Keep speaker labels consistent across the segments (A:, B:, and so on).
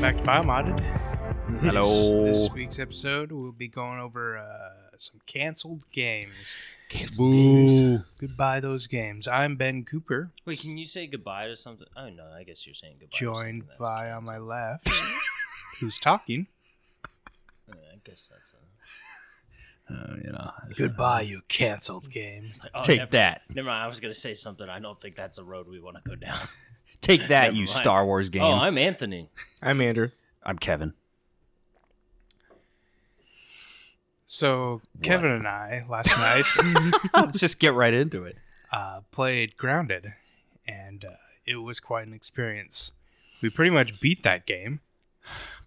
A: back to Biomodded.
B: Hello.
A: This, this week's episode, we'll be going over uh, some canceled games.
B: Boo.
A: Goodbye, those games. I'm Ben Cooper,
C: Wait, can you say goodbye to something? Oh no, I guess you're saying goodbye.
A: joined
C: to something that's
A: by on my
C: canceled.
A: left, who's talking.
C: Yeah, I guess that's a,
B: Uh, you know,
A: Goodbye, you canceled game.
C: like, oh,
B: take
C: never,
B: that.
C: Never mind. I was gonna say something. I don't think that's a road we want to go down.
B: Take
C: Never
B: that, you
C: mind.
B: Star Wars game.
C: Oh,
B: I'm,
C: I'm Anthony.
D: I'm Andrew.
B: Kevin.
A: So, Kevin and I last night
B: Let's just get right into it.
A: uh, played Grounded, and uh, it was quite an experience. We pretty much beat that game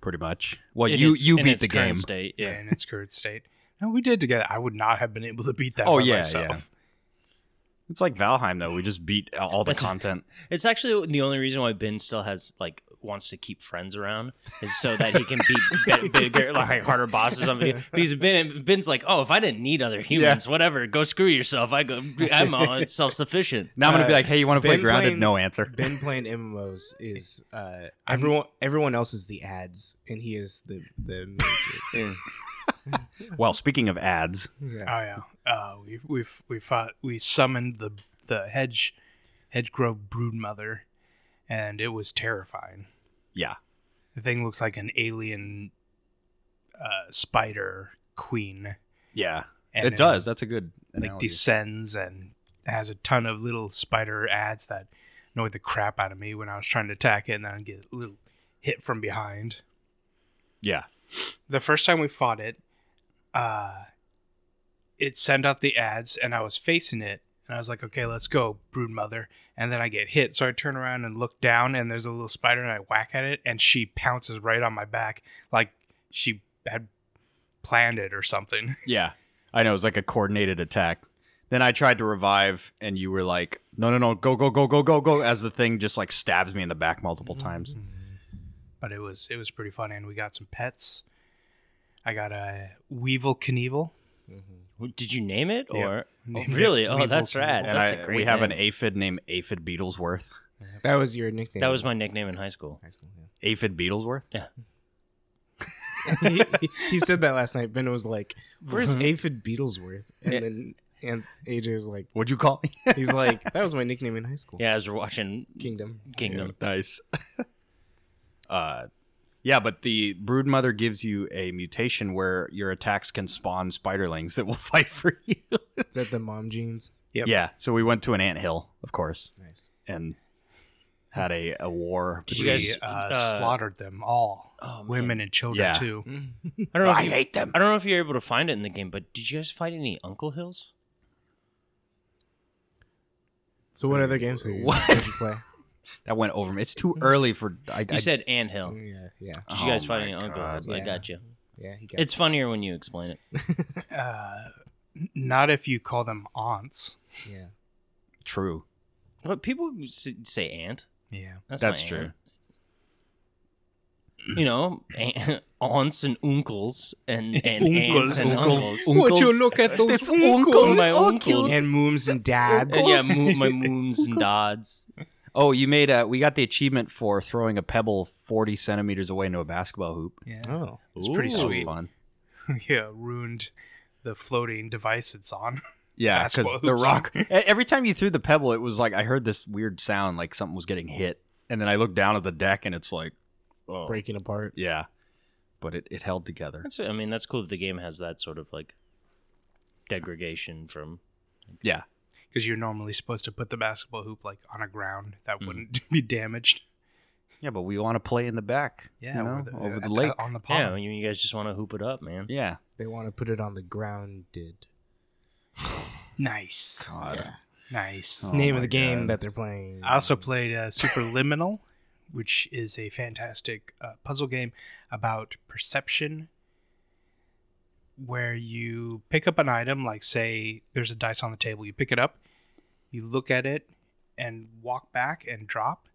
B: Pretty much. Well,
C: In
B: you
C: its-
B: you
C: in
B: beat
C: its
B: the
C: current
B: game.
C: State. Yeah.
A: in its current state. No, we did together. I would not have been able to beat that.
B: Oh
A: by
B: yeah,
A: myself.
B: yeah. It's like Valheim though. We just beat all the
C: That's-
B: content.
C: It's actually the only reason why Ben still has like wants to keep friends around is so that he can beat be- bigger, like harder bosses on video. Because Ben, Ben's like, oh, if I didn't need other humans, whatever, go screw yourself. I go, I'm all self sufficient.
B: Now I'm gonna be
D: Uh,
B: like, hey, you want to play
D: Ben
B: Grounded?
D: playing-
B: No answer.
D: Ben playing MMOs is uh, everyone. Everyone else is the ads, and he is the the. main character.
B: Well, speaking of ads,
D: yeah.
A: Oh yeah. Uh, we we we fought. We summoned the the hedge hedgegrove broodmother, and it was terrifying.
B: yeah,
A: The thing looks like an alien uh, spider queen.
B: yeah,
A: And
B: it does. That's a good.
A: Like
B: analogy.
A: descends and has a ton of little spider ads that annoyed the crap out of me when I was trying to attack it, and then I get a little hit from behind.
B: yeah,
A: the first time we fought it, uh, it sent out the ads, and I was facing it, and I was like, "Okay, let's go, broodmother." And then I get hit, so I turn around and look down, and there's a little spider, and I whack at it, and she pounces right on my back, like she had planned it or something.
B: yeah. I know. It was like a coordinated attack. Then I tried to revive, and you were like, no, no, no, go, go, go, go, go, go. As the thing just like stabs me in the back multiple
C: Mm-hmm.
B: times.
A: But it was it was pretty funny, and we got some pets. I got a Weevil Knievel.
C: Did you name it
A: Yeah.
C: or oh,
A: Named it
C: really? Oh,
A: Weevil
C: that's
A: Knievel.
C: rad.
B: and
C: That's a
B: I,
C: great
B: we have
C: name.
B: an aphid named Aphid Beetlesworth.
D: That was your nickname.
C: That was my nickname in high school.
D: high school. yeah.
B: Aphid Beetlesworth?
D: he, he said that last night. Ben was like, "Where's Aphid Beetlesworth?" And
C: Yeah.
D: then and AJ was like,
B: What'd you call me?
D: "He's like, that was my nickname in high school."
C: Yeah, as we're watching
D: Kingdom.
C: Kingdom.
B: nice. uh, yeah, but the broodmother gives you a mutation where your attacks can spawn spiderlings that will fight for you.
D: Is that the mom jeans?
A: Yep.
B: Yeah, so we went to an anthill, of course,
D: Nice.
B: and had a, a war.
C: Did
A: We
C: you
B: between-
C: guys,
A: uh,
C: uh,
A: slaughtered them all,
C: Oh, man.
A: women and children
B: Yeah.
A: too.
C: I don't know.
B: I
C: if you-
B: hate them.
C: I don't know if you're able to find it in the game, but did you guys fight any Uncle Hills?
D: So what other games are you,
B: What?
D: did you play?
B: That went over me. It's too eally for. I,
C: Mm-hmm. You
B: I-
C: said Ant Hill. Did
D: Oh, Yeah, yeah,
C: you guys
B: Oh
C: fight
B: my
C: any Uncle
B: God.
C: Hills? I
D: Yeah.
C: got you.
D: yeah. He got
C: It's funnier when you explain it.
A: Uh, n- not if you call them aunts.
D: yeah.
B: True.
C: But people s- say Ant.
A: Yeah.
C: That's,
B: That's
C: my
B: true.
C: aunt. You know, aunt, aunts and uncles and, and aunts and
A: Uncles.
C: uncles.
D: Would you look at those
B: This
D: uncles?
C: My
B: so
C: uncle.
B: cute.
D: and mooms and dabs.
C: And yeah, mo- my moons and dods.
B: Oh, you made a. We got the achievement for throwing a pebble forty centimeters away into a basketball hoop.
A: Yeah.
D: Oh,
A: It's pretty
B: That was
A: sweet.
B: fun. Oh.
A: yeah, ruined the floating device it's on.
B: Yeah, because
A: Basketball
B: the
A: hoops.
B: rock. e- Every time you threw the pebble, it was like I heard this weird sound, like something was getting hit, and then I looked down at the deck, and it's like, oh,
D: breaking apart.
B: yeah, but it, it held together.
C: That's, I mean, that's cool that the game has that sort of like degradation from.
B: Yeah,
A: Because you're normally supposed to put the basketball hoop like on a ground that
B: Hmm.
A: wouldn't be damaged.
B: yeah, but we want to play in the back, yeah,
A: or
B: over
A: uh,
B: the lake.
A: on the
C: Yeah,
A: pond.
C: you, you guys just want to hoop it up, man.
B: yeah,
D: They want to put it on the grounded.
A: Nice,
B: God.
A: nice.
B: Oh
D: Name
B: my
D: of the game
B: God.
D: that they're playing.
A: I also played uh, Superliminal, which is a fantastic uh, puzzle game about perception, where you pick up an item, like say there's a dice on the table, you pick it up, you look at it, and walk back and drop,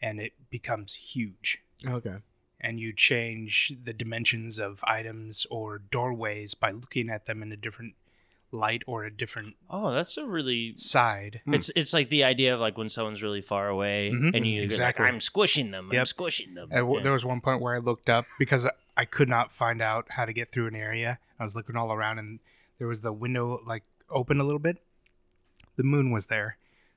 A: and it becomes huge.
D: Okay.
A: and you change the dimensions of items or doorways by looking at them in a different light or a different
C: Oh, that's a really.
A: side.
C: It's it's like the idea of like when someone's really far away
A: Mhm.
C: and you exactly.
A: Exactly.
C: like, I'm squishing them. I'm
A: Yep.
C: squishing them.
A: I w-
C: Yeah.
A: There was one point where I looked up because I could not find out how to get through an area. I was looking all around, and there was the window like open a little bit. The moon was there,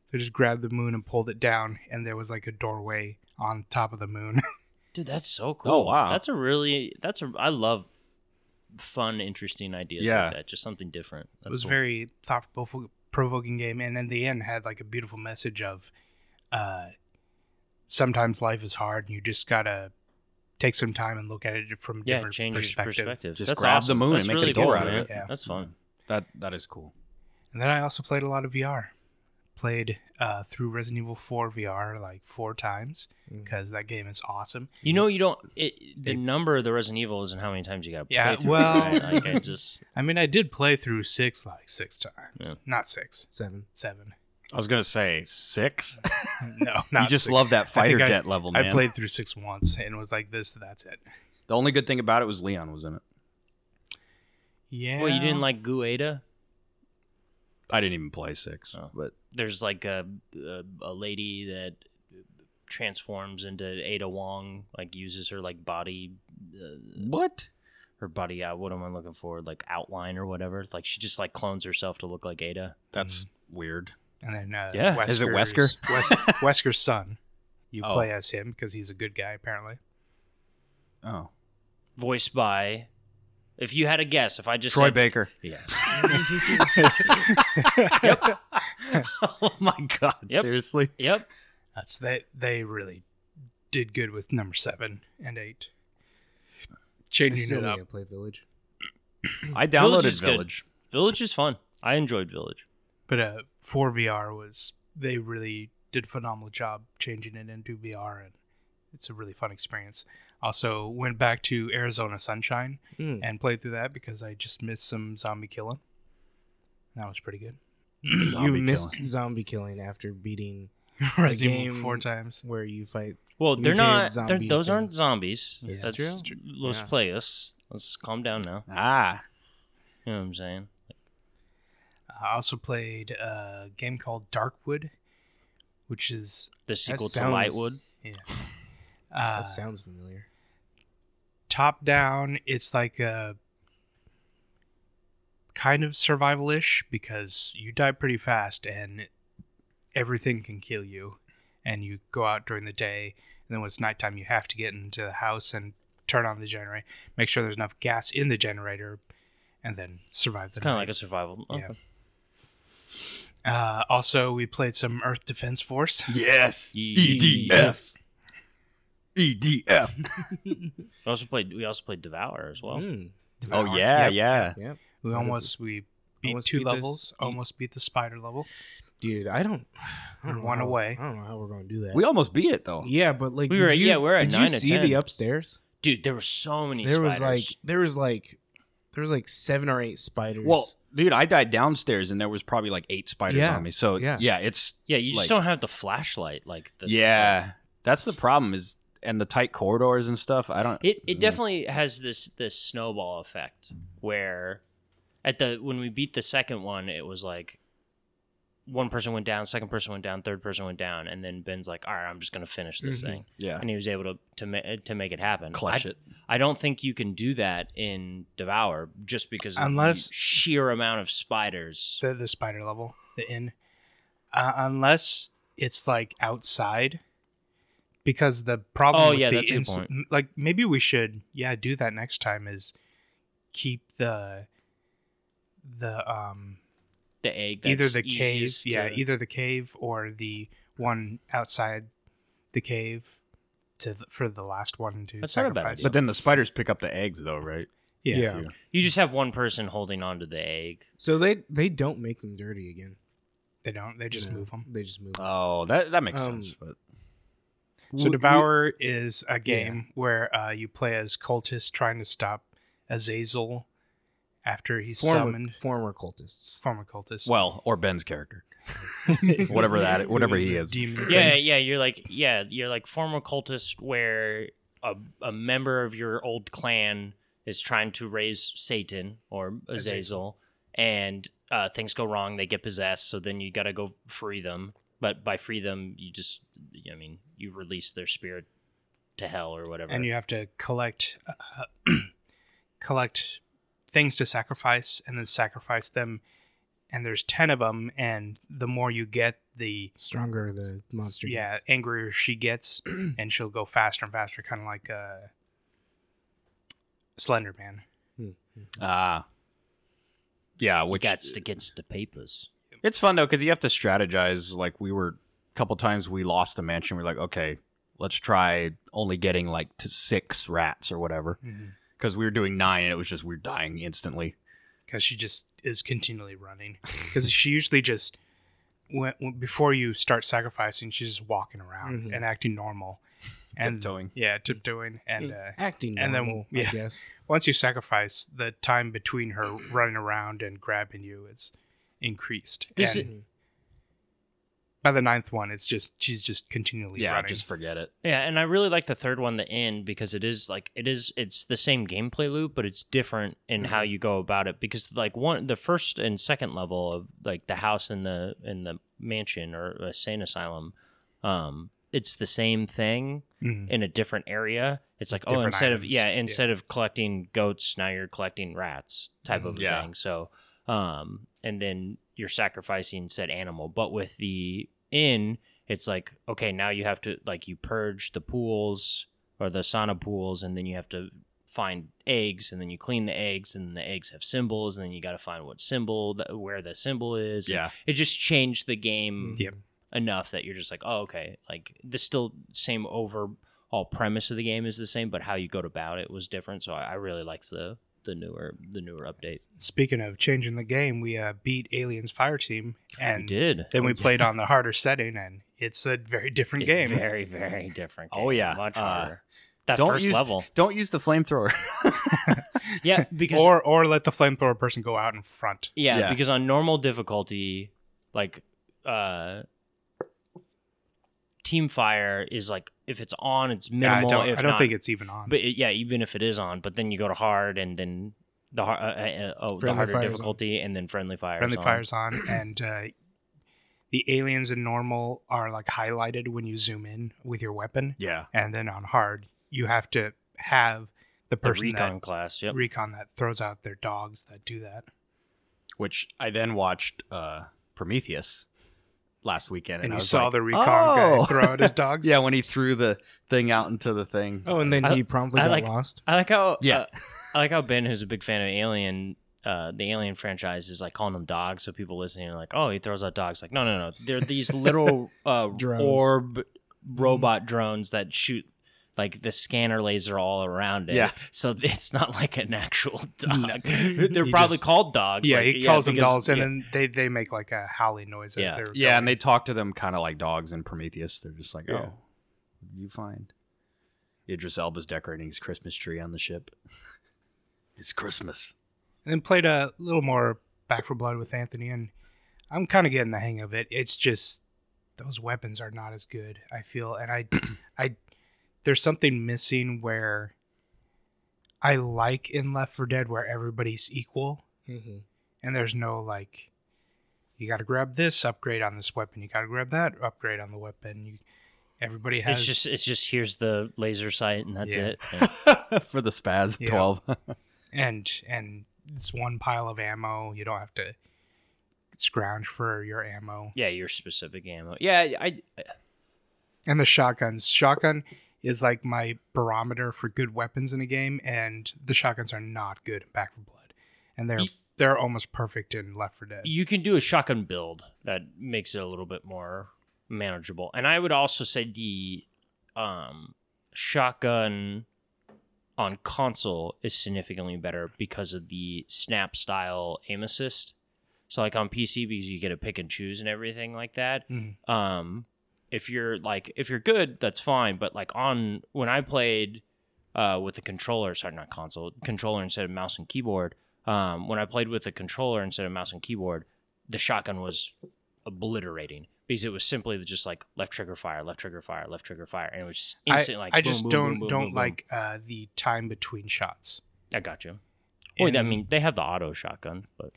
A: so I just grabbed the moon and pulled it down, and there was like a doorway on top of the moon.
C: Dude, that's so cool.
B: Oh, wow.
C: That's a really that's a I love fun, interesting ideas
B: Yeah.
C: like that. Just something different. That's
A: it was
C: cool.
A: very thoughtful, provoking game, and in the end had like a beautiful message of, uh, sometimes life is hard, and you just gotta take some time and look at it from a
C: yeah,
A: different
C: change your
A: perspective.
C: perspective.
B: Just
C: that's
B: grab the
C: awesome.
B: moon
C: that's
B: and make a
C: really
B: door
C: cool,
B: out of
C: man.
A: it. Yeah.
C: That's fun.
B: That that is cool.
A: And then I also played a lot of VR. Played uh, through Resident Evil 4 VR like four times
B: Mm.
A: because that game is awesome.
C: You know, you don't. It, the number of the Resident Evil isn't how many times you got to play
A: Yeah,
C: through it,
A: well-
C: right? like I just
A: I mean, I did play through six like six times.
C: Yeah.
A: Not six,
D: Seven.
A: seven.
B: I was gonna say six.
A: No, not
B: you just
A: six.
B: love that fighter
A: think I-
B: jet level, man.
A: I played through six once and was like, this, that's it.
B: The only good thing about it was Leon was in it.
A: Yeah.
C: well, you didn't like Gueda.
B: I didn't even play six,
C: Oh.
B: but
C: There's like a, a a lady that transforms into Ada Wong, like uses her like body uh,
B: what?
C: her body out. What am I looking for? Like outline or whatever. Like she just like clones herself to look like Ada.
B: That's weird.
A: And then uh,
C: Yeah.
B: Is it
A: Wesker's- Wes- Wesker's son. You
B: Oh.
A: play as him because he's a good guy, apparently.
B: Oh,
C: Voiced by, if you had a guess, if I just
B: Troy
C: said,
B: Baker.
C: yeah,
B: oh my god!
C: Yep.
B: Seriously,
C: yep,
A: That's they they really did good with number seven and eight. Changing it
D: Still
A: up.
D: need to play Village.
B: I
C: Village
B: downloaded
C: is good.
B: Village.
C: Village is fun. I enjoyed Village.
A: But uh for VR was they really did a phenomenal job changing it into VR and it's a really fun experience. Also went back to Arizona Sunshine
D: Mm.
A: and played through that because I just missed some zombie killing. That was pretty good.
D: You
B: Zombie
D: missed
B: killing.
D: zombie killing after beating
A: Resident Evil
D: game-
A: four times.
D: where you fight.
C: Well, they're
D: Mutated
C: not.
D: zombie
C: They're, those
D: thing.
C: aren't zombies.
A: Yeah.
C: That's
A: True.
C: Los
D: Yeah.
C: Playas. Let's calm down now.
B: Ah,
C: You know what I'm saying?
A: I also played a game called Darkwood, which is
C: The sequel to
D: sounds-
C: Lightwood. Ah.
A: yeah.
D: That
A: Uh,
D: sounds familiar.
A: top down it's like a kind of survival-ish because you die pretty fast and everything can kill you and you go out during the day and then when it's nighttime you have to get into the house and turn on the generator make sure there's enough gas in the generator and then survive the
C: Kind of
A: night
C: like a survival.
A: Yeah. uh, also we played some earth defense force
B: yes. E
C: Ye-
B: EDF. EDF.
C: We also played. We also played Devour as well.
D: Mm.
B: Oh yeah,
A: Yep.
B: yeah.
D: Yep.
A: we almost we beat
D: Almost
A: two
D: beat the
A: levels
D: s-
A: almost beat the spider level
D: Dude, I don't. I don't
A: You're
D: know
A: one
D: how-
A: away.
D: I don't know how we're gonna do that.
B: We almost beat it though.
D: yeah, but like,
C: We
D: did
C: were-
D: you,
C: yeah, we're at
D: did you
C: nine or
D: see the
C: 10.
D: upstairs?
C: Dude, there were so many.
D: There was like,
C: spiders.
D: there was like, there was like seven or eight spiders.
B: Well, dude, I died downstairs and there was probably like eight spiders
D: Yeah,
B: on me. So yeah,
D: yeah.
B: it's
C: yeah, you just
B: like-
C: don't have the flashlight like this.
B: yeah. that's the problem is and the tight corridors and stuff. I don't.
C: It it definitely has this this snowball effect where at the when we beat the second one, it was like one person went down, second person went down, third person went down, and then Ben's like, "All right, I'm just gonna finish this
A: Mhm.
C: thing,"
B: yeah.
C: and he was able to to ma- uh, to make it happen.
B: Clutch
C: I,
B: it.
C: I don't think you can do that in Devour just because of
A: Unless-
C: the sheer amount of spiders.
A: the, the spider level, the inn, uh, unless it's like outside, because the problem.
C: Oh,
A: with
C: yeah,
A: the
C: that's a good
A: ins-
C: point.
A: m- Like maybe we should, yeah, do that next time. Is keep the the um
C: The egg, that's
A: either the cave,
C: easiest
A: yeah, e
C: to-
A: either the cave or the one outside the cave to th- for the last one to
C: That's not a bad
A: sacrifice.
B: But then the spiders pick up the eggs though, right?
A: yeah.
D: yeah.
C: you just have one person holding onto the egg.
D: So they they don't make them dirty again.
A: they don't. They just
D: No,
A: move them.
D: They just move. 'em.
B: Oh, that that makes
D: Um,
B: sense. But
A: So
D: We-
A: Devour is a game where uh, you play as cultists trying to stop Azazel after
D: we-
A: he's
D: former,
A: summoned.
D: former cultists.
A: Former cultist.
B: well, or Ben's character, whatever that, whatever he is.
A: Demon
C: yeah, yeah. You're like, yeah, you're like former cultist where a, a member of your old clan is trying to raise Satan or Azazel, and uh, things go wrong, they get possessed. So then you got to go free them. But by free them, you just, I mean, you release their spirit to hell or whatever.
A: and you have to collect uh, collect things to sacrifice and then sacrifice them and there's 10 of them and the more you get the
D: Stronger the monster.
A: yeah
D: gets.
A: angrier she gets and she'll go faster and faster kind of like uh slender man
B: Ah. yeah, which
C: Gots to get the papers.
B: It's fun though because you have to strategize. Like we were a couple times we lost a mansion. We're like, okay, let's try only getting like to six rats or whatever
A: Mm-hmm.
B: because we were doing nine and it was just we're dying instantly.
A: because she just is continually running because she usually just when, when- before you start sacrificing she's just walking around
C: Mm-hmm.
D: Mhm.
A: and acting normal and
B: Tiptoeing.
A: yeah tiptoeing and
C: Mm.
A: uh
D: Acting
A: and then-
D: normal,
A: yeah.
D: I guess.
A: once you sacrifice, the time between her running around and grabbing you is increased.
C: This
A: and
C: is-
A: by the ninth one, it's just she's just continually
B: Yeah,
A: running.
B: just forget it.
C: Yeah, and I really like the third one, the end, because it is like it is it's the same gameplay loop, but it's different in how you go about it. Because like one, the first and second level of like the house and the in the mansion or a sane asylum, um, it's the same thing
A: Mhm.
C: in a different area. It's like oh,
A: Different
C: instead of
A: items.
C: yeah,
A: Yeah.
C: instead of collecting goats, now you're collecting rats
A: Mm-hmm.
C: type of
B: Mhm. Yeah.
C: thing. So, um, and then you're sacrificing said animal. But with the inn, it's like okay, now you have to like you purge the pools or the sauna pools, and then you have to find eggs, and then you clean the eggs, and the eggs have symbols, and then you got to find what symbol that, where the symbol is. and
B: Yeah,
C: it just changed the game
D: Mm-hmm.
A: Yep.
C: enough that you're just like, oh, okay, like the still same overall premise of the game is the same, but how you go about it was different. So I, I really liked the the newer the newer update.
A: Speaking of changing the game, we uh, beat Aliens Fire Team,
C: we
A: and
C: did Oh,
A: then we played on the harder setting, and it's a very different game.
C: very very different. Game.
B: Oh, yeah.
C: much
B: Uh,
C: harder. That
B: don't
C: first
B: use
C: level,
B: don't use the flamethrower.
C: yeah, because
A: or or let the flamethrower person go out in front.
C: yeah,
B: Yeah.
C: because on normal difficulty, like uh. Team fire is like if it's on, it's
A: Yeah, I
C: minimal.
A: don't,
C: if
A: I don't
C: not,
A: think it's even on.
C: But it- yeah, even if it is on, but then you go to hard, and then the har- uh, uh, uh, oh the
D: Friendly
C: harder
D: fire's on.
C: difficulty, and then friendly fire.
A: friendly fires on, and uh, the aliens in normal are like highlighted when you zoom in with your weapon.
B: yeah,
A: and then on hard you have to have the
C: The
A: person
C: recon class.
A: that
C: Yep.
A: recon that throws out their dogs that do that
B: which I then watched uh Prometheus last weekend,
A: and,
B: and, I
A: you
B: was
A: saw
B: like,
A: the recon
B: "Oh!"
A: guy throw out his dogs
B: yeah, when he threw the thing out into the thing.
D: Oh, and then
C: I-
D: he promptly
C: I
D: got
C: like-
D: lost.
C: I like how
B: Yeah.
C: uh, I like how Ben, who's a big fan of Alien, uh, the Alien franchise, is like calling them dogs. So people listening are like, "Oh, he throws out dogs." Like, no, no, no. They're these little uh,
D: Drones.
C: orb
A: Mm-hmm.
C: robot drones that shoot. Like the scanner laser all around it,
B: Yeah.
C: So it's not like an actual dog. They're
D: You
C: probably
D: just-
C: called dogs.
A: yeah
C: like,
A: he calls them
C: because-
A: dogs and
C: yeah.
A: then they, they make like a howling noise as
C: Yeah.
A: they're
B: Yeah,
A: going.
B: and they talk to them kind of like dogs in Prometheus. They're just like,
A: Yeah.
B: oh, what do you find? Idris Elba's decorating his Christmas tree on the ship. it's Christmas.
A: and then played a little more back for blood with anthony and i'm kind of getting the hang of it it's just those weapons are not as good i feel and i i there's something missing where i like in left for dead where everybody's equal
D: Mhm.
A: and there's no like you got to grab this upgrade on this weapon you got to grab that upgrade on the weapon you everybody has
C: It's just it's just here's the laser sight and that's
A: Yeah.
C: it. Yeah.
B: For the Spaz
A: Yeah.
B: 12.
A: and and it's one pile of ammo you don't have to scrounge for your ammo
C: Yeah, your specific ammo. Yeah, I
A: and the shotguns shotgun is like my barometer for good weapons in a game and the shotguns are not good in back for blood and they're
C: Ye-
A: they're almost perfect in left for dead
C: you can do a shotgun build that makes it a little bit more manageable. And I would also say the um shotgun on console is significantly better because of the snap style aim assist. So like on PC because you get to pick and choose and everything like that.
A: Mhm.
C: um if you're like if you're good that's fine but like on when i played uh with the controller sorry not console controller instead of mouse and keyboard um when i played with the controller instead of mouse and keyboard the shotgun was obliterating because it was simply just like left trigger fire left trigger fire left trigger fire and it was just
A: I-
C: instant like
A: I,
C: boom,
A: just
C: boom,
A: don't
C: boom, boom,
A: don't
C: boom, boom.
A: like uh the time between shots
C: i got you or i
A: In-
C: mean they have the auto shotgun but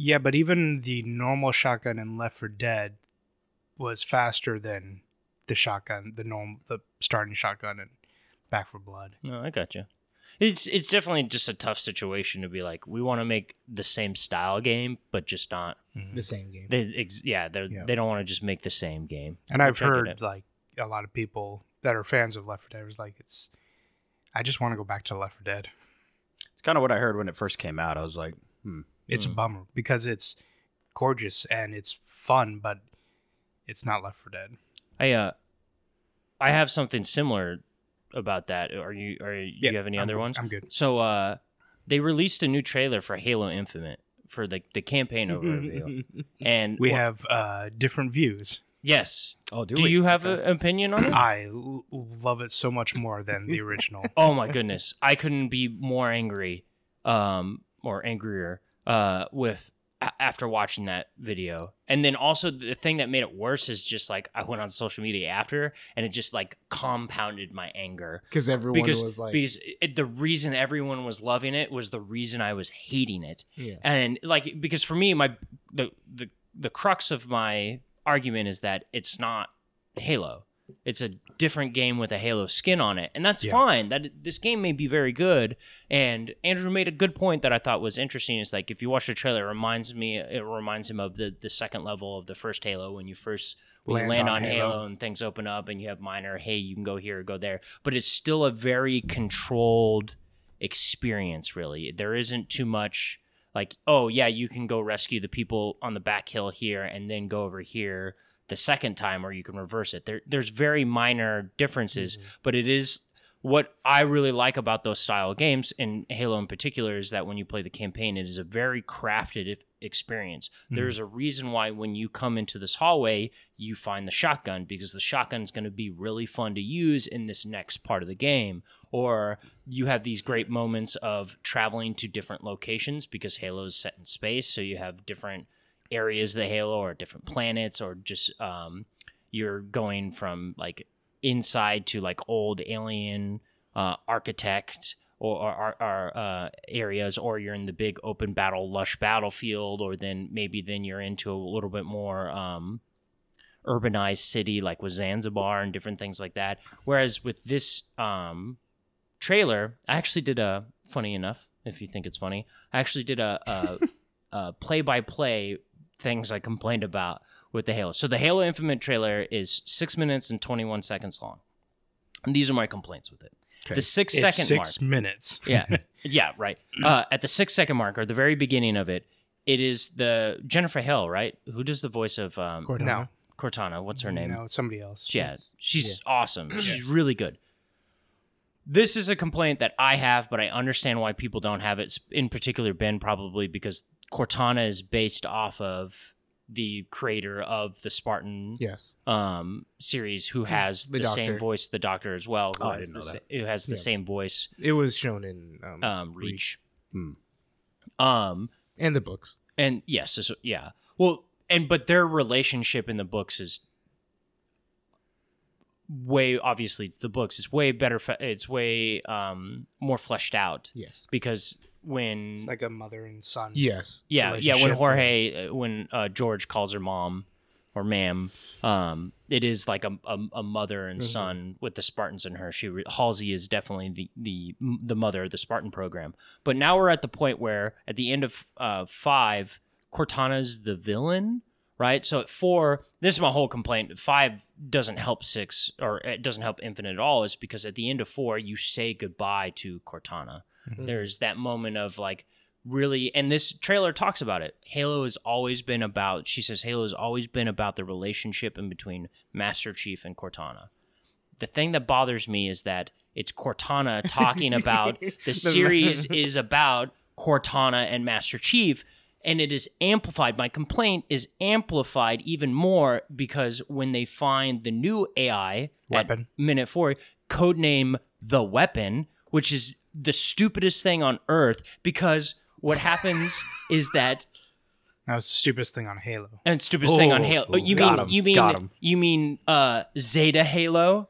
A: Yeah, but even the normal shotgun in Left for Dead was faster than the shotgun, the norm, the starting shotgun in Back for Blood.
C: No, I got you. It's it's definitely just a tough situation to be like we want to make the same style game, but just not.
D: Mm-hmm. the same game.
C: They ex- yeah, they
D: Yeah.
C: they don't want to just make the same game.
A: And I've
C: Which I get
A: heard
C: it.
A: like a lot of people that are fans of Left 4 Dead was like, it's. I just want to go back to Left 4 Dead.
B: It's kind of what I heard when it first came out. I was like, hmm.
A: It's a bummer because it's gorgeous and it's fun, but it's not Left 4 Dead.
C: I uh, I have something similar about that. Are you are you,
A: Yeah,
C: you have any
A: I'm
C: other
A: good.
C: ones?
A: I'm good.
C: So uh, they released a new trailer for Halo Infinite for the the campaign overview, and
A: We
C: well,
A: have uh, different views.
C: yes.
B: Oh,
C: Do you have a- an opinion on it?
A: I l- love it so much more than the original.
C: oh my goodness i couldn't be more angry um or angrier uh with a- after watching that video and then also the thing that made it worse is just like i went on social media after and it just like compounded my anger
D: Because everyone
C: because,
D: was like,
C: because it, the reason everyone was loving it was the reason i was hating it
D: yeah.
C: and like because for me my the the the crux of my argument is that it's not Halo. It's a different game with a Halo skin on it, and that's
A: Yeah.
C: fine. That this game may be very good, and Andrew made a good point that I thought was interesting. Is like if you watch the trailer, it reminds me, it reminds him of the the second level of the first Halo when you first when you land, on, Halo. and things open up and you have minor, hey, you can go here or go there. But it's still a very controlled experience, really. There isn't too much like, oh yeah, you can go rescue the people on the back hill here and then go over here the second time or you can reverse it. There there's very minor differences, but it is what I really like about those style games and Halo in particular is that when you play the campaign, it is a very crafted e- experience. There's a reason why when you come into this hallway, you find the shotgun because the shotgun is going to be really fun to use in this next part of the game. Or you have these great moments of traveling to different locations because Halo is set in space, so you have different areas of the Halo or different planets or just um, you're going from like inside to like old alien uh, architect or, or, or uh, areas, or you're in the big open battle, lush battlefield, or then maybe then you're into a little bit more um, urbanized city like with Zanzibar and different things like that. Whereas with this um, trailer, I actually did a funny enough, if you think it's funny, I actually did a a play by play things I complained about with the Halo. So the Halo Infinite trailer is six minutes and twenty one seconds long. And these are my complaints with it.
B: Okay.
C: The six
A: It's
C: second mark.
A: six minutes.
C: Yeah, yeah, right. Uh, at the six second mark or the very beginning of it, it is the Jennifer Hill, right? Who does the voice of um,
D: Cortana.
A: No,
C: Cortana? What's her name?
A: no, it's somebody else.
C: Yeah,
D: Yes.
C: she's awesome. She's really good. This is a complaint that I have, but I understand why people don't have it. It's In particular, Ben probably because Cortana is based off of the creator of the Spartan
D: Yes.
C: um, series, who has
D: The
C: the, same
D: Doctor.
C: voice, the Doctor as well, who
B: Oh, I
C: has,
B: didn't
C: the,
B: know
C: sa- who has the
D: Yeah.
C: same voice
D: It was shown in um,
C: um, Reach.
B: Hmm.
C: Um,
D: and the books.
C: and yes, this, yeah. Well, and but their relationship in the books is way obviously the books is way better. fe- It's way um more fleshed out
D: Yes.
C: because when
A: Like a mother and son.
D: Yes.
C: yeah yeah when
A: relationship.
C: Jorge uh, when uh, George calls her mom or ma'am, um, it is like a a, a mother and son with the Spartans in her. She re- Halsey is definitely the the the mother of the Spartan program. But now we're at the point where at the end of uh, five, Cortana's the villain, right? So at four, this is my whole complaint. Five doesn't help six, or it doesn't help Infinite at all, is because at the end of four, you say goodbye to Cortana. There's that moment of like really, and this trailer talks about it. Halo has always been about. She says Halo has always been about the relationship in between Master Chief and Cortana. The thing that bothers me is that it's Cortana talking about the series is about Cortana and Master Chief, and it is amplified. My complaint is amplified even more because when they find the new AI
A: Weapon.
C: at minute four, codename the weapon, which is the stupidest thing on earth because what happens is that
A: That was the stupidest thing on Halo.
C: and stupidest thing on
B: Oh,
C: Halo. You
B: got
C: mean
B: 'em,
C: you mean
B: got 'em.
C: you mean uh, Zeta Halo?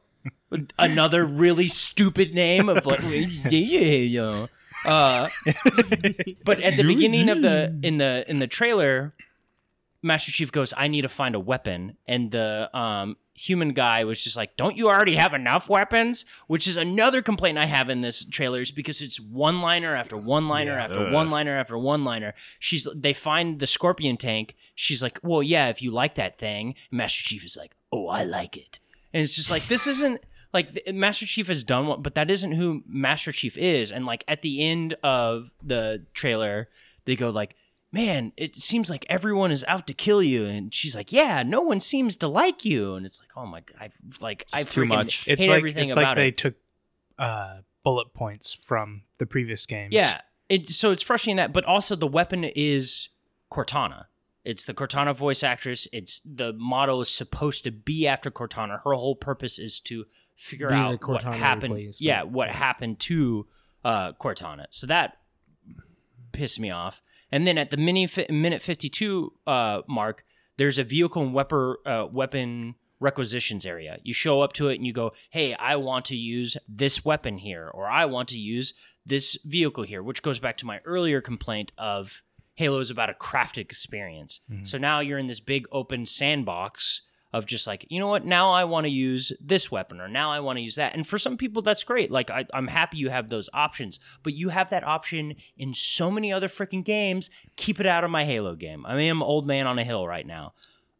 C: Another really stupid name of like yeah, yeah, yeah. Uh, but at the beginning of the in the in the trailer, Master Chief goes, "I need to find a weapon," and the um, human guy was just like, "Don't you already have enough weapons?" Which is another complaint I have in this trailer is because it's one liner after one liner
B: Yeah,
C: after
B: ugh.
C: one liner after one liner. She's they find the scorpion tank. She's like, "Well, yeah, if you like that thing," Master Chief is like, "Oh, I like it," and it's just like this isn't. Like th- Master Chief has done what, but that isn't who Master Chief is. And like at the end of the trailer, they go like, man, it seems like everyone is out to kill you. And she's like, yeah, no one seems to like you. And it's like, oh my god, I've like I
B: It's too
C: freaking
B: much.
C: Hate
A: It's like
C: everything
A: it's
C: about
A: like they
C: it.
A: took uh, bullet points from the previous games.
C: Yeah, it, so it's frustrating that, but also the weapon is Cortana. It's the Cortana voice actress. It's the model is supposed to be after Cortana. Her whole purpose is to figure
D: Be the
C: out what
D: Cortana
C: happened.
D: replacement.
C: Yeah, what happened to uh, Cortana. So that pissed me off. And then at the mini fi- minute fifty-two uh, mark, there's a vehicle and weapon uh, weapon requisitions area. You show up to it and you go, "Hey, I want to use this weapon here, or I want to use this vehicle here," which goes back to my earlier complaint of Halo is about a crafted experience. So now you're in this big open sandbox of just like, you know what? Now I want to use this weapon, or now I want to use that. And for some people, that's great. Like I, I'm happy you have those options, but you have that option in so many other freaking games. Keep it out of my Halo game. I mean, I'm an old man on a hill right now.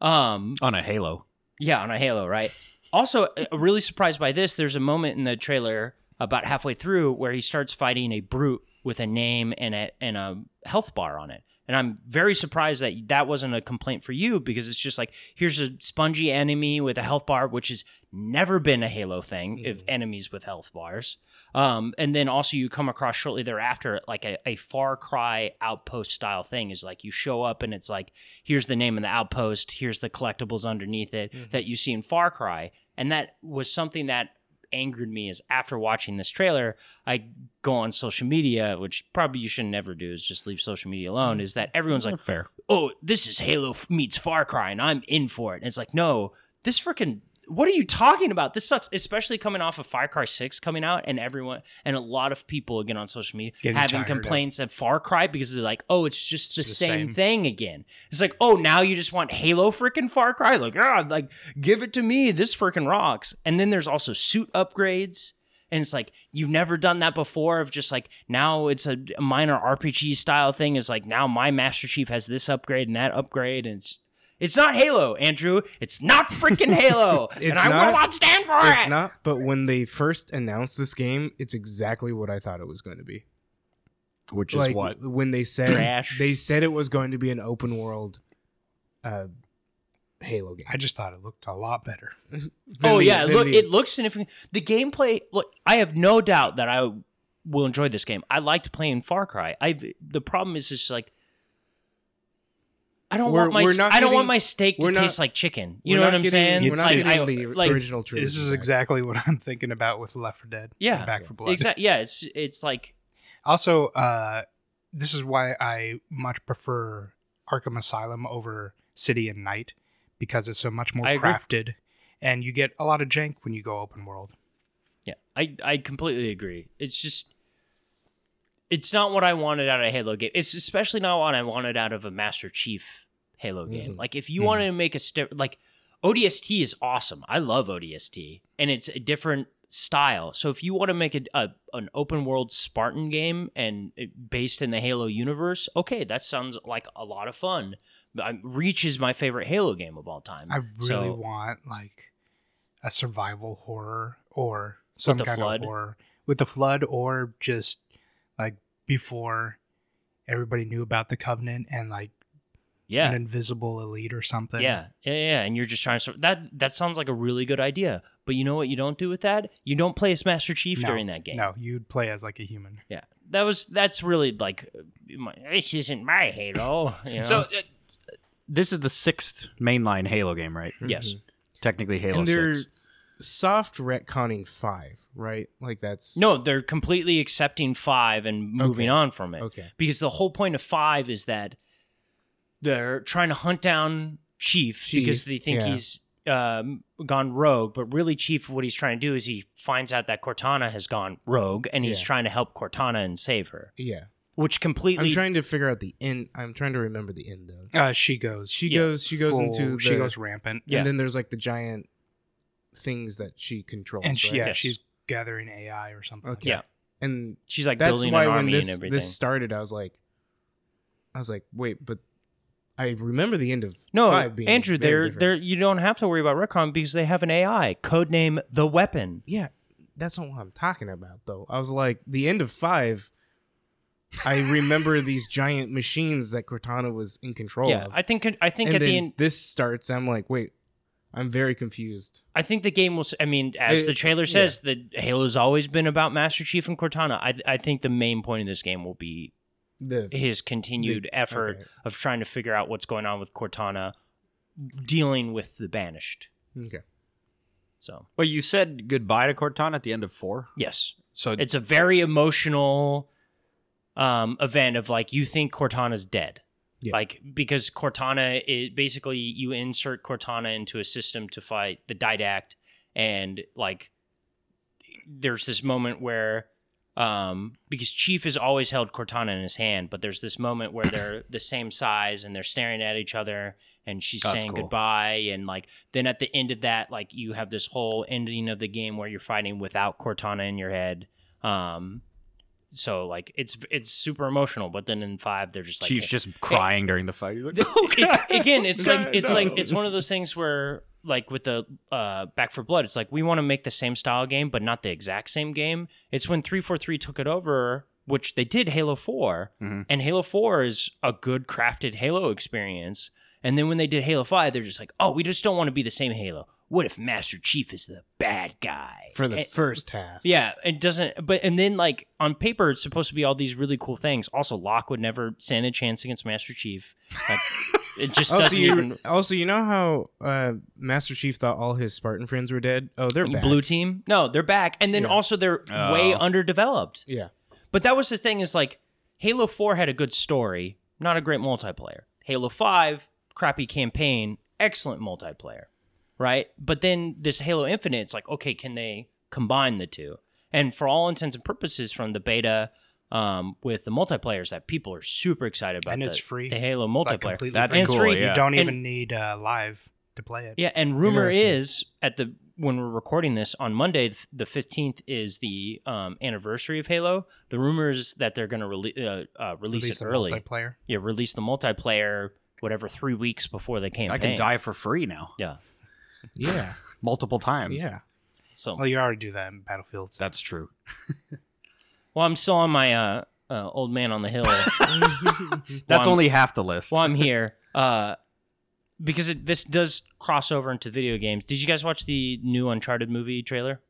C: Um,
B: on a Halo.
C: yeah, on a Halo, right? Also, uh, really surprised by this. There's a moment in the trailer about halfway through where he starts fighting a brute with a name and a and a health bar on it. And I'm very surprised that that wasn't a complaint for you because it's just like here's a spongy enemy with a health bar, which has never been a Halo thing. If enemies with health bars, um, and then also you come across shortly thereafter like a, a Far Cry outpost style thing is like you show up and it's like here's the name of the outpost, here's the collectibles underneath it that you see in Far Cry, and that was something that angered me is after watching this trailer, I go on social media, which probably you should never do is just leave social media alone, is that everyone's like,
B: fair.
C: oh, this is Halo f- meets Far Cry, and I'm in for it. And it's like, no, this freaking. What are you talking about? This sucks, especially coming off of Far Cry 6 coming out and everyone and a lot of people again on social media
A: Getting
C: having
A: tired
C: complaints at Far Cry because they're like, "Oh, it's just the,
A: It's the
C: same,
A: same.
C: thing again." It's like, "Oh, now you just want Halo freaking Far Cry." Like, "Ah, like give it to me. This freaking rocks." And then there's also suit upgrades. And it's like you've never done that before. Of just like now, it's a minor RPG style thing. Is like now my Master Chief has this upgrade and that upgrade, and it's it's not Halo, Andrew. It's not freaking Halo, and
D: It's
C: I will
D: not.
C: not stand for
D: It's
C: it.
D: not, but when they first announced this game, it's exactly what I thought it was going to be.
B: Which is
D: like
B: what?
D: when they said
C: Trash.
D: they said it was going to be an open world uh Halo game.
A: I just thought it looked a lot better.
D: Then
C: oh
D: the-
C: yeah,
D: then
C: look,
D: the-
C: it looks significant. The gameplay, look, I have no doubt that I will enjoy this game. I liked playing Far Cry. I have the problem is just like I don't
D: We're-
C: want my
D: we're not
C: I don't want
D: getting-
C: my steak to
D: we're not-
C: taste like chicken. You
D: we're
C: know what
D: not
C: I'm
D: getting-
C: saying?
D: We're not
C: like,
D: getting
C: I-
D: the
C: like,
D: original trilogy.
A: This is
D: back.
A: exactly what I'm thinking about with Left 4 Dead.
C: Yeah.
A: and Back for Blood.
C: Exactly. Yeah, it's it's like
A: Also, uh, this is why I much prefer Arkham Asylum over City and Night because it's so much more
C: I agree.
A: crafted, and you get a lot of jank when you go open world.
C: Yeah, I I completely agree. It's just it's not what I wanted out of a Halo game. It's especially not what I wanted out of a Master Chief Halo game.
D: Mhm.
A: Mm-hmm.
C: Like if you wanted to make a step like ODST is awesome. I love ODST and it's a different style. So if you want to make a, a an open world Spartan game and it, based in the Halo universe, okay, that sounds like a lot of fun. But I'm- Reach is my favorite Halo game of all time.
A: I really
C: So-
A: want like a survival horror or some
C: the
A: kind
C: flood?
A: of horror with the flood, or just like before everybody knew about the Covenant and like
C: yeah.
A: an invisible elite or something.
C: Yeah, yeah, yeah. And you're just trying to sur- that. That sounds like a really good idea. But you know what? You don't do with that. You don't play as Master Chief
A: No,
C: during that game.
A: No, you'd play as like a human.
C: Yeah, that was that's really like my, this isn't my Halo. You know?
B: So uh, this is the sixth mainline Halo game, right?
C: yes,
A: mm-hmm.
B: Technically Halo
D: and they're
B: Six.
D: soft retconning 5, right? Like that's
C: no, they're completely accepting five and moving
D: Okay.
C: on from it.
D: Okay.
C: because the whole point of five is that they're trying to hunt down Chief,
D: Chief,
C: because they think
D: yeah.
C: he's um, gone rogue, but really, Chief, what he's trying to do is he finds out that Cortana has gone rogue, and he's
D: Yeah.
C: trying to help Cortana and save her,
D: Yeah.
C: which
D: I'm
C: completely
D: trying to figure out the end. I'm trying to remember the end though.
A: Uh, she goes.
D: She
C: Yeah.
D: goes. She goes
A: full-
D: into. The,
A: She goes rampant.
C: Yeah.
D: And then there's like the giant things that she controls.
A: And she,
D: right?
A: yeah,
C: Yes.
A: she's gathering AI or something.
D: Okay.
C: Yeah.
D: And
C: she's like
D: that's
C: building
D: why
C: an
D: when
C: army and
D: this
C: everything.
D: this started, I was like, I was like, wait, but I remember the end of
C: no,
D: five being
C: Andrew,
D: very
C: they're,
D: different.
C: they're, you don't have to worry about retcon because they have an AI, codename the Weapon.
D: yeah, that's not what I'm talking about though. I was like, the end of five. I remember these giant machines that Cortana was in control
C: Yeah,
D: of.
C: I think I think
D: and
C: at
D: then
C: the end,
D: this starts. I'm like, wait, I'm very confused.
C: I think the game will. s- I mean, as
D: It-
C: the trailer says, the Halo's always been about Master Chief and Cortana. I, I think the main point of this game will be
D: The
C: his continued effort
D: okay.
C: of trying to figure out what's going on with Cortana, dealing with the Banished.
D: okay,
C: So
B: Well, you said goodbye to Cortana at the end of four.
C: yes,
B: So
C: it's a very emotional um, event of like you think Cortana's dead.
D: Yeah.
C: Like because Cortana is basically you insert Cortana into a system to fight the Didact and like there's this moment where um because Chief has always held Cortana in his hand, but there's this moment where they're the same size and they're staring at each other and she's
B: That's
C: saying
B: cool.
C: goodbye and like then at the end of that like you have this whole ending of the game where you're fighting without Cortana in your head. Um so like it's it's super emotional, but then in 5 they're just like
B: Chief's just crying during the fight. He's like, "Oh,
C: it's, again, it's like
B: God,
C: it's
B: no."
C: like it's one of those things where like with the uh, Back for Blood, it's like we want to make the same style game, but not the exact same game. It's when three four three took it over, which they did Halo 4
D: Mm-hmm.
B: Mhm.
C: and Halo Four is a good crafted Halo experience. And then when they did Halo Five, they're just like, oh, we just don't want to be the same Halo. What if Master Chief is the bad guy
D: for the
C: And-
D: first half.
C: yeah, it doesn't. But and then like on paper, it's supposed to be all these really cool things. Also, Locke would never stand a chance against Master Chief. Like, it just
D: Also
C: doesn't
D: Oh, you,
C: even.
D: also, you know how uh, Master Chief thought all his Spartan friends were dead? Oh, they're back.
C: Blue team? No, they're back, and then
D: Yeah.
C: also they're
B: Oh.
C: way underdeveloped.
D: Yeah.
C: But that was the thing is like Halo Four had a good story, not a great multiplayer. Halo Five, crappy campaign, excellent multiplayer, right? But then this Halo Infinite, it's like okay, can they combine the two? And for all intents and purposes, from the beta um, with the multiplayers, that people are super excited about.
A: And
C: the,
A: it's free.
C: The Halo
A: Like,
C: multiplayer.
A: completely
B: That's
A: free.
C: it's
B: cool.
C: free,
B: yeah.
A: You don't
C: And-
A: even need uh, live to play it.
C: Yeah, and rumor
D: Interesting.
C: is at the when we're recording this on Monday, th- the fifteenth is the um, anniversary of Halo. The rumor is that they're going to rele- uh, uh, release,
A: Release
C: it
A: the
C: early.
A: multiplayer.
C: yeah, release the multiplayer, whatever, three weeks before the campaign.
B: I can die for free now,
C: Yeah,
D: Yeah.
B: multiple times.
D: yeah.
C: so
A: Well, you already do that in Battlefield. so-
B: that's true.
C: well, I'm still on my uh, uh, old man on the hill.
B: That's
C: I'm-
B: only half the list.
C: while I'm here, uh, because it, this does cross over into video games. Did you guys watch the new Uncharted movie trailer?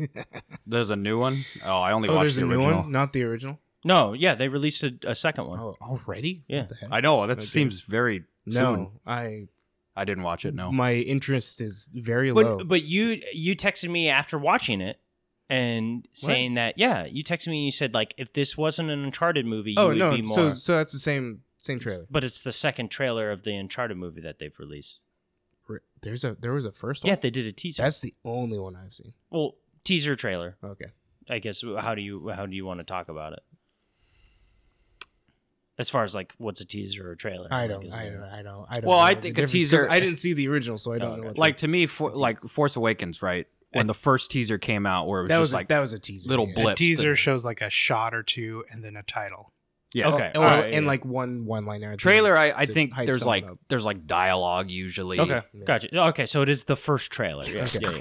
B: There's a new one. Oh, I only
D: Oh,
B: watched
D: there's
B: the
D: a new
B: original.
D: one? Not the original?
C: No, yeah, they released a, a second one.
D: Oh, already?
C: Yeah.
D: What the heck?
B: I know that
D: Okay.
B: seems very
D: no,
B: soon.
D: I
B: I didn't watch it. No,
D: my interest is very
C: but
D: low.
C: but you you texted me after watching it and saying that yeah you texted me and you said like if this wasn't an uncharted movie you
D: oh
C: would
D: no,
C: be more
D: so so that's the same same trailer.
C: but it's the second trailer of the uncharted movie that they've released
D: Re- There's a there was a first one.
C: yeah they did a teaser
D: that's the only one I've seen.
C: well teaser trailer
D: Okay.
C: i guess how do you how do you want to talk about it as far as like what's a teaser or a trailer
D: I
C: Like,
D: don't
C: is uh,
D: I
C: there-
D: don't I don't I don't
B: Well,
D: know
B: I
D: the
B: think a
D: difference 'cause
B: teaser-
D: I didn't see the original, so I don't
C: okay.
D: know what
B: like to me, for, like Force Awakens, right? When the first teaser came out, where it was
D: the, that
B: just
D: was
B: like
D: that was a teaser.
B: little
D: yeah.
B: blip.
A: The
B: Blips
A: teaser
B: that-
A: shows like a shot or two and then a title.
B: yeah.
C: Okay.
D: Oh,
C: Alright,
D: and
C: yeah.
D: like one one liner.
B: Trailer, I, I
D: to
B: think
D: hype
B: there's
D: someone
B: like
D: up.
B: there's like dialogue usually.
C: Okay,
D: Yeah.
C: gotcha. Okay, so it is the first trailer. Yeah, yeah, yeah.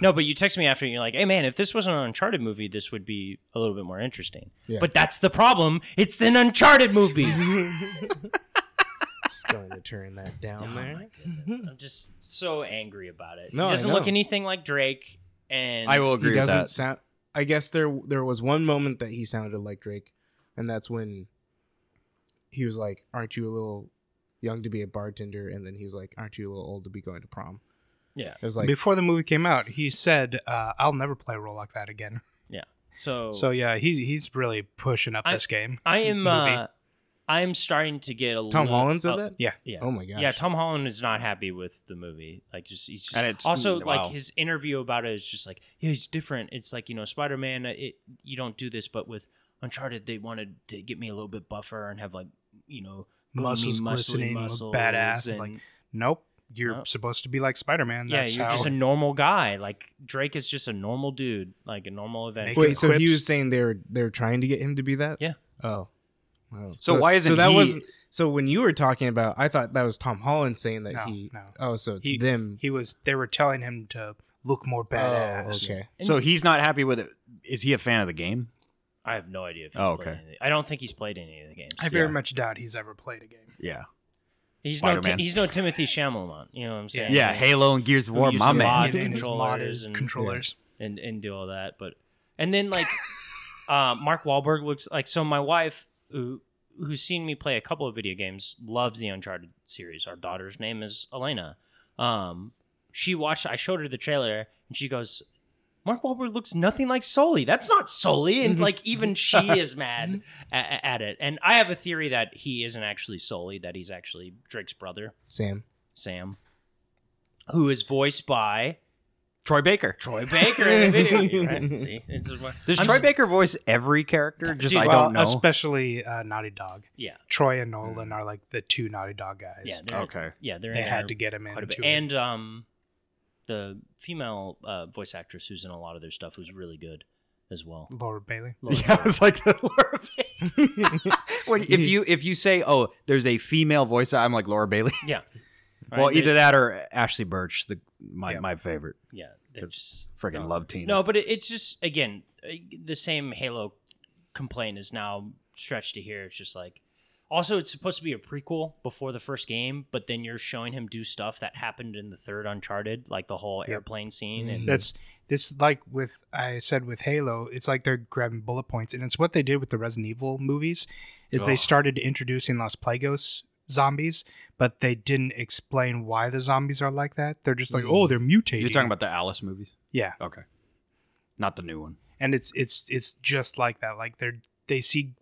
C: No, but you text me after and you're like, hey man, if this wasn't an Uncharted movie, this would be a little bit more interesting.
D: Yeah.
C: But that's the problem. It's an Uncharted movie.
D: Just going to turn that
C: Oh,
D: down there.
C: my goodness. I'm just so angry about it.
D: No,
C: he
D: I
C: doesn't look
D: know.
C: anything like Drake. And
B: I will agree
D: He
B: with
D: doesn't
B: that.
D: sound. I guess there there was one moment that he sounded like Drake, and that's when he was like, "Aren't you a little young to be a bartender?" And then he was like, "Aren't you a little old to be going to prom?"
C: Yeah.
D: it was like
A: Before the movie came out, he said, uh, "I'll never play a role like that again."
C: Yeah. So,
A: So yeah, he he's really pushing up
C: Oh. I-
A: this game.
C: I am.
A: movie.
C: Uh, I'm starting to get a little,
D: Tom Holland said
C: oh,
D: that.
A: Yeah.
C: Yeah.
D: Oh my gosh.
C: Yeah, Tom Holland is not happy with the movie. Like, just he's just
B: And it's-
C: also
B: mm, wow.
C: like his interview about it is just like, yeah, he's different. It's like you know, Spider Man. It you don't do this, but with Uncharted, they wanted to get me a little bit buffer and have like you know, gloomy,
A: Muscles
C: muscly
A: glistening, look
C: muscles
A: badass. It's
C: and-
A: like, Nope. You're
C: Nope.
A: supposed to be like Spider Man.
C: yeah,
A: That's
C: you're
A: how
C: just a normal guy. Like Drake is just a normal dude, like a normal Avenger.
A: Making
D: Wait, so he
A: quips.
D: was saying they were they were trying to get him to be that?
C: Yeah.
D: Oh. Wow.
B: So why isn't
D: so that
B: he-
D: was so when you were talking about I thought that was Tom Holland saying that
A: No,
D: he
A: no.
D: oh so it's
A: He-
D: them
A: he was they were telling him to look more
D: oh
A: badass.
D: okay
B: So he's not happy with it. Is he a fan of the game?
C: I have no idea. If he's
B: Oh,
C: played
B: okay.
C: any- I don't think he's played any of the games.
A: I very
B: Yeah.
A: much doubt he's ever played a game.
B: Yeah.
C: He's no,
B: Spider-Man.
C: Ti- he's no Timothy Chalamet. You know what I'm saying?
B: Yeah. Halo and Gears of War,
C: Who
B: my
C: uses
B: man.
C: mod
A: Get in his
C: controllers
A: modded
C: and-
A: controllers.
C: and and do all that. But and then like uh, Mark Wahlberg looks like so. My wife who who's seen me play a couple of video games loves the Uncharted series. Our daughter's name is Elena. Um, she watched. I showed her the trailer and she goes. Mark Wahlberg looks nothing like Sully. That's not Sully, and like even she is mad at, at it. And I have a theory that he isn't actually Sully; that he's actually Drake's brother,
D: Sam
C: Sam, who is voiced by
B: Troy Baker.
C: Troy Baker in the video game, right? See, it's just,
B: Does
C: I'm
B: Troy
C: s-
B: Baker voice every character? Just
C: Dude,
B: I
A: well,
B: don't know.
A: Especially uh, Naughty Dog.
C: Yeah,
A: Troy and Nolan are like the two Naughty Dog guys.
C: Mm. yeah, they're,
B: okay.
C: yeah, they're
A: they
C: in
A: had
C: there
A: to get him
C: quite a
A: into
C: bit.
A: it.
C: And um, the female uh, voice actress who's in a lot of their stuff was really good as well.
A: Laura Bailey.
B: Yeah, it's like the Laura Bailey. when, if you if you say, "Oh, there's a female voice," I'm like Laura Bailey.
C: Yeah.
B: Mm-hmm. well,
C: Right,
B: either
C: they-
B: that or Ashley Birch, the my
A: Yeah.
B: my favorite.
C: yeah, they're
B: That's
C: just
B: Friggin'
C: no.
B: love Tina.
C: No, but it, it's just again uh, the same Halo complaint is now stretched to here. It's just like also it's supposed to be a prequel before the first game, but then you're showing him do stuff that happened in the third Uncharted, like the whole airplane scene
D: Hmm.
C: and
A: Mm-hmm. That's this like with I said with Halo, it's like they're grabbing bullet points, and it's what they did with the Resident Evil movies. Is they
B: Ugh.
A: started introducing Los Plagos zombies, but they didn't explain why the zombies are like that. They're just like,
D: Hmm.
A: oh, they're mutating.
B: You're talking about the Alice movies,
A: yeah,
B: okay? Not the new one.
A: and it's it's it's just like that. Like they're they see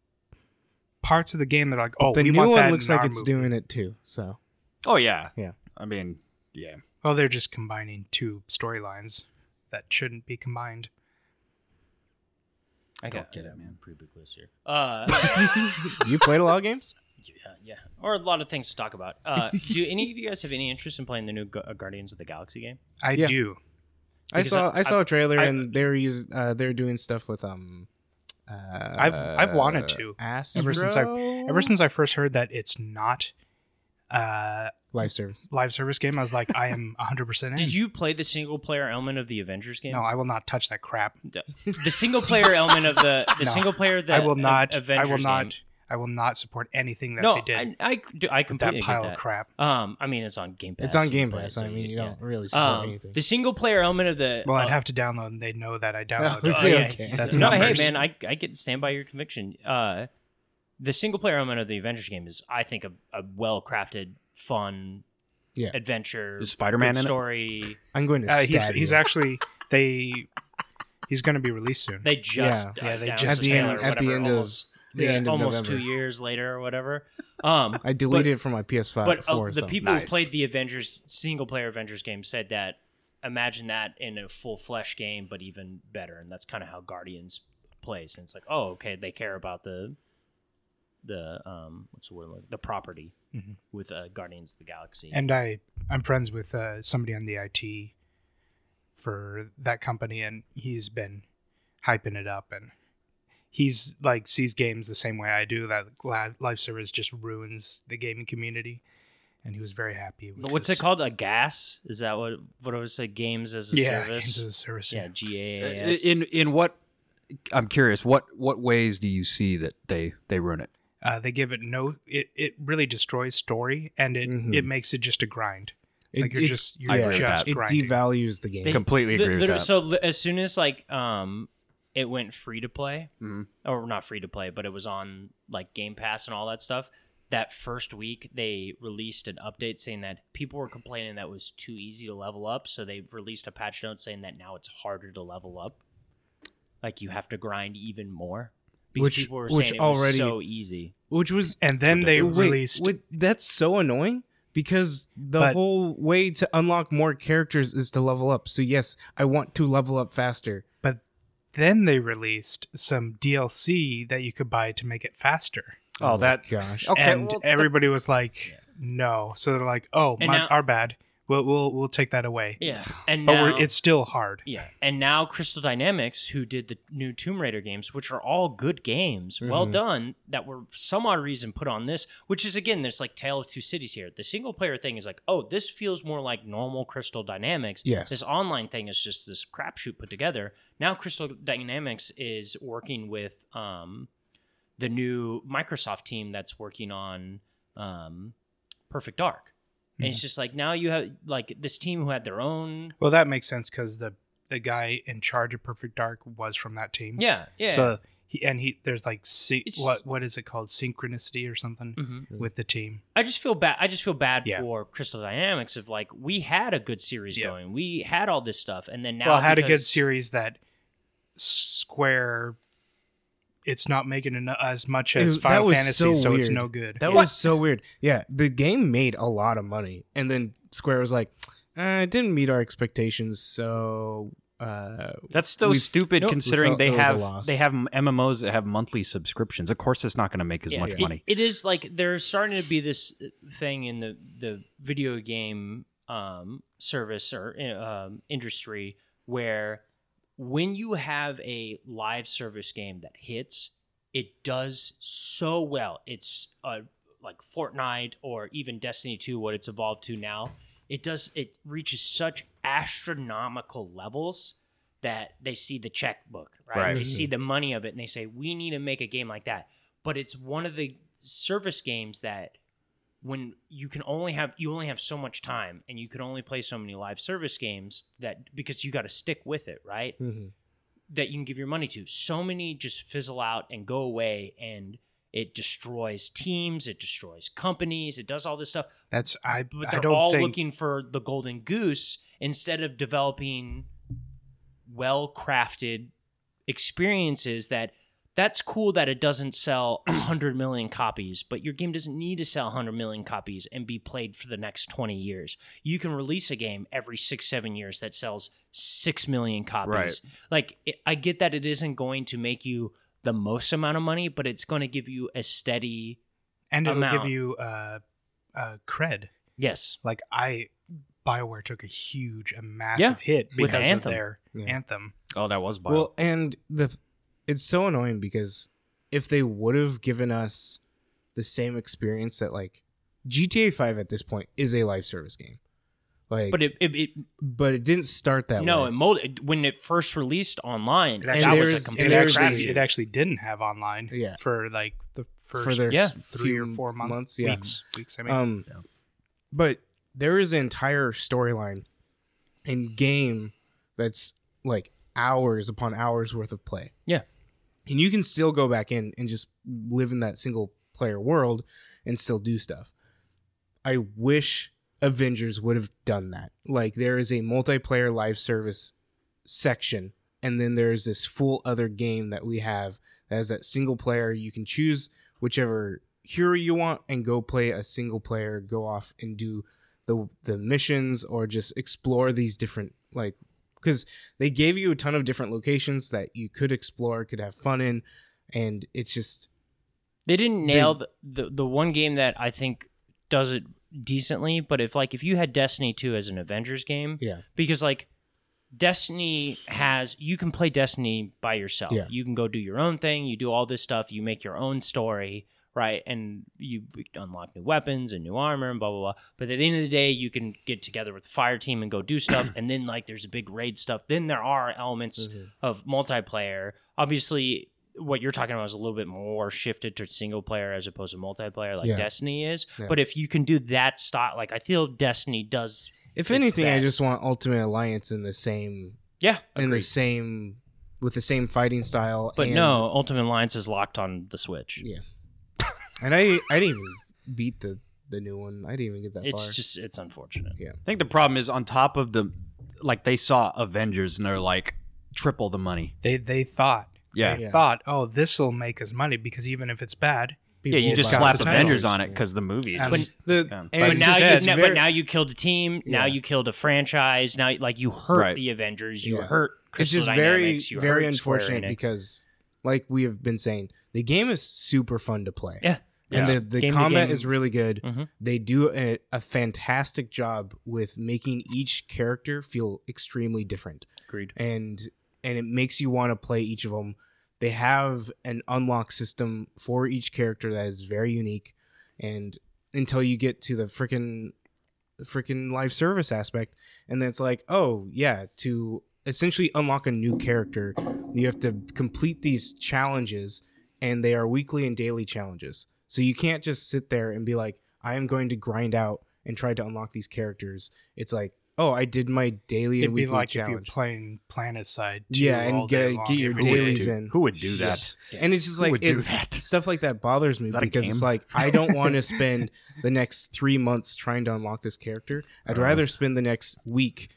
A: parts of the game. They're like, oh,
D: the
A: we
D: new
A: want
D: one
A: that
D: looks
A: in
D: like
A: our
D: it's
A: movie.
D: doing it too so
B: Oh yeah,
D: Yeah.
B: I mean, yeah.
A: Well, they're just combining two storylines that shouldn't be combined.
C: I
B: Don't
C: got
B: get it,
C: I'm
B: man.
C: Pretty big list here. Uh,
D: you played a lot of games
C: yeah, yeah, or a lot of things to talk about. Uh, do any of you guys have any interest in playing the new Gu- uh, Guardians of the Galaxy game?
A: I
D: Yeah.
A: do.
D: I
C: Because
D: saw
C: I-
D: I, saw a trailer
C: I-
D: and they were using uh, they're doing stuff with um uh,
A: I've- I've wanted to.
D: Astro?
A: Ever since I've ever since I first heard that it's not uh
D: life service
A: live service game, I was like, I am 100% in.
C: Did you play the single player element of the Avengers game?
A: No, I will not touch that crap.
C: The single player element of the the
A: No,
C: single player that
A: I will not.
C: Avengers
A: I will not.
C: game-
A: I will not support anything that
C: No,
A: they did.
C: I, I, do- I
A: with
C: completely
A: that pile
C: get that.
A: of crap.
C: Um, I mean, it's on Game Pass.
D: it's on
C: you can
D: Game
C: play it,
D: Pass
C: so
D: I mean you
C: yeah.
D: don't really support
C: Um,
D: anything
C: the single player element of the
A: Well, I'd
C: uh,
A: have to download, and they know that I downloaded.
D: No,
A: it.
C: Oh,
D: Yeah,
C: yeah.
D: okay.
A: That's
C: no,
A: numbers.
C: hey man, I I get stand by your conviction. Uh, the single player element of the Avengers game is, I think, a, a well crafted, fun,
D: Yeah.
C: adventure,
B: Is Spider-Man
C: good
B: in it?
C: story.
D: I'm going to
A: Uh,
D: stab
A: he's
D: you.
A: he's actually they. He's going to be released soon.
C: They just
A: Yeah,
C: yeah,
A: they
C: they
A: just-
C: just the trailer, or
A: At the
C: whatever,
D: end of-
C: almost,
D: the
C: it's
D: end of
C: almost
D: November.
C: two years later or whatever. Um,
D: I deleted it from my PS5
C: but
D: before
C: uh, the
D: so-
C: people who
B: Nice.
C: played the Avengers single player Avengers game said that imagine that in a full flesh game, but even better. And that's kind of how Guardians plays. And it's like, oh, okay, they care about the the um what's the word like the property
A: Mhm.
C: with uh, Guardians of the Galaxy.
A: and I I'm friends with uh, somebody on the IT for that company, and he's been hyping it up, and he's like sees games the same way I do. That li- live service just ruins the gaming community, and he was very happy. With
C: what's
A: his-
C: it called? A gas? Is that what what it was? Like games as a
A: Yeah,
C: service.
A: games as a service.
C: yeah,
A: Yeah.
C: G A A S.
B: Uh, In in what? I'm curious. What what ways do you see that they they ruin it?
A: Uh, they give it no. It, it really destroys story, and it
D: Mhm.
A: it makes it just a grind.
D: It-
A: like you're
D: it-
A: just you're
B: I agree with
A: just
B: that.
D: it
A: grinding.
D: devalues the game
C: They-
B: Completely
C: Th-
B: agree with
C: liter-
B: that.
C: So li- as soon as like um, it went free to play,
B: Mhm.
C: or not free to play, but it was on like Game Pass and all that stuff. That first week, they released an update saying that people were complaining that it was too easy to level up. So they released a patch note saying that now it's harder to level up. Like you have to grind even more. because
D: Which-
C: people were
D: which
C: saying it was
D: already-
C: so easy.
D: which was
A: And then they
B: ridiculous.
D: Wait,
A: released
D: wait, that's so annoying because the
A: But-
D: whole way to unlock more characters is to level up. So yes, I want to level up faster.
A: but then they released some DLC that you could buy to make it faster.
B: Oh, that.
D: Gosh.
B: Okay,
A: and
B: well, th-
A: everybody was like, "No." So they're like, "Oh,
C: And
A: my,
C: now-
A: our bad. We'll, we'll we'll take that away."
C: Yeah, and
A: But
C: now,
A: we're, it's still hard.
C: yeah, and now Crystal Dynamics, who did the new Tomb Raider games, which are all good games, well
D: Mhm.
C: done, that were for some odd reason put on this, which is again, there's like Tale of Two Cities here. The single player thing is like, oh, this feels more like normal Crystal Dynamics.
D: Yes.
C: this online thing is just this crapshoot put together. Now Crystal Dynamics is working with um, the new Microsoft team that's working on um, Perfect Dark. And it's just like now you have like this team who had their own
A: Well, that makes sense because the the guy in charge of Perfect Dark was from that team.
C: Yeah, yeah.
A: So he and he there's like sy-
C: It's-
A: what what is it called synchronicity or something
C: Mhm.
A: with the team.
C: I just feel bad. I just feel bad
A: Mm-hmm. Yeah.
C: for Crystal Dynamics of like we had a good series
A: Yeah.
C: going, we had all this stuff, and then now
A: well, had a good
C: because-
A: series that Square. It's not making eno- as much
D: Ew,
A: as
D: that
A: Final
D: was
A: Fantasy,
D: so
A: so, it's
D: weird.
A: no good.
D: That
A: Yeah.
D: was so weird. Yeah, the game made a lot of money, and then Square was like, uh, "It didn't meet our expectations, so uh,
B: That's still
D: We-
B: stupid
D: Nope. We
B: considering
D: felt
B: they
D: it was a
B: have
D: loss.
B: they have MMOs that have monthly subscriptions. Of course, it's not going to make as
C: Yeah,
B: much
C: it-
B: money.
C: It is like there's starting to be this uh, thing in the the video game um, service or um, industry where when you have a live service game that hits, it does so well. It's uh, like Fortnite or even Destiny 2, what it's evolved to now. It does it reaches such astronomical levels that they see the checkbook, right?
B: Right.
C: They see the money of it and they say, We need to make a game like that. But it's one of the service games that when you can only have you only have so much time and you can only play so many live service games that because you got to stick with it, right? that you can give your money to. So many just fizzle out and go away, and it destroys teams, it destroys companies, it does all this stuff.
A: That's I.
C: But
A: I
C: they're
A: don't
C: all
A: think
C: looking for the golden goose instead of developing well crafted experiences that that's cool that it doesn't sell 100 million copies but your game doesn't need to sell 100 million copies and be played for the next 20 years you can release a game every six seven years that sells six million copies
B: Right.
C: like it, i get that it isn't going to make you the most amount of money but it's going to give you a steady
A: and it'll
C: amount.
A: give you uh, uh, cred.
C: yes
A: Like I, Bioware took a huge, a massive
C: Yeah,
A: hit
C: with
A: because of
C: Anthem.
A: their
D: Yeah.
A: anthem.
B: Oh, that was bio.
D: Well, and the it's so annoying because if they would have given us the same experience that like GTA 5 at this point is a live service game. Like
C: but it, it, it
D: but it didn't start that
C: no
D: way.
C: it molded when it first released online
A: It actually-
C: that
D: And
C: was a
D: there's- and
A: It
C: complete
D: there's
A: actually,
D: a-
A: it
C: crapshoot
A: actually didn't have online.
D: Yeah.
A: For like the first
D: for their
C: yeah,
A: three or
D: few
A: four months,
D: yeah.
A: weeks, weeks. I mean,
D: Um,
B: Yeah.
D: but there is an entire storyline and game that's like hours upon hours worth of play.
C: Yeah.
D: and you can still go back in and just live in that single player world and still do stuff. I wish Avengers would have done that. Like there is a multiplayer live service section, and then there's this full other game that we have that has that single player. You can choose whichever hero you want and go play a single player, go off and do the the missions or just explore these different like because they gave you a ton of different locations that you could explore, could have fun in, and it's just
C: they didn't nail the, the the one game that i think does it decently but if like if you had destiny 2 as an avengers game
D: yeah,
C: because like Destiny has you can play Destiny by yourself.
D: Yeah.
C: You can go do your own thing, you do all this stuff, you make your own story, right? And you unlock new weapons and new armor and blah blah blah. But at the end of the day, you can get together with the fire team and go do stuff and then like there's a big raid stuff. Then there are elements of multiplayer. Obviously, what you're talking about is a little bit more shifted to single player as opposed to multiplayer like
D: Yeah.
C: Destiny is.
D: Yeah.
C: But if you can do that style, like I feel Destiny does
D: If anything, I
C: best.
D: just want Ultimate Alliance in the same
C: yeah,
D: in the same with the same fighting style.
C: But
D: and-
C: no, Ultimate Alliance is locked on the Switch.
D: yeah. And I I didn't even beat the the new one. I didn't even get that
C: It's
D: far.
C: just it's unfortunate.
B: I think the problem is on top of the like they saw Avengers and they're like triple the money.
A: they they thought
B: Yeah.
A: They
D: Yeah.
A: thought, oh, this will make us money because even if it's bad,
B: Yeah, you
D: will
B: just
D: buy
B: slap
D: the
A: the
B: Avengers
D: titles.
B: on it because the movie.
A: Yeah.
B: Just,
D: the
B: Yeah.
D: and
B: But
C: But
D: it's
C: now,
D: just-
A: said,
C: you,
A: it's
C: now-
A: very-
C: but now you killed a team. Now
D: Yeah.
C: you killed a franchise. Now, like you hurt
B: Right.
C: the Avengers. You
D: Yeah.
C: hurt.
D: it's
C: Crystal
D: just very
C: Dynamics, you
D: very
C: hurt Square
D: unfortunate
C: Enix.
D: because like we have been saying the game is super fun to play
C: Yeah.
D: and
B: Yeah.
D: the, the
C: Game to
D: combat
C: game.
D: is really good
C: Mhm.
D: they do a, a fantastic job with making each character feel extremely different
C: Agreed.
D: and and it makes you want to play each of them they have an unlock system for each character that is very unique and until you get to the freaking freaking live service aspect and then it's like oh yeah to essentially unlock a new character you have to complete these challenges and they are weekly and daily challenges so you can't just sit there and be like i am going to grind out and try to unlock these characters it's like oh i did my daily and
A: it'd be
D: weekly
A: like if
D: challenge
A: you're playing Planet Side. 2
D: Yeah, and
A: all day
D: get-
A: long,
D: get your
A: every
B: who would
A: day.
D: dailies
B: do-
D: in.
B: Who would do that?
D: and it's just
B: Who
D: like
B: would do
D: it-
B: that?
D: stuff like that bothers me
B: Is that a
D: because it's
B: game?
D: like I don't want to spend the next three months trying to unlock this character. I'd
B: Uh-huh.
D: rather spend the next week.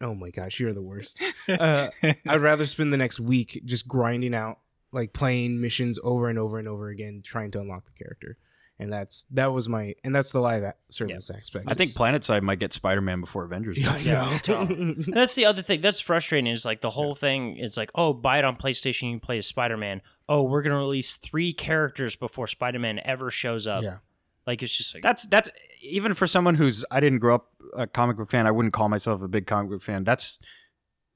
D: Oh my gosh, you're the worst. Uh, I'd rather spend the next week just grinding out, like playing missions over and over and over again, trying to unlock the character. And that's that was my and that's the live a- service aspect.
B: I think PlanetSide might get Spider-Man before Avengers
D: Yeah,
B: does.
D: so-
C: That's the other thing. That's frustrating. Is like the whole thing. It's like, oh, buy it on PlayStation. You can play as Spider Man. Oh, we're gonna release three characters before Spider Man ever shows up.
D: Yeah.
C: Like it's just like
B: That's that's even for someone who's I didn't grow up a comic book fan. I wouldn't call myself a big comic book fan. That's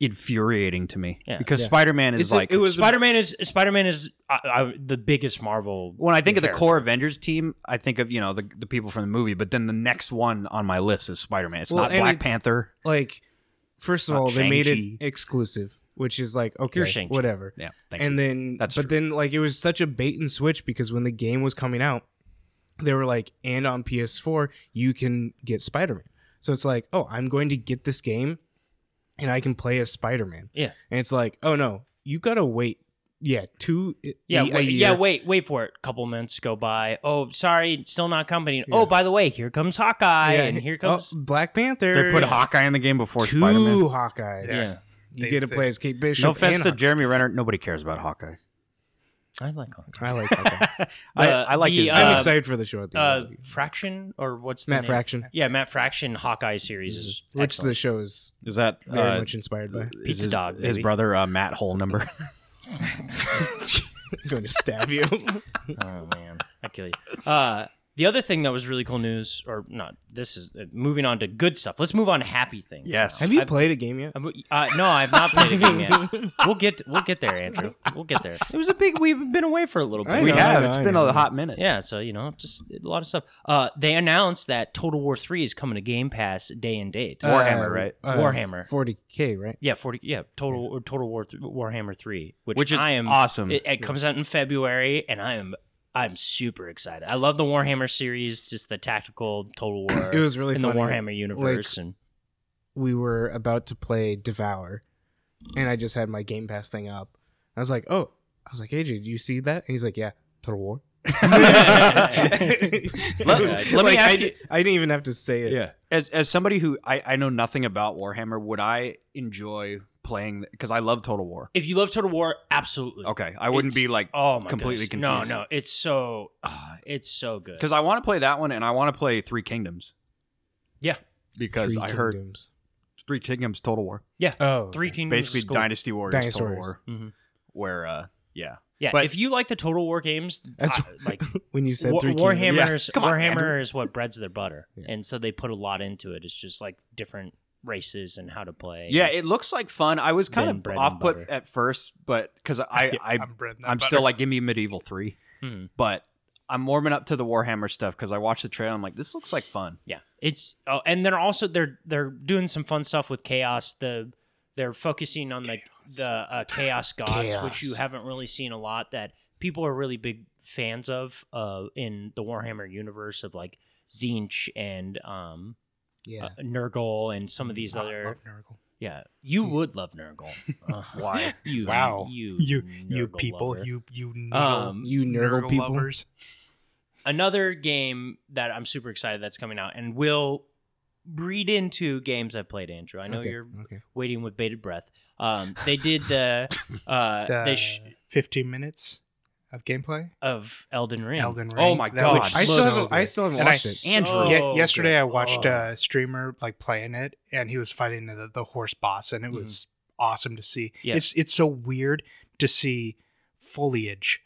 B: infuriating to me
C: Yeah.
B: because
D: Yeah.
B: Spider-Man is
D: It's a-
B: like
D: it was
C: Spider Man is Spider Man is uh, uh, the biggest Marvel.
B: when I think of the
C: character.
B: core Avengers team, I think of you know the, the people from the movie, but then the next one on my list is Spider Man. It's
D: Well,
B: not
D: and
B: Black
D: it's-
B: Panther.
D: like first of
B: Not
D: all, they made it
B: Shang-Chi.
D: exclusive, which is like okay,
C: Shang-Chi.
D: whatever.
B: Yeah, thank
D: and
B: you.
D: then
B: That's
D: but
B: true.
D: then like it was such a bait and switch because when the game was coming out they were like and on ps4 you can get spider-man so it's like oh i'm going to get this game and i can play as spider-man
C: Yeah.
D: and it's like oh no you gotta wait yeah two
C: Yeah,
D: a
C: wait,
D: year.
C: yeah. Wait, wait for it. Couple minutes go by. Oh, sorry, it's still not company. Oh, by the way, here comes Hawkeye,
D: Yeah.
C: and here
D: Oh,
C: comes
D: black panther
B: they put Hawkeye in the game before
D: 2
B: Spider Man.
D: hawkeyes
A: Yeah.
D: you
A: They-
D: get to
A: they-
D: play as kate bishop
B: No offense
D: and
B: to
D: Hawkeye.
B: Jeremy Renner, nobody cares about Hawkeye.
C: I like Hawkeye.
D: i like Hawkeye.
B: I,
C: The-
B: I like
C: the,
B: his.
C: uh,
D: i'm
B: uh,
D: excited for the show at the
C: Uh,
D: end.
C: Fraction or what's the
D: matt
C: name?
D: fraction
C: Yeah, Matt Fraction Hawkeye series is
D: which the
C: excellent.
D: show is
B: is that
D: very
B: uh,
D: much inspired by
B: is
C: Pizza
B: his,
C: Dog,
B: his
C: baby.
B: brother uh, Matt Hole number?
D: I'm going to stab you.
C: oh man, I kill you. Uh, the other thing that was really cool news, or not? This is uh, moving on to good stuff. Let's move on to happy things.
B: yes.
D: Have you played a game yet?
C: I'm- Uh, no, I've not played a game yet. We'll get we'll get there, Andrew. We'll get there. It was a big. We've been away for a little bit. Uh,
D: I
B: we
D: know, I
B: have.
D: know,
B: It's
D: I
B: been
D: know.
B: a hot minute.
C: Yeah, so you know, just a lot of stuff. Uh, they announced that Total War Three is coming to Game Pass day and date.
B: Uh,
C: Uh,
B: Warhammer, right?
C: Warhammer.
D: 40k, Uh, right?
C: yeah, forty. Yeah, Total or Total War th- Warhammer Three, which,
B: Which is
C: I am
B: awesome.
C: It, it comes out in February, and I am I'm super excited. I love the Warhammer series, just the tactical Total War
D: It was really
C: in
D: funny.
C: the Warhammer universe, and
D: We were about to play Devour, and I just had my Game Pass thing up. I was like, "Oh," I was like, "AJ, do you see that?" And he's like, "Yeah, Total War."
B: Let- let me
D: Like, I,
B: ask you.
D: di- I didn't even have to say it.
B: as as somebody who I, I know nothing about Warhammer, would I enjoy playing because I love Total War.
C: if you love Total War, absolutely.
B: Okay, I wouldn't be
C: It's-
B: like
C: oh my
B: completely
C: goodness. No,
B: confused.
C: no, it's so ah, it's so good.
B: because I want to play that one and I want to play Three Kingdoms
C: Yeah,
B: because
D: Three
B: I heard
D: Kingdoms.
B: Three Kingdoms Total War,
D: Oh,
C: Three
D: okay.
C: Kingdoms.
B: basically
C: is cool.
B: Dynasty Warriors
D: Dynasty
B: Total
D: Warriors.
B: War,
C: Mhm.
B: where uh yeah
C: Yeah,
B: But-
C: if you like the Total War games,
D: That's
C: I- Uh, like
D: When you said
C: War-
D: three Kingdoms.
C: Warhammer's
B: Yeah, come on,
C: Warhammer
B: Andrew.
C: is what breads their butter,
D: Yeah.
C: and so they put a lot into it. It's just like different races and how to play.
B: yeah it looks like fun. I was kind
C: Then
B: of
C: bread and
B: off put
C: butter.
B: at first, but because I I
A: I'm, bread and
B: I'm
A: butter.
B: still like give me medieval three,
C: Mhm.
B: but I'm warming up to the Warhammer stuff because I watched the trailer. I'm like this looks like fun.
C: yeah. It's oh, and they're also they're they're doing some fun stuff with chaos. The they're focusing on the the uh, chaos gods, which you
D: Chaos.
C: haven't really seen a lot. That people are really big fans of uh, in the Warhammer universe of like Zinch and um,
D: Yeah.
C: uh, Nurgle and some of these
A: I
C: other
A: love Nurgle.
C: Yeah, you would love Nurgle. Uh,
B: Why?
C: You,
A: Wow.
C: You,
A: You you
C: Nurgle
A: people,
C: lover.
A: you you Nurgle,
C: Um,
D: you nerdle people.
A: lovers.
C: Another game that I'm super excited that's coming out and will breed into games I've played, Andrew. I know
D: okay.
C: you're
D: okay.
C: waiting with bated breath. Um, they did the, uh,
A: The-
C: they sh-
A: 15 minutes of gameplay.
C: of Elden Ring.
A: Elden Ring.
B: Oh my
A: That
B: God.
A: looks
D: I still
A: so
D: haven't. I
A: good.
D: still haven't
A: And I-
D: watched it.
B: Andrew.
A: Ye-
C: Oh,
A: yesterday
C: good.
A: I watched
C: Oh.
A: a streamer like playing it, and he was fighting the, the horse boss, and
C: Mm-hmm.
A: it was awesome to see.
C: Yeah.
A: It's it's so weird to see foliage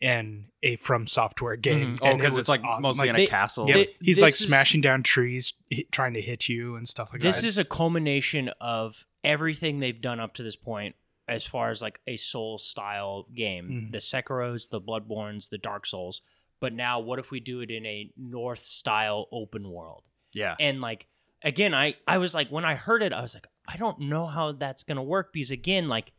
A: in a From Software game.
C: Mhm.
B: Oh,
A: and it
B: because
A: was
B: it's like
A: aw-
B: mostly in a
C: they-
B: castle.
A: yeah,
C: Th-
A: he's like
C: this is-
A: smashing down trees, hi- trying to hit you and stuff like
C: this
A: that.
C: is a culmination of everything they've done up to this point as far as like a soul style game
A: Mhm.
C: the sekiros the bloodborns the dark souls but now what if we do it in a north style open world
B: yeah.
C: and like again i i was like when i heard it i was like i don't know how that's gonna work because again like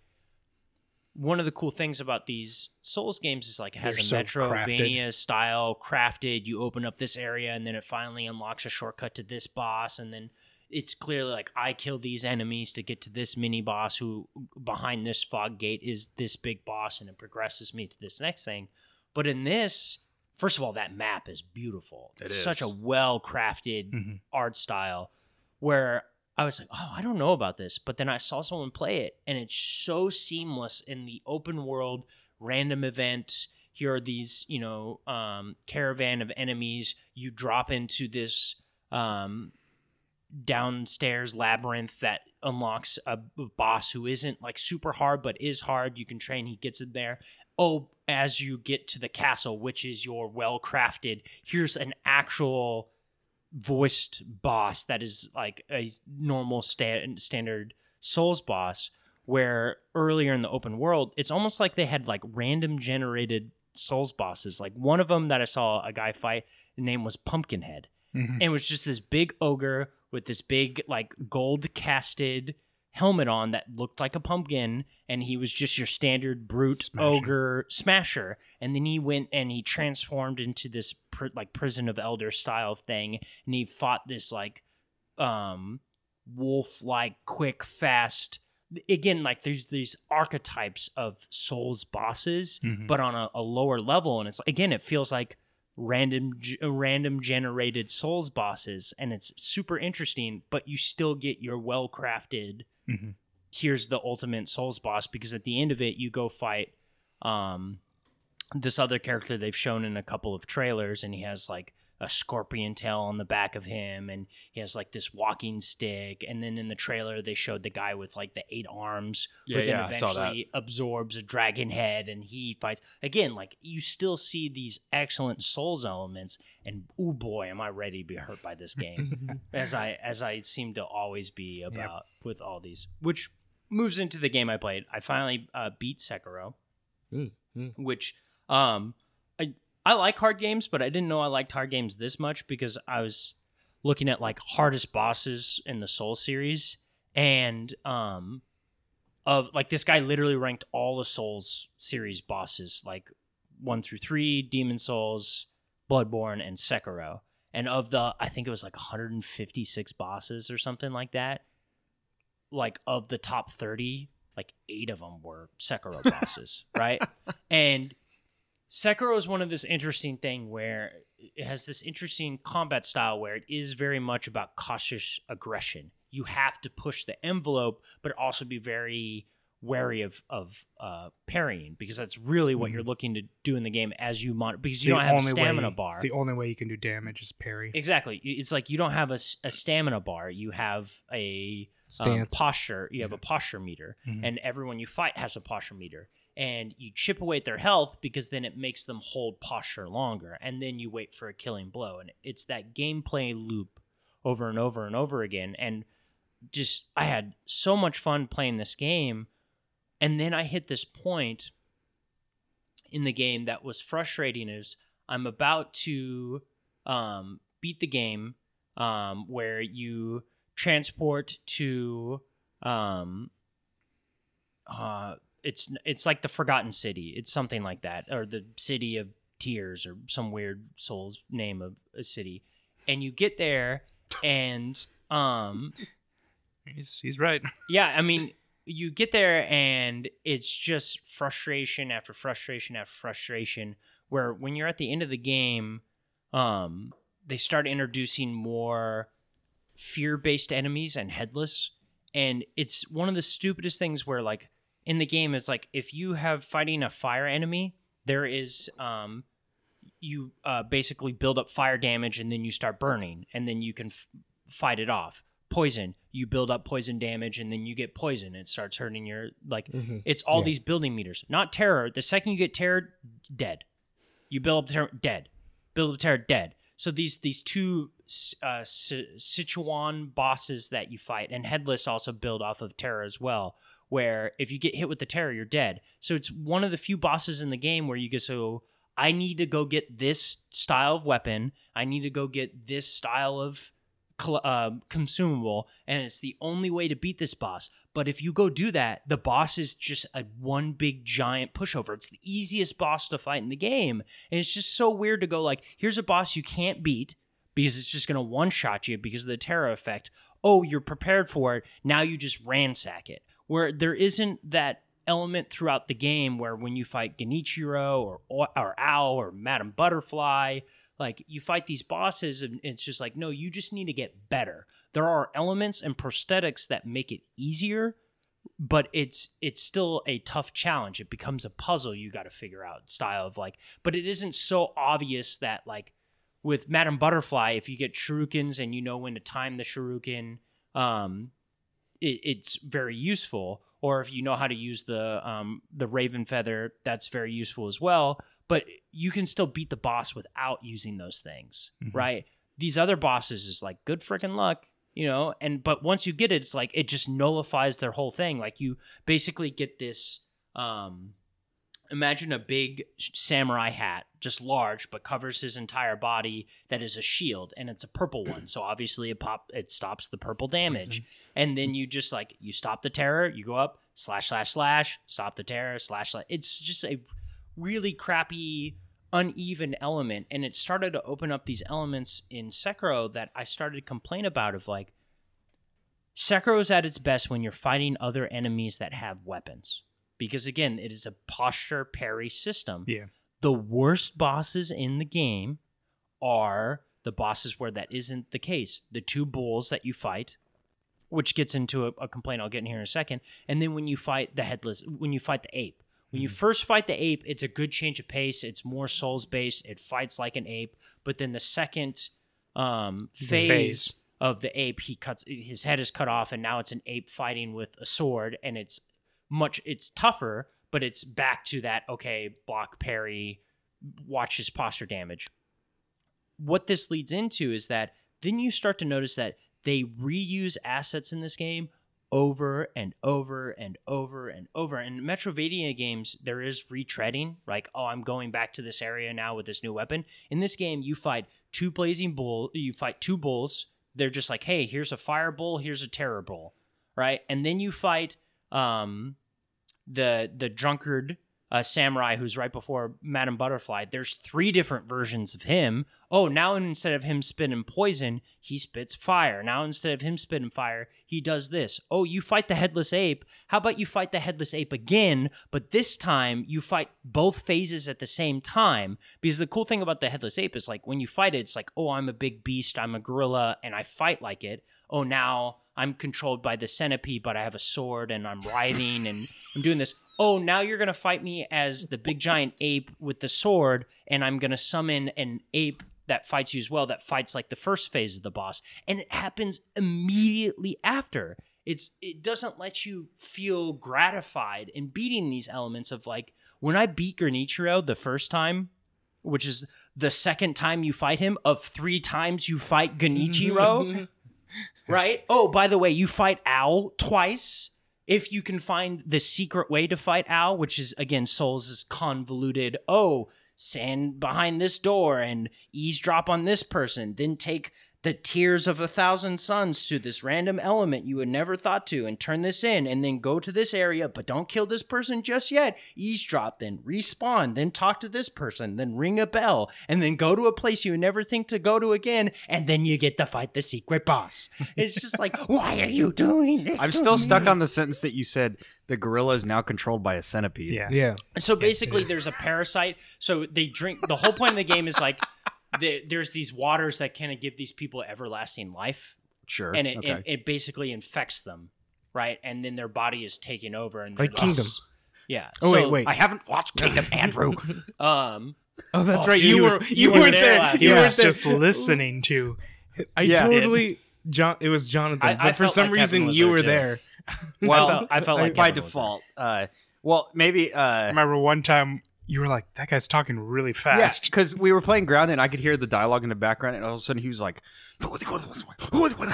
C: one of the cool things about these souls games is like it has
A: They're
C: a
A: so
C: metrovania style crafted you open up this area and then it finally unlocks a shortcut to this boss and then it's clearly like i kill these enemies to get to this mini boss who behind this fog gate is this big boss and it progresses me to this next thing but in this first of all that map is beautiful
B: It
C: it's
B: is.
C: such a well crafted
A: Mhm.
C: art style where I was like, oh, I don't know about this. But then I saw someone play it and it's so seamless in the open world, random event. Here are these, you know, um, caravan of enemies. You drop into this um, downstairs labyrinth that unlocks a b- boss who isn't like super hard, but is hard. You can train, he gets it there. Oh, as you get to the castle, which is your well crafted, here's an actual voiced boss that is like a normal sta- standard Souls boss, where earlier in the open world, it's almost like they had like random generated Souls bosses. Like one of them that I saw a guy fight, the name was Pumpkinhead
A: Mhm.
C: and it was just this big ogre with this big like gold casted helmet on that looked like a pumpkin and he was just your standard brute
A: Smasher.
C: ogre smasher and then he went and he transformed into this pr- like prison of elder style thing and he fought this like um wolf like quick fast again like there's these archetypes of souls bosses
A: Mhm.
C: but on a, a lower level and it's again it feels like random g- uh, random generated souls bosses and it's super interesting but you still get your well crafted
A: Mhm.
C: here's the ultimate souls boss because at the end of it you go fight um this other character they've shown in a couple of trailers and he has like a scorpion tail on the back of him and he has like this walking stick and then in the trailer they showed the guy with like the eight arms
B: Yeah,
C: who then
B: yeah, I saw
C: eventually absorbs a dragon head and he fights again like you still see these excellent souls elements and oh boy am i ready to be hurt by this game as I as I seem to always be about with all these, which moves into the game I played. I finally uh, beat Sekiro,
D: Mm, mm.
C: which um I I like hard games, but I didn't know I liked hard games this much because I was looking at like hardest bosses in the Soul series and um of like this guy literally ranked all the Souls series bosses like one through three, Demon Souls, Bloodborne, and Sekiro. And of the, I think it was like 156 bosses or something like that. Like of the top 30, like eight of them were Sekiro bosses, right? And Sekiro is one of this interesting thing where it has this interesting combat style where it is very much about cautious aggression. You have to push the envelope, but also be very wary of of uh, parrying because that's really what
A: Mhm.
C: you're looking to do in the game as you monitor because
A: It's
C: you
A: the
C: don't have a
A: only way-
C: stamina
A: it's
C: bar.
A: The only way you can do damage is parry.
C: Exactly. It's like you don't have a, s- a stamina bar. You have a um,
D: Stance.
C: posture. You have a posture meter,
A: Mhm.
C: and everyone you fight has a posture meter. And you chip away at their health because then it makes them hold posture longer, and then you wait for a killing blow. And it's that gameplay loop over and over and over again. And just I had so much fun playing this game, and then I hit this point in the game that was frustrating. Is I'm about to um, beat the game um, where you transport to um, uh, it's it's like the Forgotten City. It's something like that, or the City of Tears, or some weird soul's name of a city. And you get there, and um,
A: He's, he's right.
C: yeah, I mean, you get there and it's just frustration after frustration after frustration. Where when you're at the end of the game, um, they start introducing more fear based enemies and headless. And it's one of the stupidest things where, like, in the game it's like if you have fighting a fire enemy, there is um you uh, basically build up fire damage and then you start burning and then you can f- fight it off. Poison, you build up poison damage and then you get poison. It starts hurting your like
D: Mm-hmm.
C: it's all
D: Yeah.
C: these building meters, not terror. The second you get terror, dead. You build up terror, dead. Build up terror, dead. So these these two uh, Si- Sichuan bosses that you fight, and Headless also build off of terror as well. Where if you get hit with the terror, you're dead. So it's one of the few bosses in the game where you go so. I need to go get this style of weapon. I need to go get this style of cl- uh, consumable, and it's the only way to beat this boss. But if you go do that, the boss is just a one big giant pushover. It's the easiest boss to fight in the game, and it's just so weird to go like, here's a boss you can't beat because it's just gonna one shot you because of the terror effect. Oh, you're prepared for it. Now you just ransack it. Where there isn't that element throughout the game where when you fight Genichiro or or Owl or Madame Butterfly, like you fight these bosses and it's just like no you just need to get better there are elements and prosthetics that make it easier but it's it's still a tough challenge it becomes a puzzle you got to figure out style of like but it isn't so obvious that like with madame butterfly if you get shurikens and you know when to time the shuriken um it, it's very useful or if you know how to use the um the raven feather that's very useful as well but you can still beat the boss without using those things,
A: Mhm.
C: right? These other bosses is like good freaking luck, you know. And but once you get it, it's like it just nullifies their whole thing. Like you basically get this. Um, imagine a big samurai hat, just large, but covers his entire body. That is a shield, and it's a purple one. So obviously, it pop it stops the purple damage and then you just like you stop the terror you go up slash slash slash stop the terror slash slash it's just a really crappy uneven element and it started to open up these elements in sekiro that i started to complain about of like sekiro's at its best when you're fighting other enemies that have weapons because again it is a posture parry system
A: Yeah.
C: the worst bosses in the game are the bosses where that isn't the case. The two bulls that you fight, which gets into a, a complaint I'll get in here in a second, and then when you fight the headless, when you fight the ape. When you first fight the ape, it's a good change of pace. It's more souls based. It fights like an ape. But then the second um, phase,
A: phase.
C: of the ape, he cuts his head is cut off, and now it's an ape fighting with a sword, and it's much it's tougher, but it's back to that okay block parry, watch his posture damage what this leads into is that then you start to notice that they reuse assets in this game over and over and over and over. And Metrovania games, there is retreading, like, oh, I'm going back to this area now with this new weapon. In this game, you fight two blazing bull, you fight two bulls. They're just like, hey, here's a fire bull, here's a terror bull, right? And then you fight um, the the drunkard uh, samurai who's right before Madame Butterfly. There's three different versions of him. Oh, now instead of him spitting poison, he spits fire. Now instead of him spitting fire, he does this. Oh, you fight the headless ape. How about you fight the headless ape again, but this time you fight both phases at the same time? Because the cool thing about the headless ape is like when you fight it, it's like, oh, I'm a big beast, I'm a gorilla, and I fight like it. Oh, now I'm controlled by the centipede, but I have a sword and I'm writhing and I'm doing this. Oh, now you're gonna fight me as the big giant ape with the sword, and I'm gonna summon an ape that fights you as well, that fights like the first phase of the boss. And it happens immediately after. It's it doesn't let you feel gratified in beating these elements of like when I beat Granichiro the first time, which is the second time you fight him, of three times you fight Genichiro right? Oh, by the way, you fight Owl twice. If you can find the secret way to fight Owl, which is again Souls is convoluted. Oh, stand behind this door and eavesdrop on this person, then take the tears of a thousand suns to this random element you would never thought to and turn this in and then go to this area but don't kill this person just yet eavesdrop then respawn then talk to this person then ring a bell and then go to a place you would never think to go to again and then you get to fight the secret boss it's just like why are you doing this
B: I'm
C: to
B: still
C: me?
B: stuck on the sentence that you said the gorilla is now controlled by a centipede.
A: Yeah.
D: Yeah.
C: So basically, there's a parasite. So they drink. The whole point of the game is like the, there's these waters that kind of give these people everlasting life,
B: Sure.
C: and it,
B: okay.
C: it, it basically infects them. right? And then their body is taken over and
D: Like
C: they're lost.
D: Kingdom.
C: Yeah.
D: Oh
C: So,
D: wait, wait.
B: I haven't watched Kingdom, Andrew.
C: Um,
D: oh, that's
C: Oh,
D: right.
C: dude,
D: you
C: he
D: were
C: was-
D: you
C: you
D: were
C: were there
D: there.
C: last
A: He
D: You
C: Yeah.
D: were
A: was
D: there.
A: just listening to.
D: I
B: Yeah.
D: totally. John, it was Jonathan,
C: I- I
D: but for
C: felt
D: some
C: like
D: reason
C: Kevin was
D: you
C: there,
D: were
C: too.
D: there.
B: Well,
C: I felt, I felt like
B: by
C: Kevin was there.
B: default. Uh, well, maybe.
A: I
B: Uh,
A: remember one time you were like, "That guy's talking really
B: yes,
A: fast."
B: because we were playing ground and I could hear the dialogue in the background, and all of a sudden he was like,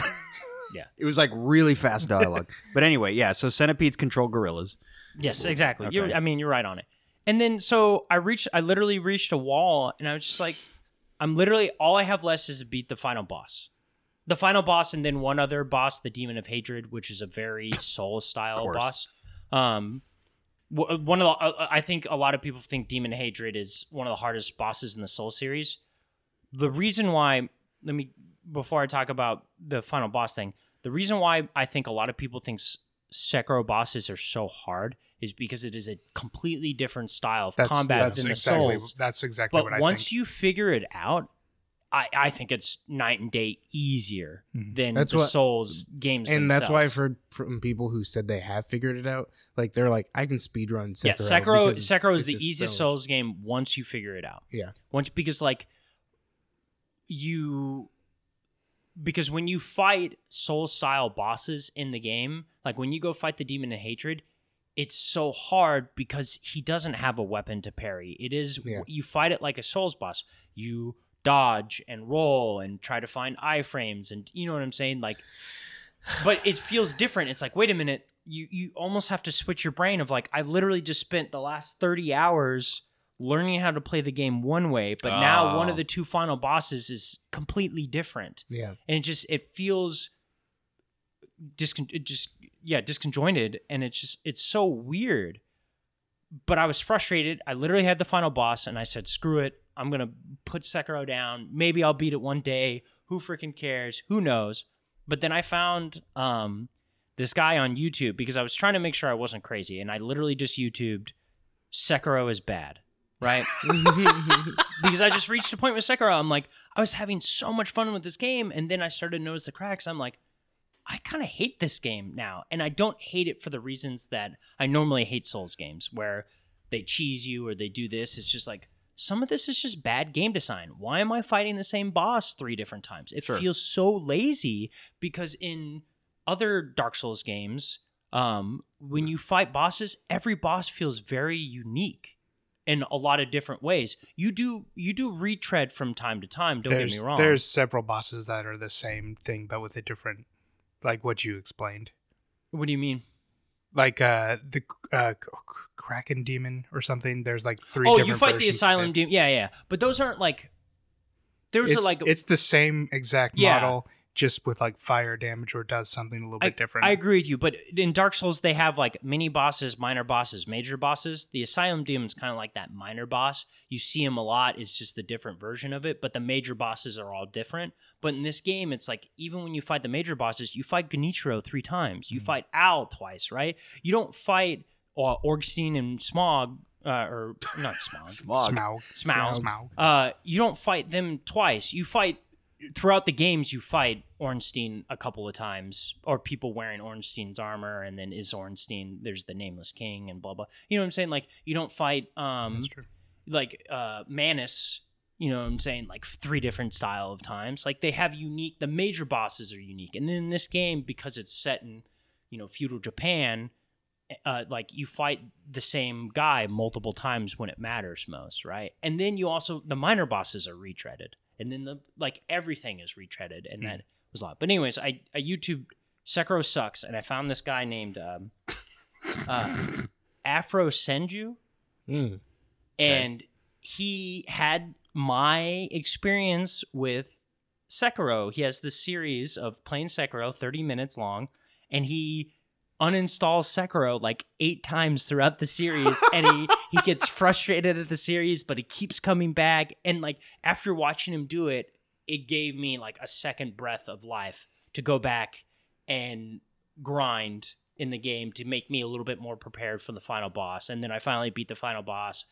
C: Yeah.
B: It was like really fast dialogue. but anyway, yeah. So centipedes control gorillas.
C: Yes, exactly. You're,
B: Okay.
C: I mean, you're right on it. And then so I reached, I literally reached a wall, and I was just like, I'm literally all I have left is to beat the final boss, the final boss, and then one other boss, the Demon of Hatred, which is a very Soul
B: Of
C: style
B: course.
C: boss. Um, wh- one of the, uh, I think a lot of people think Demon of Hatred is one of the hardest bosses in the Soul series. The reason why, let me before I talk about the final boss thing, the reason why I think a lot of people think S- Sekiro bosses are so hard is because it is a completely different style of combat than the
A: exactly,
C: Souls.
A: That's exactly
C: But
A: what I
C: once
A: think.
C: you figure it out, I, I think it's night and day easier
A: Mhm.
C: than
D: Hmm. That's
C: the
D: what-
C: Souls games.
D: And that's why
C: themselves.
D: I've heard from people who said they have figured it out. Like they're like, I can speedrun Sekiro.
C: yeah, Sekiro
D: because it's-
C: Sekiro is
D: it's
C: the
D: just
C: easiest
D: so-
C: Souls game once you figure it out.
D: Yeah.
C: Once because like you because when you fight soul style bosses in the game, like when you go fight the demon of hatred, it's so hard because he doesn't have a weapon to parry. It is
D: Yeah.
C: you fight it like a souls boss. You dodge and roll and try to find iframes and you know what I'm saying? Like but it feels different. It's like, wait a minute, you you almost have to switch your brain of like, I literally just spent the last thirty hours learning how to play the game one way, but now one
B: Oh.
C: of the two final bosses is completely different,
D: Yeah.
C: and it just it feels discon it just yeah disconjointed, and it's just it's so weird. But I was frustrated. I literally had the final boss, and I said, screw it. I'm gonna put Sekiro down. Maybe I'll beat it one day. Who freaking cares? Who knows? But then I found um, this guy on YouTube because I was trying to make sure I wasn't crazy, and I literally just YouTubed Sekiro is bad, right? because I just reached a point with Sekiro. I'm like, I was having so much fun with this game, and then I started to notice the cracks. I'm like, I kind of hate this game now, and I don't hate it for the reasons that I normally hate Souls games, where they cheese you or they do this. It's just like some of this is just bad game design. Why am I fighting the same boss three different times? It
B: Sure.
C: feels so lazy because in other Dark Souls games, um, when you fight bosses, every boss feels very unique in a lot of different ways. You do you do retread from time to time. Don't
A: there's,
C: get me wrong.
A: There's several bosses that are the same thing, but with a different, like what you explained,
C: what do you mean?
A: like uh the uh, k- k- Kraken demon or something. There's like three.
C: oh,
A: different
C: you fight the
A: versions of
C: asylum
A: it.
C: demon. Yeah, yeah. But those aren't like. Those
A: It's,
C: are like.
A: it's the same exact
C: Yeah.
A: model, just with like fire damage or does something a little
C: I,
A: bit different.
C: I agree with you, but in Dark Souls they have like mini bosses, minor bosses, major bosses. The Asylum Demon's kind of like that minor boss. You see him a lot. It's just the different version of it, but the major bosses are all different. But in this game, it's like even when you fight the major bosses, you fight Genichiro three times.
A: Hmm.
C: You fight Al twice, right? You don't fight uh, Orgstein and Smog, uh, or not Smog,
B: Smog.
A: Smaug.
C: Smaug.
A: Smaug.
C: Uh, you don't fight them twice. You fight throughout the games. You fight Ornstein a couple of times, or people wearing Ornstein's armor, and then is Ornstein. There's the nameless king and blah blah. You know what I'm saying? Like you don't fight um
A: That's true.
C: like uh Manus. You know what I'm saying? Like three different style of times. Like they have unique. The major bosses are unique, and then in this game because it's set in you know feudal Japan. Uh, like you fight the same guy multiple times when it matters most, right? And then you also the minor bosses are retreaded, and then the like everything is retreaded, and that was a lot. But anyways, I I YouTube Sekiro sucks, and I found this guy named um, uh, Afro Senju,
D: Mm.
C: and he had my experience with Sekiro. He has this series of playing Sekiro, 30 minutes long, and he uninstalls Sekiro like eight times throughout the series and he he gets frustrated at the series but he keeps coming back and like after watching him do it it gave me like a second breath of life to go back and grind in the game to make me a little bit more prepared for the final boss and then I finally beat the final boss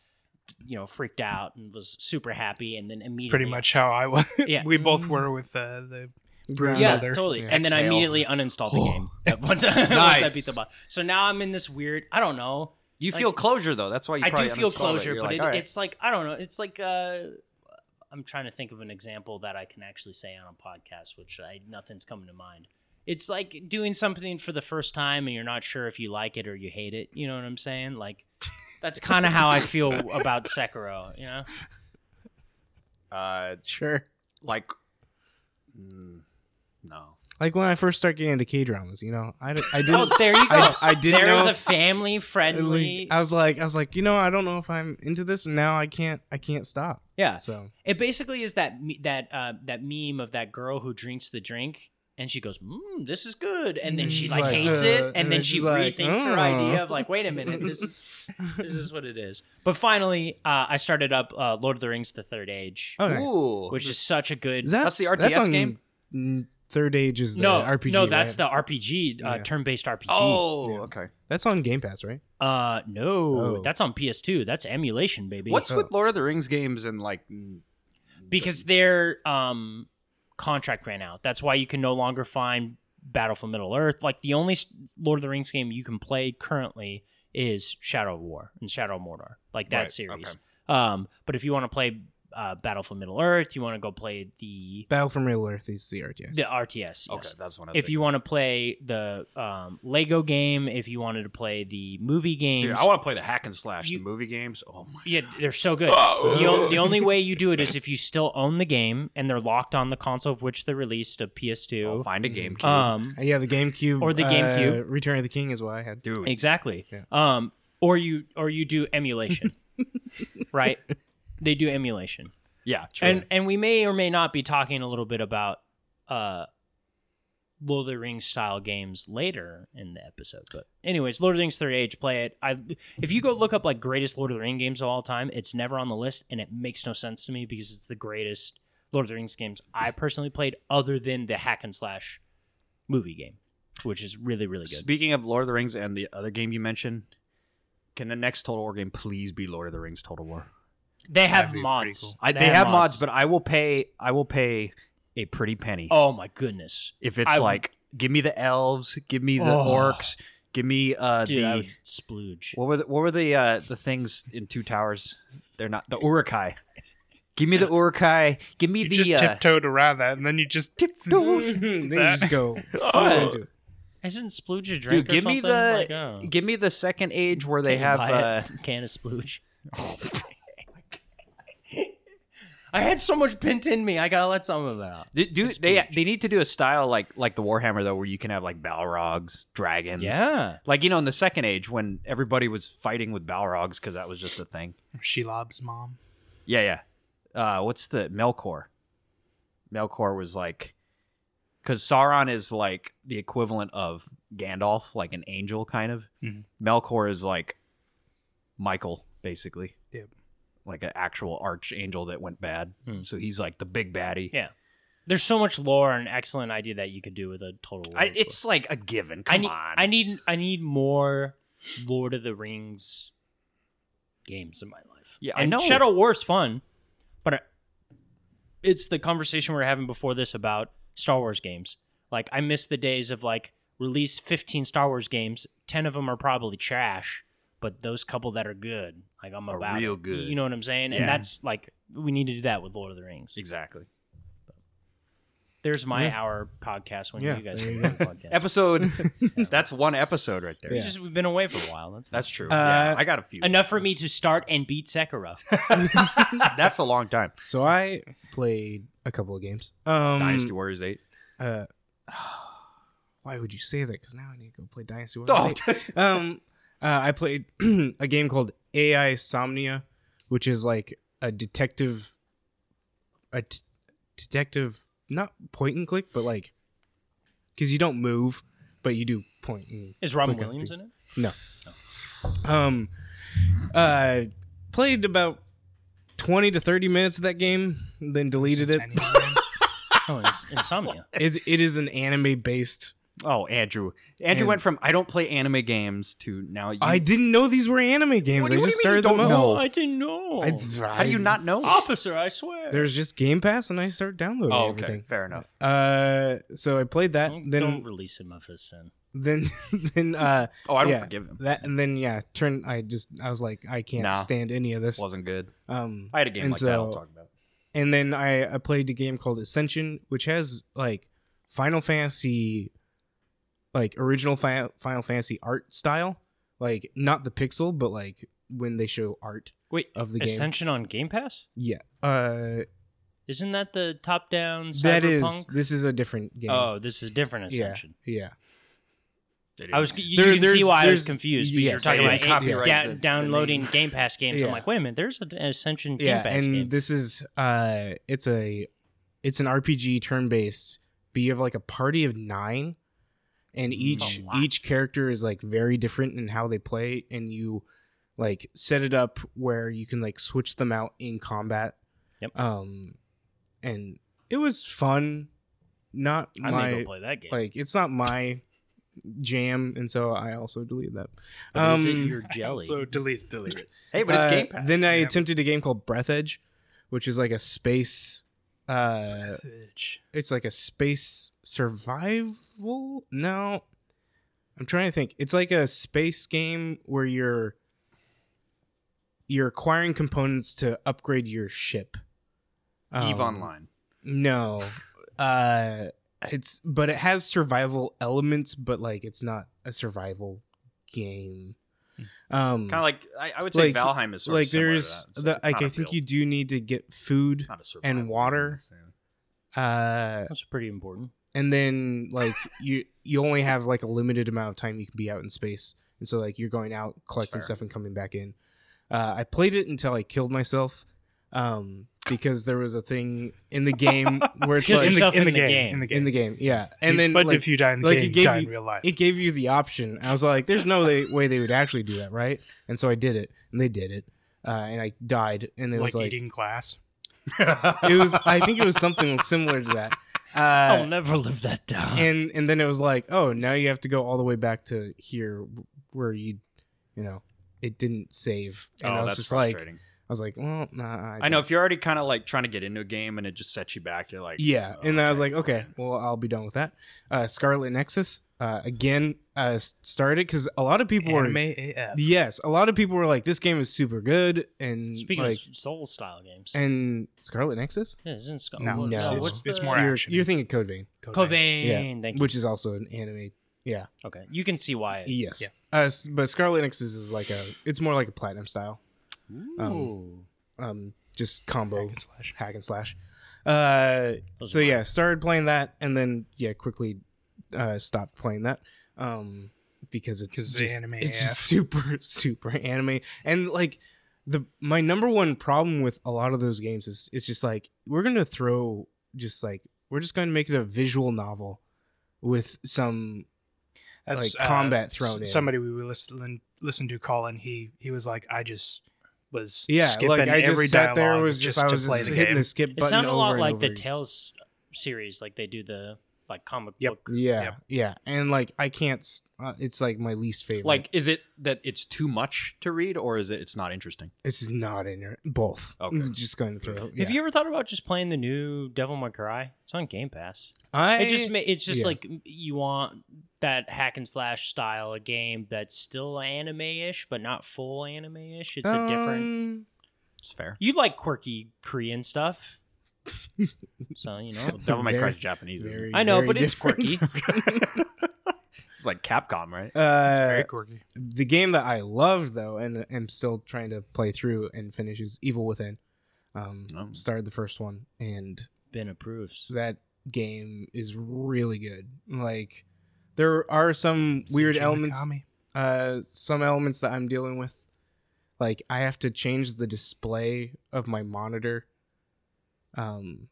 C: you know freaked out and was super happy and then immediately
A: Pretty much how I was.
C: Yeah. Mm-hmm.
A: we both were with uh, the
C: yeah,
A: Grandmother.
C: totally.
A: Yeah.
C: And then I
B: Exhale.
C: immediately uninstalled the game once, I- once I
B: Nice.
C: beat the boss. So now I'm in this weird. I don't know.
B: You
C: Like-
B: feel closure though. That's why you.
C: I
B: probably
C: do feel
B: uninstalled
C: closure,
B: it. You're
C: but
B: like,
C: it,
B: "All right."
C: it's like I don't know. It's like uh, I'm trying to think of an example that I can actually say on a podcast, which I, nothing's coming to mind. It's like doing something for the first time and you're not sure if you like it or you hate it. You know what I'm saying? Like that's kind of how I feel about Sekiro. You know?
B: uh,
D: Sure.
B: like, mm, no.
D: Like when I first started getting into K dramas, you know, I, d- I
C: Oh,
D: didn't.
C: there you go.
D: I, I didn't
C: There's
D: know.
C: a family friendly.
D: I was like, I was like, you know, I don't know if I'm into this, and now I can't, I can't stop.
C: Yeah.
D: So
C: It basically is that me- that uh, that meme of that girl who drinks the drink and she goes, mm, "This is good," and then she
D: She's
C: like,
D: like,
C: hates
D: uh,
C: it, and,
D: and
C: then
D: then
C: she
D: she's like,
C: rethinks her
D: "Oh."
C: idea of like, "Wait a minute, this is this is what it is." But finally, uh, I started up uh, Lord of the Rings: The Third Age,
D: Oh, nice.
B: Ooh.
C: which is such a good. uh,
D: Is that-
B: That's the RTS
D: on
B: game?
D: n- Third Age is the
C: no,
D: RPG.
C: no, that's
D: right?
C: the RPG, uh,
D: Yeah.
C: turn-based RPG.
B: oh,
D: Yeah.
B: okay.
D: that's on Game Pass, right?
C: uh, no,
D: Oh.
C: that's on PS2. That's emulation, baby.
B: What's
D: Oh.
B: with Lord of the Rings games and like? mm,
C: because their um, contract ran out. That's why you can no longer find Battle for Middle Earth. Like the only s- Lord of the Rings game you can play currently is Shadow of War and Shadow of Mordor, like that
B: Right,
C: series.
B: okay.
C: Um, but if you want to play uh, Battle for Middle Earth, you want to go play the
D: Battle for Middle Earth is the RTS.
C: the RTS.
B: Okay,
C: yes.
B: that's what I was
C: If you want to play the um, Lego game, if you wanted to play the movie games,
B: thinking. Dude, I want to play the hack and slash
C: You-
B: the movie games. Oh my.
C: Yeah, they're so good.
B: Oh.
C: The, o- the only way you do it is if you still own the game and they're locked on the console of which they're released, a
B: I'll
C: PS2.
B: find a GameCube.
C: Um,
D: Uh, yeah, the GameCube
C: Or the
D: uh,
C: GameCube.
D: Return of the King is what I had.
B: Dude,
C: exactly.
D: Yeah.
C: Um, or you or you do emulation, right? They do emulation,
B: yeah, true.
C: and and we may or may not be talking a little bit about uh, Lord of the Rings style games later in the episode. But anyways, Lord of the Rings Third Age, play it. I if you go look up like greatest Lord of the Ring games of all time, it's never on the list, and it makes no sense to me because it's the greatest Lord of the Rings games I personally played, other than the hack and slash movie game, which is really really good.
B: Speaking of Lord of the Rings and the other game you mentioned, can the next Total War game please be Lord of the Rings Total War?
C: They
A: That'd
C: have
A: be
C: mods.
A: pretty cool.
B: I, they, have mods. but I will pay. I will pay a pretty penny
C: oh my goodness,
B: if it's
C: I-
B: like give me the elves, give me the
C: Oh.
B: orcs, give me uh,
C: dude, I
B: the
C: would splooge.
B: what were the, what were the uh, the things in Two Towers? They're not the urukai. Give me the urukai. Give me
A: You
B: the
A: just
B: uh,
A: tiptoed around that, and then you just
D: they
A: That-
D: just go.
A: Oh.
D: Dude,
C: Isn't splooge a drink?
B: dude.
C: or
B: Give me
C: something?
B: the
C: Like, oh.
B: give me the second age where they
C: Can you
B: have.
C: buy
B: Uh,
C: a can of splooge. I had so much pent in me. I gotta let some of it out.
B: do- do they they need to do a style like like the Warhammer though, where you can have like Balrogs, dragons.
C: Yeah,
B: Like you know, in the second age when everybody was fighting with Balrogs because that was just a thing.
A: Shelob's mom.
B: Yeah, yeah. Uh, what's the Melkor? Melkor was like, because Sauron is like the equivalent of Gandalf, like an angel kind of.
A: Mhm.
B: Melkor is like Michael, basically.
A: Yep.
B: Like an actual archangel that went bad.
C: Hmm.
B: So he's like the big baddie.
C: Yeah. there's so much lore and excellent idea that you could do with a total. War
B: I, it's like a given. Come
C: I need,
B: on.
C: I need I need more Lord of the Rings games in my life.
B: Yeah, I
C: and
B: know.
C: Shadow War's fun, but I- it's the conversation we are having before this about Star Wars games. Like I miss the days of like release 15 Star Wars games, 10 of them are probably trash, but those couple that are good, like I'm
B: Are
C: about
B: real
C: it.
B: good.
C: You know what I'm saying?
B: Yeah.
C: And that's like we need to do that with Lord of the Rings.
B: exactly.
C: There's my
D: Yeah.
C: hour podcast when
D: Yeah,
C: you guys
D: there you
C: do the podcast.
B: Episode. that's one episode right there.
C: We just we've been away for a while. That's
B: That's true.
D: Uh,
B: yeah, I got a few.
C: enough for me to start and beat Sekiro.
B: that's a long time.
D: So I played a couple of games. Um,
B: Dynasty Warriors 8.
D: Uh, why would you say that? Because now I need to go play Dynasty Warriors.
B: Oh,
D: eight. um, uh, I played a game called AI Somnia, which is like a detective, a t- detective, not point and click, but like, because you don't move, but you do point and
C: Is Robin
D: click on
C: Williams in
D: things.
C: it?
D: Um, uh, played about twenty to thirty minutes of that game, then deleted it.
A: Tiny woman.
C: Oh, it's Insomnia.
D: It it is an anime based
B: Oh, Andrew. Andrew
D: And-
B: went from I don't play anime games to now you.
D: I didn't know these were anime games.
B: What do you-
D: I
B: what
D: just
B: do you mean you
D: started them
B: don't
D: up.
B: know?
C: I didn't know.
D: I,
B: How do you not know?
C: Officer, I swear.
D: There's just Game Pass, and I started downloading
B: Oh, okay.
D: everything.
B: Fair enough.
D: Uh, so I played that.
C: don't,
D: then,
C: don't release him of his sin.
D: then, then, uh,
B: Oh, I don't
D: Yeah.
B: forgive him.
D: that, and then, yeah. Turn. I just, I was like, I can't
B: Nah.
D: stand any of this.
B: Wasn't good.
D: Um,
B: I had a game
D: And
B: like that. I'll
D: so-
B: talk about.
D: and then I, I played a game called Ascension, which has like Final Fantasy, like original fi- Final Fantasy art style, like not the pixel, but like when they show art
C: Wait,
D: of the game.
C: Ascension on Game Pass?
D: Yeah. Uh,
C: Isn't that the top-down cyberpunk?
D: that is this is a different game.
C: Oh, this is different
D: yeah,
C: Ascension.
D: yeah.
B: It.
C: I was you
D: There-
C: can see
D: there's-
C: why I was
D: there's-
C: confused because you were
D: yes,
C: talking
B: yeah,
C: about
B: copyright
C: da-
B: the- the
C: downloading
B: name.
C: Game Pass games. I'm
D: Yeah.
C: like, wait a minute, there's an Ascension Game
D: yeah
C: Pass
D: and
C: game.
D: this is uh it's a it's an rpg turn based but you have like a party of nine
C: Mm.
D: and each each character is like very different in how they play and you like set it up where you can like switch them out in combat
C: Yep.
D: um and it was fun not
C: I may
D: my
C: go play that game.
D: like it's not my jam and so i also deleted that
C: But is it
D: um,
C: your jelly?
A: So delete, delete it.
B: hey, but it's
D: uh,
B: Game Pass.
D: Then I
A: Yeah.
D: attempted a game called Breath Edge, which is like a space. Uh, it's like a space survival. No, I'm trying to think. It's like a space game where you're you're acquiring components to upgrade your ship.
B: Eve
D: Um,
B: Online.
D: No, uh, it's but it has survival elements, but like it's not a survival game.
B: Hmm.
D: Um,
B: Kind of like I, I would say
D: like-
B: Valheim is sort
D: like
B: of similar to
D: there's
B: that. It's
D: the
B: it's
D: like
B: not
D: I
B: a
D: think
B: real-
D: you do need to get food
B: not a survival
D: and water,
B: game, it's,
D: uh
C: That's pretty important.
D: and then like you you only have like a limited amount of time you can be out in space and so like you're going out collecting
B: fair.
D: stuff and coming back in. Uh I played it until I killed myself um because there was a thing in the game where it's
C: Killed
D: like
A: in, the,
C: yourself
A: in, the
C: in the
A: game,
C: game.
A: In the game.
D: in the game, yeah. And then
A: but
D: like,
A: if you die in the
D: like, it
A: game, you
D: gave
A: die in
D: you-
A: real life.
D: it gave you the option. I was like, there's no they- way they would actually do that, right? And so I did it and they did it. Uh, and I died and it
A: like,
D: was like
A: eating glass.
D: it was I think it was something similar to that.
C: I'll
D: Uh,
C: never live that down.
D: and and then it was like, oh, now you have to go all the way back to here where you, you know, it didn't save. And I
B: oh,
D: was
B: that's
D: just like, I
B: frustrating.
D: was like, well, nah, I,
B: I know
D: don't-
B: if you're already kind of like trying to get into a game and it just sets you back, you're like,
D: Yeah,
B: oh,
D: and then I was like,
B: fine.
D: okay, well, I'll be done with that. Uh, Scarlet Nexus uh, again uh, s- started because a lot of people were
A: Anime AF.
D: yes, a lot of people were like, this game is super good, and
C: Speaking
D: like,
C: of soul style games,
D: and Scarlet Nexus.
C: yeah, isn't Scott,
A: No,
C: what-
D: no.
C: so
D: It's-
C: what's
A: it's
C: the-
A: more-
D: You're,
A: action.
D: you're thinking Code Vein,
C: Cobain.
D: Yeah,
C: Thank you.
D: which is also an anime. Yeah,
C: okay, you can see why. it-
D: yes.
A: Yeah.
D: Uh, s- but Scarlet Nexus is like a, it's more like a platinum style. um,
C: Ooh.
D: um just combo hack
A: Hack
D: and
A: and
D: slash,
A: slash.
D: Uh,
C: Those
D: so
C: are
D: yeah, started playing that and then yeah, quickly uh, stopped playing that um because it's
A: 'Cause the
D: just,
A: anime
D: it's
A: AF.
D: just super super anime and like the my number one problem with a lot of those games is it's just like we're gonna throw just like we're just gonna make it a visual novel with some
A: That's, uh,
D: like, combat thrown
A: s-
D: in.
A: Somebody we listened listened to call and he he was like, I just was
D: yeah
A: skipping
D: like I
A: every
D: just sat there
A: dialogue
D: was just, I
A: to
D: was
A: play
D: just
A: the
D: hitting
A: game.
D: the skip
C: It
D: button
C: sounds a
D: over
C: lot
D: and
C: like
D: over
C: the
D: again.
C: Tales series, like they do the like comic
A: Yep.
C: book.
D: Yeah,
A: Yep.
D: yeah, and like I can't. s- Uh, it's like my least favorite.
B: like, is it that it's too much to read, or is it it's not interesting?
D: it's just not in there. Both.
B: Okay.
D: I'm just going through. Yeah.
C: Have you ever thought about just playing the new Devil May Cry? It's on Game Pass.
D: I
C: It just ma- it's just
D: yeah.
C: like you want that hack and slash style of game that's still anime ish, but not full anime ish. It's a different.
D: Um,
B: It's fair.
C: You like quirky Korean stuff, so you know.
B: Devil May
D: Very-
B: Cry's Japanese. isn't
D: very,
B: it?
C: I know,
D: very
C: but it's
D: different.
C: quirky.
B: It's like Capcom, right?
A: It's very
D: Uh,
A: quirky.
D: the game that I loved though, and am still trying to play through and finish is Evil Within. Um,
B: Oh.
D: started the first one, and
C: Ben approves.
D: that game is really good. Like, there are some weird
A: Shinji
D: elements
A: Mikami.
D: uh some elements that I'm dealing with. Like I have to change the display of my monitor um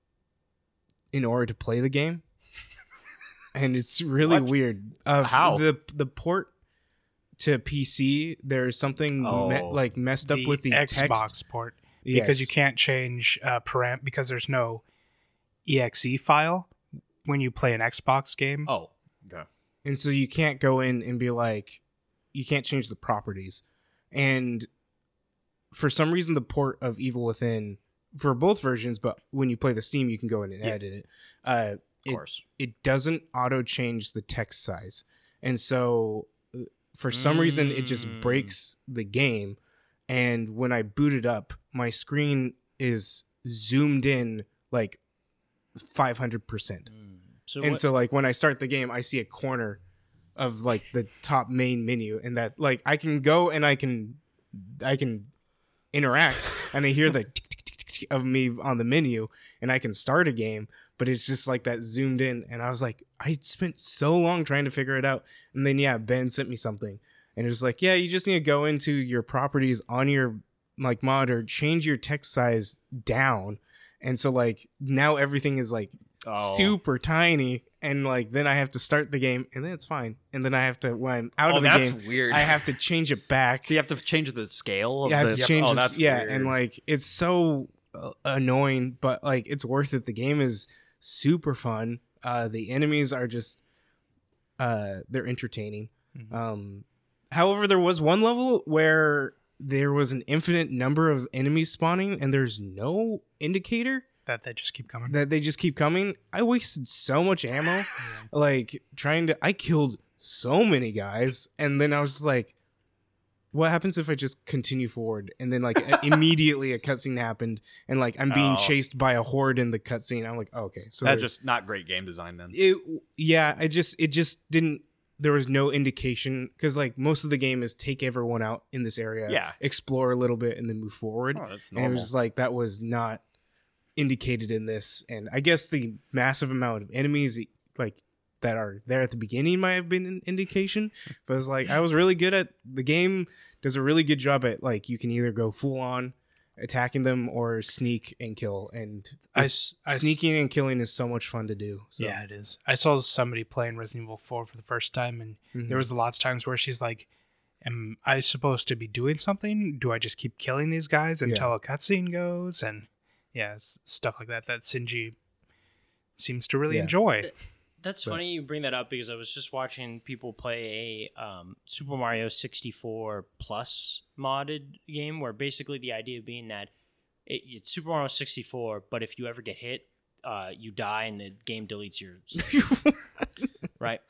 D: in order to play the game. and it's really
B: What?
D: weird. Uh,
B: How?
D: the the port to PC there's something me-
B: Oh.
D: like messed up
A: the
D: with the
A: Xbox
D: text
A: port because you
D: Yes.
A: can't change uh, param because there's E no exe file when you play an Xbox game.
B: Oh, okay.
D: And so you can't go in and be like, you can't change the properties. And for some reason, the port of Evil Within for both versions, but when you play the Steam, you can go in and
B: Yeah.
D: edit it. Uh,
B: Of course.
D: it doesn't auto change the text size. And so uh, for some reason it just
C: Mm.
D: breaks the game and when I boot it up my screen is zoomed in like 500%.
C: So,
D: and
C: what-
D: so like when I start the game I see a corner of like the top main menu and that like I can go and I can I can interact and I hear the tick, tick, tick, tick, tick of me on the menu and I can start a game but it's just like that zoomed in and I was like I spent so long trying to figure it out and then yeah Ben sent me something and it was like yeah you just need to go into your properties on your like monitor change your text size down and so like now everything is like
B: Oh.
D: super tiny and like then i have to start the game and then it's fine and then i have to when i'm out
B: Oh,
D: of the
B: that's
D: game
B: weird.
D: i have to change it back
B: So you have to change the scale. Of
D: yeah, i have
B: the,
D: to change
B: Oh,
D: this-
B: that's
D: yeah
B: weird.
D: and like it's so uh, annoying but like it's worth it the game is super fun uh the enemies are just uh they're entertaining
A: Mhm.
C: Mm-hmm.
D: um however there was one level where there was an infinite number of enemies spawning and there's no indicator
A: that they just keep coming.
D: that they just keep coming. I wasted so much ammo, like trying to. I killed so many guys, and then I was just like, "What happens if I just continue forward?" And then like immediately a cutscene happened, and like I'm being
B: Oh.
D: chased by a horde in the cutscene. I'm like, oh, "Okay, so
B: that's
D: there-
B: just not great game design then.
D: it." Yeah, I just it just didn't. There was no indication because like most of the game is take everyone out in this area,
B: Yeah.
D: explore a little bit, and then move forward.
B: Oh, that's
D: And it
B: normal.
D: was just like that was not indicated in this. And I guess the massive amount of enemies e, like that are there at the beginning might have been an indication. But it's like I was really good at the game does a really good job at like you can either go full on attacking them or sneak and kill. And
A: I
D: it's-
A: s- I s-
D: sneaking and killing is so much fun to do. So
A: Yeah, it is. I saw somebody playing Resident Evil 4 for the first time, and
D: mhm.
A: there was lots of times where she's like, "Am I supposed to be doing something? Do I just keep killing these guys
D: Yeah.
A: until a cutscene goes?" And yeah, it's stuff like that that Sinji seems to really
D: Yeah.
A: enjoy.
C: That's
D: But-
C: funny you bring that up because I was just watching people play a um, Super Mario 64 plus modded game where basically the idea being that it, it's Super Mario 64, but if you ever get hit, uh, you die and the game deletes your save. right.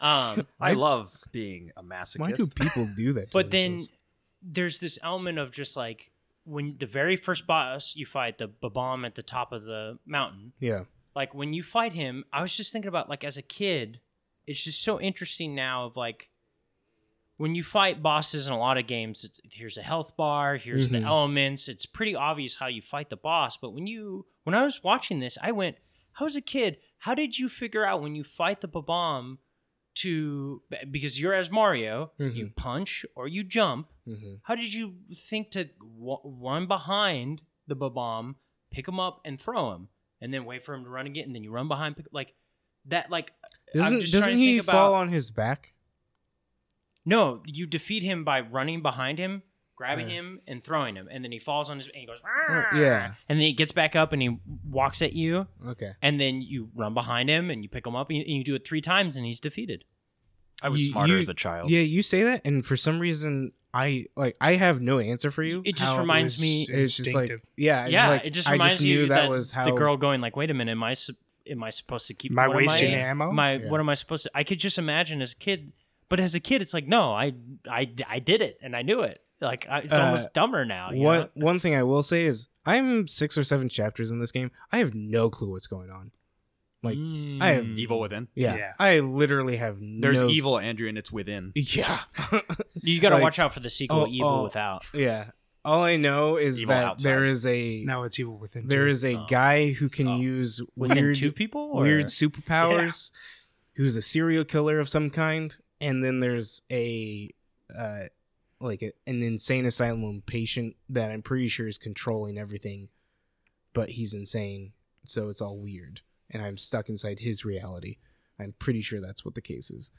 C: Um,
B: I love being a masochist.
D: why do people do that? to
C: but then
D: themselves?
C: there's this element of just like when the very first boss you fight, the the bomb at the top of the mountain,
D: yeah,
C: like when you fight him i was just thinking about like as a kid it's just so interesting now of like when you fight bosses in a lot of games it's here's a health bar here's
D: Mhm.
C: the elements it's pretty obvious how you fight the boss but when you when i was watching this i went i was a kid how did you figure out when you fight the bomb to because you're as mario you punch or you jump
D: hmm
C: how did you think to w- run behind the bomb, pick him up, and throw him, and then wait for him to run again, and then you run behind, pick, like that? Like I'm
D: doesn't
C: just
D: doesn't
C: trying to
D: he
C: think about-
D: fall on his back?
C: no, you defeat him by running behind him, grabbing
D: Right.
C: him, and throwing him, and then he falls on his and he goes,
D: Right,
C: "Rah!"
D: Oh, yeah.
C: and then he gets back up and he walks at you,
D: Okay,
C: and then you run behind him and you pick him up, and you, and you do it three times, and he's defeated.
B: I was
D: You-
B: smarter
D: you-
B: as a child.
D: yeah, you say that, and for some reason, I like I have no answer for you.
C: It just
A: How it
C: reminds
A: was
C: me,
D: it's just like
A: Instinctive.
D: yeah, it's
C: yeah,
D: like,
C: it just
D: I
C: reminds
D: just
C: you
D: knew
C: that,
D: that, was how
C: the girl going like, wait a minute, am I sup- am I supposed to keep
A: Am I
C: what am
A: wasting
C: I-
A: ammo?
C: My
D: Oh, Yeah.
C: what am I supposed to? I could just imagine as a kid, but as a kid, it's like no, I I I did it and I knew it. Like I, it's
D: Uh,
C: almost dumber now. you know?
D: One one thing I will say is I'm six or seven chapters in this game. I have no clue what's going on. like, I have-
C: Mm.
B: Evil within.
D: Yeah,
A: Yeah.
D: I literally have
B: There's
D: no.
B: evil, Andrew, and it's within.
D: Yeah,
C: You got to
D: like-
C: watch out for the sequel,
D: Oh,
C: Evil
D: oh.
C: Without.
D: yeah. All I know is
B: Evil
D: that
B: outside.
D: there is a
A: Now it's evil within.
D: there
A: too.
D: is a
C: Oh.
D: guy who can
C: Oh.
D: use
C: Within
D: weird
C: two people, or?
D: weird superpowers who's a serial killer of some kind and then there's a uh like a, an insane asylum patient that i'm pretty sure is controlling everything but he's insane so it's all weird and i'm stuck inside his reality i'm pretty sure that's what the case is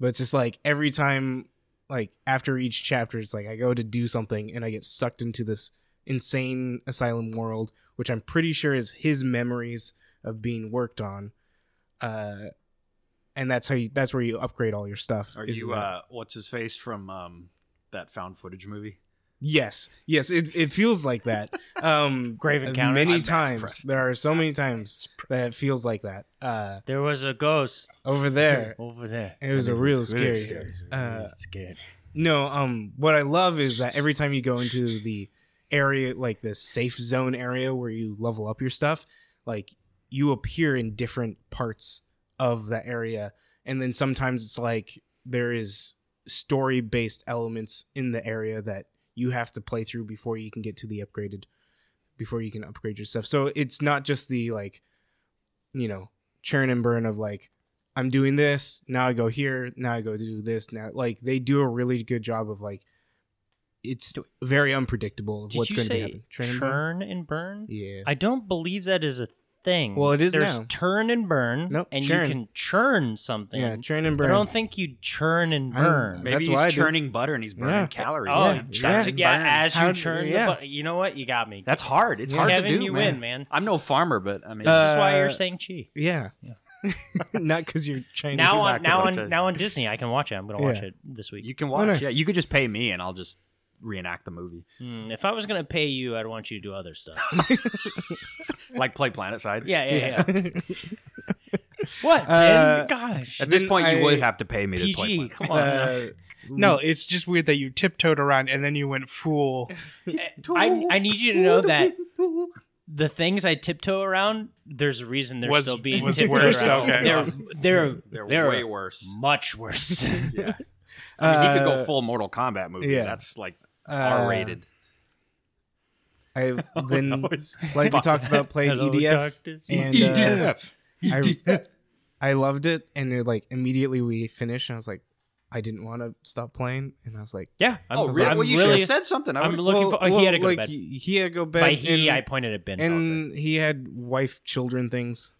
D: but it's just like every time like after each chapter it's like i go to do something and i get sucked into this insane asylum world which i'm pretty sure is his memories of being worked on uh and that's how you that's where you upgrade all your stuff.
B: Are
D: is
B: you
D: in that.
B: uh what's his face from um that found footage movie?
D: Yes, yes, it, it feels like that. Um,
C: Grave Encounters?
D: Many
B: I'm
D: times
B: impressed.
D: there are so many times that it feels like that. Uh,
C: There was a ghost
D: over there,
C: over there.
D: it was a real scary.
C: I
D: Uh,
C: was scared.
D: no, um, what I love is that every time you go into the area, like the safe zone area where you level up your stuff, like you appear in different parts of the area, and then sometimes it's like there is story based elements in the area that you have to play through before you can get to the upgraded, before you can upgrade your stuff. So it's not just the like, you know, churn and burn of like I'm doing this, now I go here, now I go do this, now like they do a really good job of like it's very unpredictable of
C: Did
D: what's
C: you
D: going
C: say
D: to happen.
C: churn and burn?
D: burn? Yeah.
C: I don't believe that is a thing.
D: Well, it is
C: There's
D: now.
C: turn and burn,
D: Nope,
C: and
D: churn.
C: you can churn something.
D: yeah, churn and
C: But
D: burn.
C: I don't think you churn and
D: I don't-
C: burn.
B: Maybe
D: That's
B: he's
D: what I do.
B: churning butter and he's burning
D: Yeah.
B: calories.
C: Oh,
D: Yeah.
B: Like,
C: yeah,
B: churn and burn.
C: yeah. As you
D: How-
C: churn,
D: yeah.
C: the bu- you know what? You got me.
B: That's hard. It's hard
C: Kevin,
B: to do.
C: you
B: man.
C: win, man.
B: I'm no farmer, but I mean,
D: Uh,
C: This is why you're saying chi.
D: yeah. Not because you're Chinese.
C: Now on
B: exactly
C: now
B: what I
C: on
B: said.
C: now on Disney, I can watch it. I'm gonna watch
D: Yeah.
C: it this week.
B: you can watch.
D: nice.
B: Yeah, you could just pay me, and I'll just reenact the movie,
C: Hmm, if I was gonna pay you, I'd want you to do other stuff.
B: like play Planet Side.
C: Yeah, yeah, yeah. what?
D: Uh,
C: man? Gosh.
B: At this
D: Then
B: point,
D: I-
B: you would have to pay me to play.
C: PG.
B: Planet Side.
C: Come on.
D: Uh,
C: Uh, now.
A: No,
D: Mm-hmm.
A: it's just weird that you tiptoed around and then you went fool.
C: I, I need you to know that the things I tiptoe around, there's a reason they're
A: Was-
C: still being
A: was
C: tiptoed
A: worse,
C: around.
A: okay.
C: They're they're
B: They're,
C: they're
B: way worse.
C: much worse.
B: Yeah, I mean, he could go
D: Uh,
B: full Mortal Kombat movie.
D: yeah.
B: That's like
D: uh,
B: R rated.
D: I then like we talked about played E
C: Hello,
D: EDF
C: doctors.
D: and
B: E
D: uh, I, I loved it and it, like immediately we finished and I was like I didn't want to stop playing and I was like
C: yeah, I'm,
B: oh, really?
C: I'm
B: Well, you should
C: really-
B: have said something. I
C: I'm
B: would-
C: looking for. oh, he had to go
D: like,
C: to bed.
D: He, he had to go to bed.
C: By he,
D: and,
C: I pointed at Ben.
D: and he had wife, children things.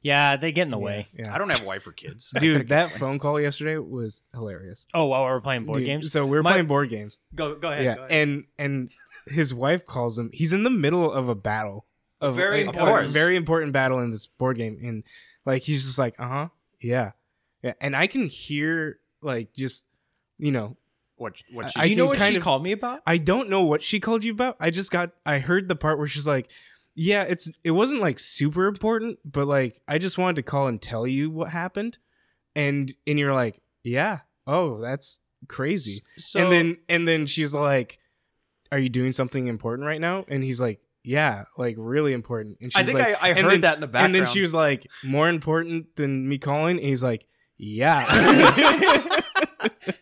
C: yeah, they get in the way.
D: Yeah.
B: I don't have a wife or kids.
D: Dude, that phone call yesterday was hilarious.
C: Oh, while we're playing board
D: Dude,
C: games,
D: So we are
C: My-
D: playing board games.
C: go go ahead.
D: Yeah. And and his wife calls him. He's in the middle of a battle. Of,
C: Very
D: a- a
B: important.
D: very important battle in this board game. And like he's just like, uh huh. Yeah. Yeah. And I can hear like just you know,
B: What? What?
D: I-
B: she
D: you know
B: said.
D: what kind of-
C: called me about?
D: I don't know what she called you about. I just got I heard the part where she's like, "Yeah, it's it wasn't like super important, but like I just wanted to call and tell you what happened." And and you're like, "Yeah. Oh, that's crazy."
C: So,
D: and then and then she's like, "Are you doing something important right now?" And he's like, "Yeah, like really important." And she's
B: I think
D: like,
B: I, I
D: and
B: heard
D: then-
B: that in the background.
D: and then she was like, "More important than me calling?" And he's like, "Yeah."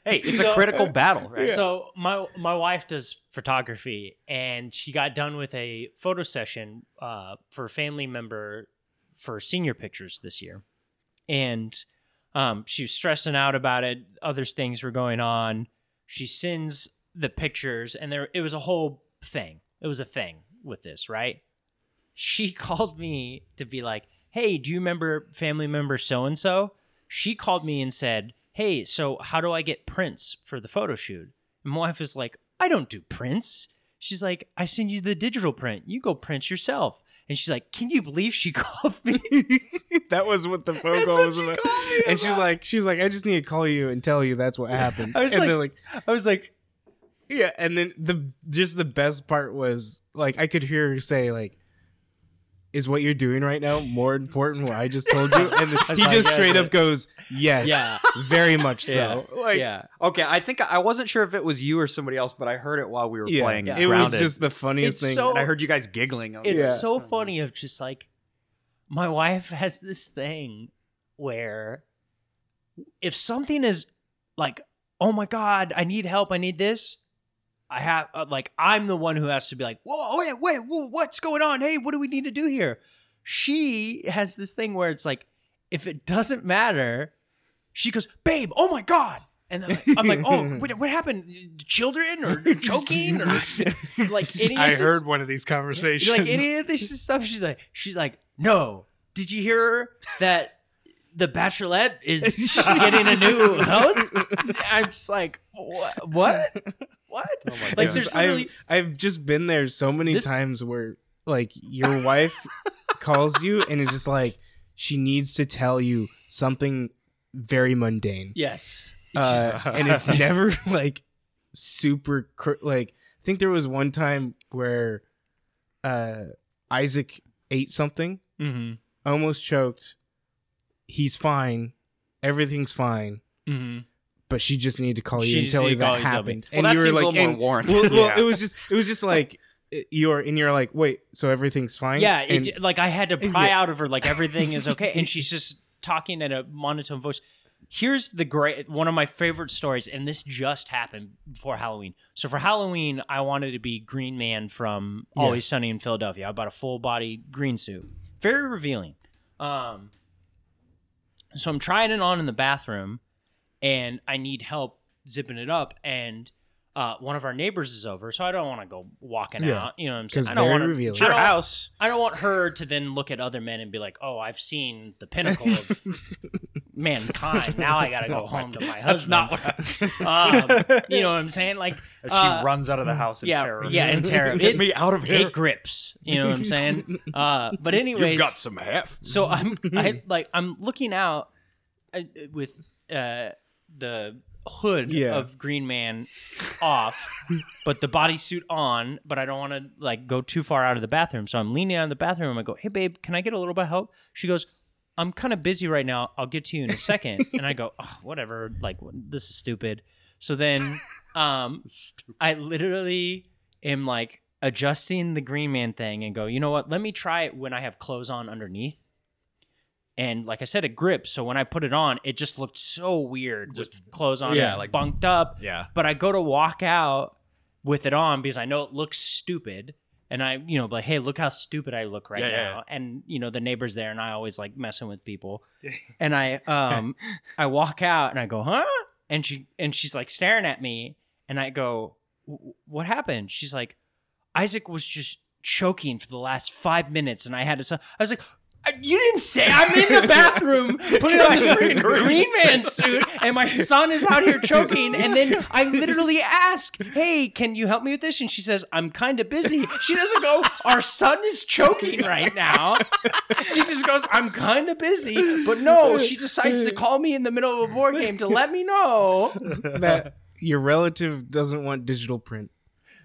B: "Hey, it's a critical battle." Right?
C: So my my wife does photography, and she got done with a photo session uh, for a family member for senior pictures this year, and um, she was stressing out about it. Other things were going on. She sends the pictures, and there it was a whole thing. It was a thing with this, right? She called me to be like, "Hey, do you remember family member so and so?" she called me and said, Hey, so how do I get prints for the photo shoot? And my wife is like, I don't do prints. She's like, I send you the digital print. You go print yourself. And she's like, Can you believe she called me?
D: that was what the phone
C: That's
D: call
C: what
D: was
C: she
D: about.
C: called me
D: and she's
C: about.
D: like, she's like, I just need to call you and tell you that's what happened.
C: I was
D: and
C: like-
D: then like,
C: I was like,
D: yeah. And then the just the best part was like I could hear her say like, "Is what you're doing right now more important? than What I just told you?" And then he
C: like,
D: just
C: yeah,
D: straight
C: yeah.
D: up goes, "Yes,
C: Yeah.
D: very much so." Like,
C: Yeah.
B: Okay, I think I wasn't sure if it was you or somebody else, but I heard it while we were
D: yeah,
B: playing.
D: It was
B: Grounded,
D: just the funniest
C: It's
D: thing.
C: so-
B: and I heard you guys giggling. I was
C: It's
D: Yeah.
C: so funny of just like my wife has this thing where if something is like, oh my god, I need help, I need this, I have uh, like I'm the one who has to be like, whoa, oh yeah, wait, whoa, what's going on? Hey, what do we need to do here? She has this thing where it's like, if it doesn't matter, she goes, babe, oh my god. And then I'm like, oh, what, what happened? Children or choking or like any
A: I
C: of this-
A: heard one of these conversations.
C: you're like any of this stuff. She's like, she's like, no. Did you hear that the Bachelorette is getting a new house? I'm just like, what? What? What?
B: Oh my
C: Like,
B: God.
C: there's literally-
D: I've, I've just been there so many
C: This-
D: times where like your wife calls you and is just like she needs to tell you something very mundane.
C: Yes.
D: Uh, and it's never like super cr- like I think there was one time where uh Isaac ate something,
C: Mm-hmm.
D: almost choked. He's fine. Everything's fine.
C: Mm-hmm.
D: But she just needed to call
C: She
D: you and
C: just
D: tell
C: needed
D: you
C: to
D: that
C: call you, tell me.
D: happened.
B: Well, that
D: you
B: seems a little
D: and-
B: more warranted.
D: Well, well,
A: Yeah.
D: it was just it was just like you're and you're like, wait, so everything's fine?
C: Yeah,
D: And-
C: it, like I had to pry
D: Yeah.
C: out of her like everything is okay, and she's just talking in a monotone voice. Here's the great one of my favorite stories, and this just happened before Halloween. So for Halloween, I wanted to be Green Man from Always Sunny in Philadelphia. I bought a full body green suit, very revealing. Um, so I'm trying it on in the bathroom, and I need help zipping it up. And uh, one of our neighbors is over, so I don't want to go walking
D: Yeah.
C: out. You know what I'm
D: 'Cause
C: saying? I don't
D: very
C: want to
D: revealing.
B: Your house.
C: I don't want her to then look at other men and be like, "Oh, I've seen the pinnacle of mankind. Now I gotta go home to my husband." That's not what. um, you know what I'm saying? Like,
E: As she
C: uh,
E: runs out of the house in
C: yeah,
E: terror.
C: yeah, in terror.
B: Get
C: It,
B: me out of here.
C: it grips. You know what I'm saying? Uh, but anyways,
B: You've got some heft.
C: so I'm I, like I'm looking out uh, with uh, the hood
D: Yeah.
C: of Green Man off, but the bodysuit on. But I don't want to like go too far out of the bathroom, so I'm leaning out of the bathroom. I go, "Hey babe, can I get a little bit of help?" She goes. I'm kind of busy right now. I'll get to you in a second. and I go, oh, whatever. Like, wh- this is stupid. So then um, I literally am like adjusting the green man thing and go, you know what? Let me try it when I have clothes on underneath. And like I said, it grips. So when I put it on, it just looked so weird with clothes on,
B: yeah,
C: yeah, like
B: like-
C: bunked up.
B: Yeah.
C: But I go to walk out with it on because I know it looks stupid. And I, you know, like, hey, look how stupid I look right
B: Yeah, yeah,
C: now. And you know, the neighbors there, and I always like messing with people. and I, um, I walk out and I go, huh? And she, and she's like staring at me, and I go, "Wh- what happened? She's like, Isaac was just choking for the last five minutes, and I had to. tell-" I was like. "Uh, You didn't say I'm in the bathroom putting on the green, green man suit, and my son is out here choking. And then I literally ask, "Hey, can you help me with this?" And she says, "I'm kind of busy." She doesn't go, "Our son is choking right now." She just goes, "I'm kind of busy," but no, she decides to call me in the middle of a board game to let me know.
D: that your relative doesn't want digital print.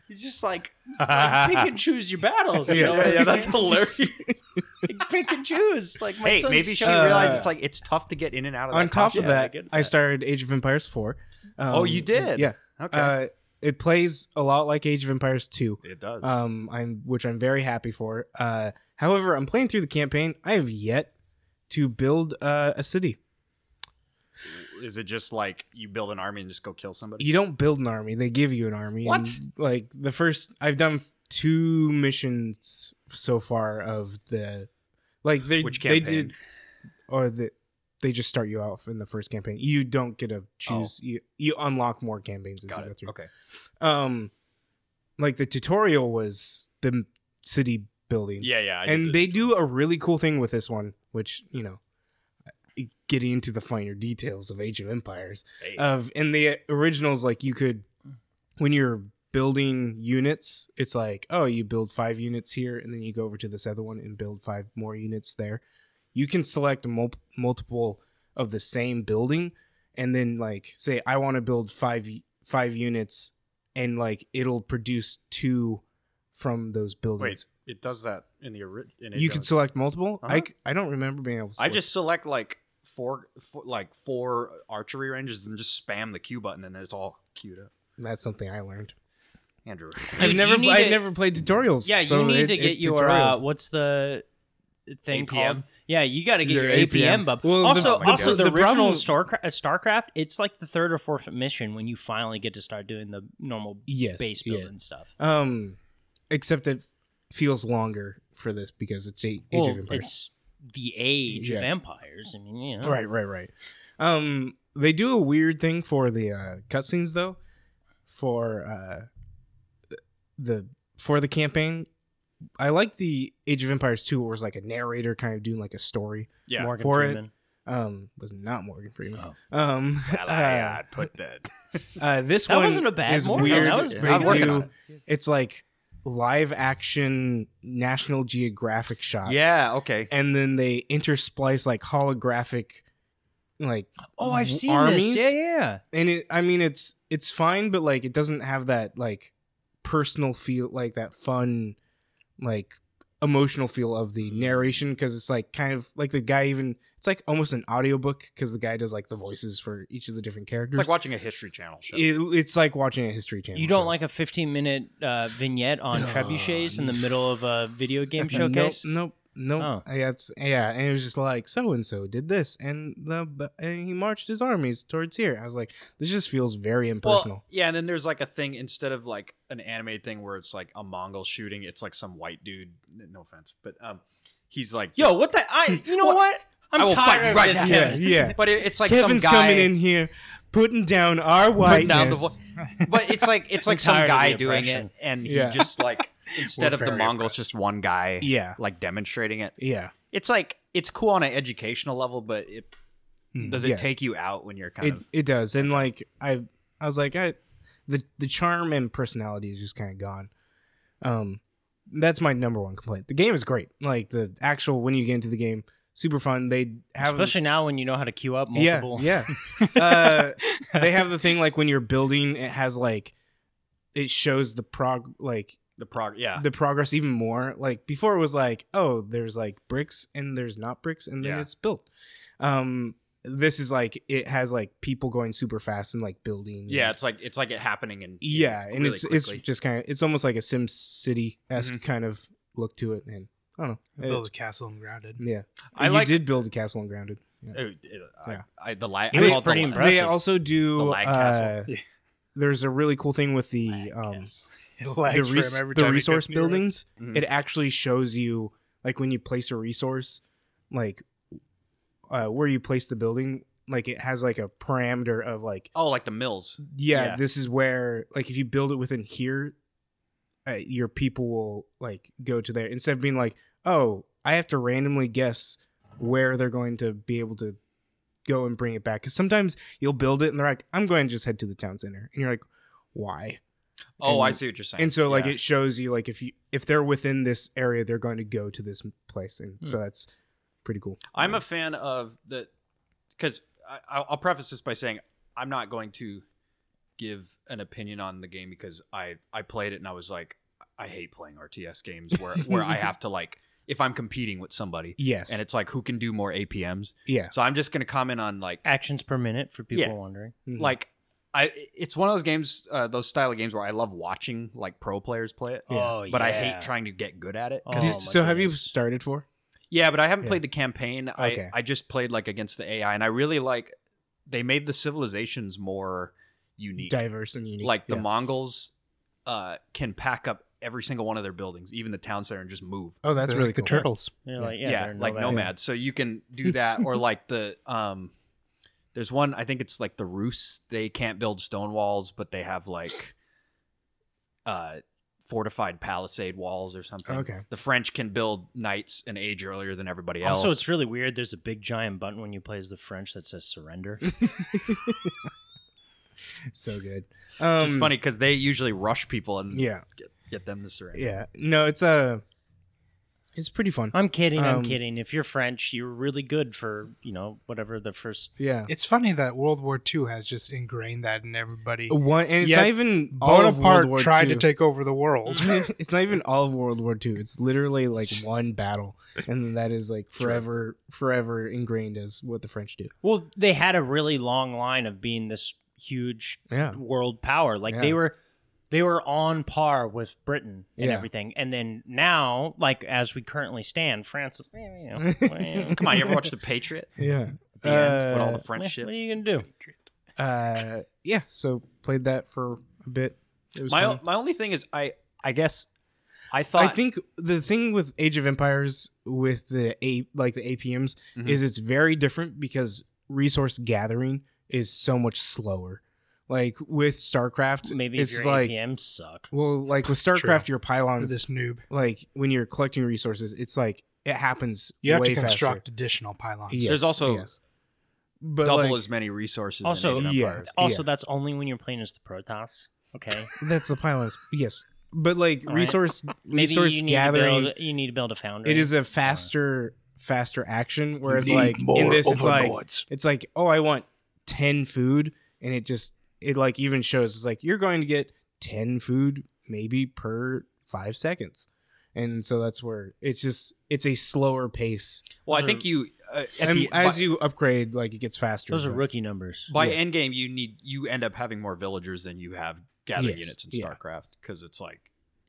C: It's just like, like pick and choose your battles. You know?
D: Yeah, yeah,
B: that's hilarious.
C: Like, pick and choose. Like my
E: Hey,
C: son's
E: maybe she
C: choking.
B: Uh,
E: realized it's like it's tough to get in and out
C: Oh,
E: of.
D: On
E: that
D: top
E: costume.
D: of
C: Yeah, I
D: that,
C: get
D: I
C: that.
D: started Age of Empires 4.
B: Oh,
D: Um,
B: you did?
D: Yeah.
E: Okay.
D: Uh, it plays a lot like Age of Empires 2,
B: It does.
D: um, I'm, which I'm very happy for. Uh, however, I'm playing through the campaign. I have yet to build uh, a city.
B: Is it just like you build an army and just go kill somebody?
D: You don't build an army; they give you an army.
B: What?
D: And, like the first, I've done two missions so far of the, like they
B: Which
D: they
B: campaign?
D: did, or the. They just start you off in the first campaign. You don't get to choose. You you unlock more campaigns as
B: Oh. Got
D: you go
B: it.
D: through.
B: Okay.
D: um like the tutorial was the m- city building
B: Yeah, yeah. I did
D: and
B: this.
D: they do a really cool thing with this one which you know getting into the finer details of age of empires
B: Hey.
D: of in the originals like you could when you're building units it's like oh you build five units here and then you go over to this other one and build five more units there you can select mul- multiple of the same building and then like say i want to build five five units and like it'll produce two from those buildings
B: it does that in the original.
D: you could select multiple I
B: Uh-huh.
D: c- I, don't remember being able to
B: I
D: select.
B: just select like four, four, like four archery ranges and just spam the Q button, and it's all queued up.
D: that's something i learned
B: Andrew,
C: Dude,
D: i've
C: you
D: never
C: need
D: i've
C: to-
D: never played tutorials
C: Yeah,
D: so
C: you need
D: it-
C: to get
D: it
C: your uh,
D: tutorials.
C: what's the
B: APM?
C: thing called? Yeah, you got to get
D: Your
C: your, APM.
D: APM.
C: But
D: Well, the-
C: also,
D: Oh my
C: also
D: God.
C: the,
D: The problem-
C: original StarCraft, StarCraft, it's like the third or fourth mission when you finally get to start doing the normal
D: yes
C: base
D: yeah.
C: building stuff.
D: um except it feels longer for this because it's eight, age
C: Well,
D: of
C: it's
D: empires
C: the age of
D: Yeah.
C: empires. I mean, you know,
D: Right, right, right. Um, they do a weird thing for the uh, cutscenes though, for uh, the for the campaign. I like the Age of Empires 2 where it was like a narrator kind of doing like a story.
B: yeah,
C: Morgan
D: for it.
C: Freeman.
D: Um, was not Morgan Freeman.
C: Oh.
D: Um,
B: Well, I, uh, put that.
D: uh, this
C: That
D: one
C: wasn't a bad
D: is
C: Morgan.
D: weird.
C: That was
D: They
C: pretty
B: I'm working
C: good.
D: do-
B: on it.
D: It's like live action National Geographic shots
B: Yeah, okay.
D: and then they intersplice like holographic like
C: Oh, I've seen
D: Armies?
C: this. Yeah, yeah.
D: and it i mean it's it's fine but like it doesn't have that like personal feel like that fun like emotional feel of the narration because it's like kind of like the guy even it's like almost an audiobook because the guy does like the voices for each of the different characters
B: It's like watching a History Channel show.
D: It- it's like watching a history channel
C: You don't
D: show.
C: like a 15 minute uh, vignette on
D: Oh,
C: trebuchets in the middle of a video game
D: Nope,
C: showcase?
D: Nope,
B: Oh.
D: nope. Yeah, it's, yeah, and it was just like so and so did this, and the but- and he marched his armies towards here. I was like, this just feels very impersonal.
B: Well, yeah, and then there's like a thing instead of like an animated thing where it's like a Mongol shooting, it's like some white dude. n- No offense, but um, he's like,
C: Yo, what the? I. You know what? I'm
B: I will
C: tired
B: fight
C: of
B: right
C: this,
B: now.
D: yeah,
C: Kevin.
D: yeah.
B: But it, it's like
D: Kevin's
B: some guy
D: coming in here, putting down our
B: putting
D: whiteness.
B: down the vo- But it's like it's
C: I'm
B: like some
C: tired of
B: guy
C: the
B: doing
C: oppression.
B: it, and he
D: Yeah.
B: just like instead
A: We're
B: of the
A: very
B: Mongol, it's just one guy,
D: yeah,
B: like demonstrating it.
D: yeah.
B: It's like it's cool on an educational level, but it
A: Hmm.
B: does it
D: Yeah.
B: take you out when you're kind
D: It
B: of
D: it does, and like I I was like I the the charm and personality is just kind of gone. Um, that's my number one complaint. The game is great. Like the actual when you get into the game, super fun. They have
C: Especially now when you know how to queue up
D: Yeah,
C: multiple.
D: Yeah. uh, they have the thing like when you're building, it has like it shows the prog like
B: the prog? Yeah,
D: the progress even more. Like before it was like, oh, there's like bricks and there's not bricks and then
B: Yeah.
D: it's built. Um this is like it has like people going super fast and like building.
B: yeah.
D: and-
B: It's like it's like it happening in
D: yeah, and
B: really
D: it's
B: quickly. Mm-hmm.
D: it's just kind of it's almost like a Sim City esque kind of look to it, and I don't know.
A: Build a castle and grounded.
D: It- yeah,
B: I
D: you
B: like-
D: did build a castle and grounded. Yeah.
B: Oh, It, it,
D: Yeah.
B: I, I, the lag.
C: It
B: I
C: was
B: call it
C: pretty
B: the, la-
C: impressive.
D: They also do
B: The lag castle.
D: uh,
A: Yeah.
D: There's a really cool thing with the um
A: It
D: the,
A: lags for him
D: res-
A: every
D: the
A: time he
D: resource
A: gets mm-hmm. near it.
D: buildings.
B: Mhm.
D: It actually shows you like when you place a resource, like uh, where you place the building. Like it has like a parameter of like
B: Oh, like the mills.
D: yeah,
B: Yeah.
D: this is where like if you build it within here, uh, your people will like go to there instead of being like, oh, I have to randomly guess where they're going to be able to go and bring it back. Because sometimes you'll build it and they're like, I'm going to just head to the town center, and you're like, why?
B: Oh,
D: And-
B: I see what you're saying.
D: And so like
B: Yeah.
D: it shows you like if you if they're within this area, they're going to go to this place, and so that's pretty cool.
B: Hmm. I'm a fan of the because I'll I'll preface this by saying I'm not going to give an opinion on the game because I I played it and I was like I hate playing RTS games where where I have to like if I'm competing with somebody
D: yes,
B: and it's like who can do more APMs.
D: yeah,
B: So I'm just gonna comment on like
C: Actions per minute for people
B: Yeah.
C: wondering.
D: Mhm.
B: like. I, it's one of those games, uh, those style of games where I love watching like pro players play it,
C: Oh,
B: but I
C: yeah.
B: hate trying to get good at it.
C: Oh, my
D: Did- so have you
C: goodness.
D: started for?
B: Yeah, but I haven't
D: Yeah.
B: played the campaign.
D: Okay.
B: I I just played like against the AI, and I really like they made the civilizations more unique.
D: Diverse and unique.
B: Like the
D: Yeah.
B: Mongols uh, can pack up every single one of their buildings, even the town center, and just move.
D: Oh, that's
A: They're
D: really
A: like the
D: cool.
A: turtles.
C: Yeah, like, yeah, they're
B: like
C: nomad.
B: nomads. So you can do that, or like the um, there's one I think it's like the Rus. They can't build stone walls, but they have like uh fortified palisade walls or something.
D: Okay.
B: The French can build knights an age earlier than everybody else.
C: Also, it's really weird. There's a big giant button when you play as the French that says surrender.
D: so good. Um,
B: It's just funny because they usually rush people and
D: Yeah,
B: get them to surrender.
D: yeah. No, it's uh, it's pretty fun.
C: I'm kidding. I'm
D: Um,
C: kidding. If you're French, you're really good for you know whatever the first.
D: yeah,
A: It's funny that World War II has just ingrained that in everybody.
D: one and it's
A: Yet
D: not even all of World
A: Bonaparte
D: War
A: tried
D: II.
A: to take over the world.
D: it's not even all of World War II. It's literally like one battle, and then that is like forever, forever ingrained as what the French do.
C: Well, they had a really long line of being this huge
D: Yeah,
C: world power. Like
D: Yeah.
C: they were they were on par with Britain and
D: Yeah.
C: everything. And then now, like as we currently stand, France is you know,
B: Come on, you ever watch The Patriot?
D: yeah.
B: At the end, with all
D: Uh,
B: the French
C: What are
B: ships.
C: you gonna do?
D: Uh, yeah. So played that for a bit. It was
B: My
D: fun.
B: o- my only thing is, I I guess I
D: I
B: thought
D: think the thing with Age of Empires with the a like the APMs
B: Mhm.
D: is it's very different because resource gathering is so much slower. Like with StarCraft,
C: Maybe
D: it's
C: if your
D: like
C: APMs suck.
D: well, like with StarCraft, your
A: For
D: pylons,
A: this noob.
D: like when you're collecting resources, it's like it happens.
A: You have
D: way
A: to construct
D: Faster.
A: additional pylons.
D: Yes,
B: There's also
D: yes. But
B: double
D: like,
B: as many resources.
C: Also-
B: in Age of
D: Yeah.
B: Empires.
C: Also, that's only when you're playing as the Protoss. Okay.
D: that's the pylons. Yes, but like
C: All right.
D: resource
C: Maybe
D: resource
C: you need
D: gathering,
C: To build, you need to build a foundry.
D: it is a faster faster action. Whereas like in this, it's like it's like oh, I want ten food, and it just it like even shows it's like you're going to get ten food maybe per five seconds, and so that's where it's just it's a slower pace.
B: Well, I think you uh, at
D: and
B: the-
D: as
B: by,
D: you upgrade, like it gets faster.
C: Those are
D: but-
C: rookie numbers.
B: by end game you need you end up having more villagers than you have gather
D: Yes,
B: units in
D: yeah.
B: StarCraft because it's like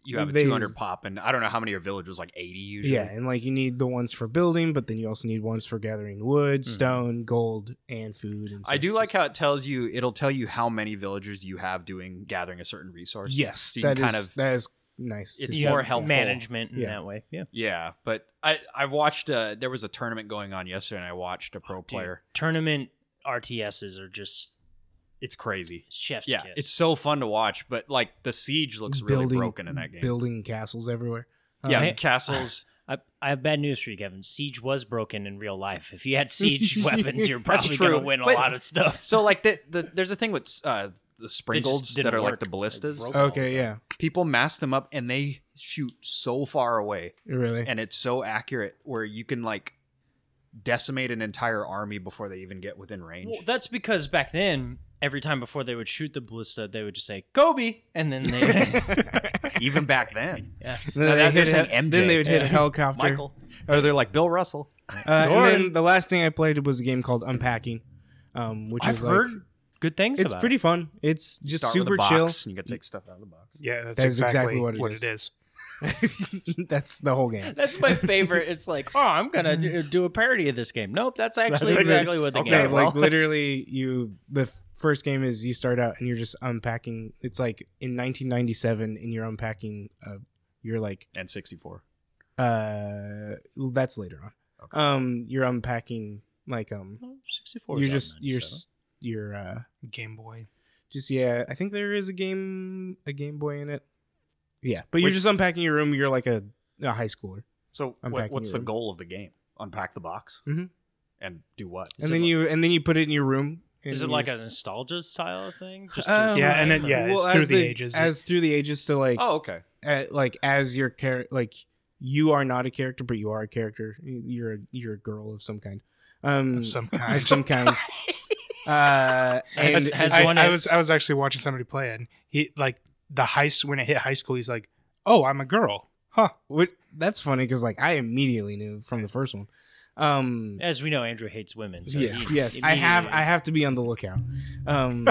B: you have a
D: They-
B: 200 pop and I don't know how many are villagers like 80 usually.
D: Yeah, and like you need the ones for building, but then you also need ones for gathering wood, stone, gold, and food.
B: Mm-hmm.
D: And
B: I
D: stuff.
B: do
D: Just-
B: like how it tells you it'll tell you how many villagers you have doing gathering a certain resource.
D: Yes,
B: so you
D: that
B: can
D: is
B: kind of
D: that is nice. to
B: It's
D: see.
B: more helpful.
C: management in
D: Yeah.
C: that way. Yeah.
B: Yeah, but I I've watched uh there was a tournament going on yesterday and I watched a
C: Oh,
B: pro player.
C: Tournament RTSs are just
B: It's crazy.
C: chef's
B: yeah,
C: kiss.
B: it's so fun to watch, but like the siege looks really
D: Building-
B: broken in that game.
D: Building castles everywhere.
B: yeah,
C: I-
B: castles.
C: I, I have bad news for you, Kevin. Siege was broken in real life. If you had siege weapons, you're
B: That's
C: probably going to
B: true.
C: win a
B: But-
C: lot of stuff.
B: So like the, the there's a thing with uh the sprinkles that
C: didn't
B: are
C: work.
B: like the ballistas.
C: They broke
D: Okay, yeah,
B: People mass them up and they shoot so far away
D: really.
B: and it's so accurate where you can like decimate an entire army before they even get within range.
C: Well, that's because back then, every time before they would shoot the ballista, they would just say Kobe, and then they
B: even back then.
D: then,
B: now
D: they
B: they're
D: hit a-
B: saying MJ.
D: then they would hit a
C: Yeah.
D: helicopter.
C: Michael.
B: Or they're like Bill Russell.
D: Uh, and then the last thing I played was a game called Unpacking, um, which
C: I've
D: is like
C: heard good things.
D: it's
C: about
D: pretty
C: It.
D: fun. It's just
B: Start with a
D: super
B: box,
D: chill.
B: And you got to take stuff out of the box.
A: Yeah, that's,
D: That is
A: exactly,
D: exactly what
A: what,
D: it is.
A: it is.
D: That's the whole game.
C: That's my favorite. It's like, oh, I'm gonna do, do a parody of this game. Nope, that's actually
D: That's
C: exactly what the
B: okay,
D: Yeah,
C: game. was.
B: well-
D: like literally, you the first game is you start out and you're just unpacking. It's like in 1997, and you're unpacking. Uh, you're like,
B: And 64.
D: uh, that's later on.
B: Okay.
D: Um, you're unpacking like um,
C: Well, 64.
D: you're
C: is
D: just
C: on
D: you're
C: 97.
D: s- you're uh,
A: Game Boy.
D: just yeah. I think there is a game a Game Boy in it. Yeah, but you're
B: Which-
D: just unpacking your room. You're like a, a high schooler,
B: So what,
D: Unpacking
B: what's
D: your
B: the
D: room.
B: goal of the game? Unpack the box
D: Mhm.
B: and do what?
D: and then you and then you put it in your room. and
C: Is it
D: you
C: like
D: just-
C: a nostalgia style thing? Just
D: Um,
A: Yeah, and it, yeah, it's
D: Well,
A: through
D: as
A: the, ages.
D: As through the ages, so like
B: Oh, okay.
D: uh, like as your character like you are not a character but you are a character you're a you're a girl of some kind um
A: of some
D: of
A: kind.
D: some kind uh and
C: Has- has
D: it's-
C: one-
A: I, I
C: is-
A: was I was actually watching somebody play it, and he like the high s- when it hit high school. He's like, "Oh, I'm a girl, huh?"
D: what, that's funny because like i immediately knew from the first one um
C: As we know, Andrew hates women. So
D: yes
C: he-
D: yes i have
C: immediately-
D: i have to be on the lookout um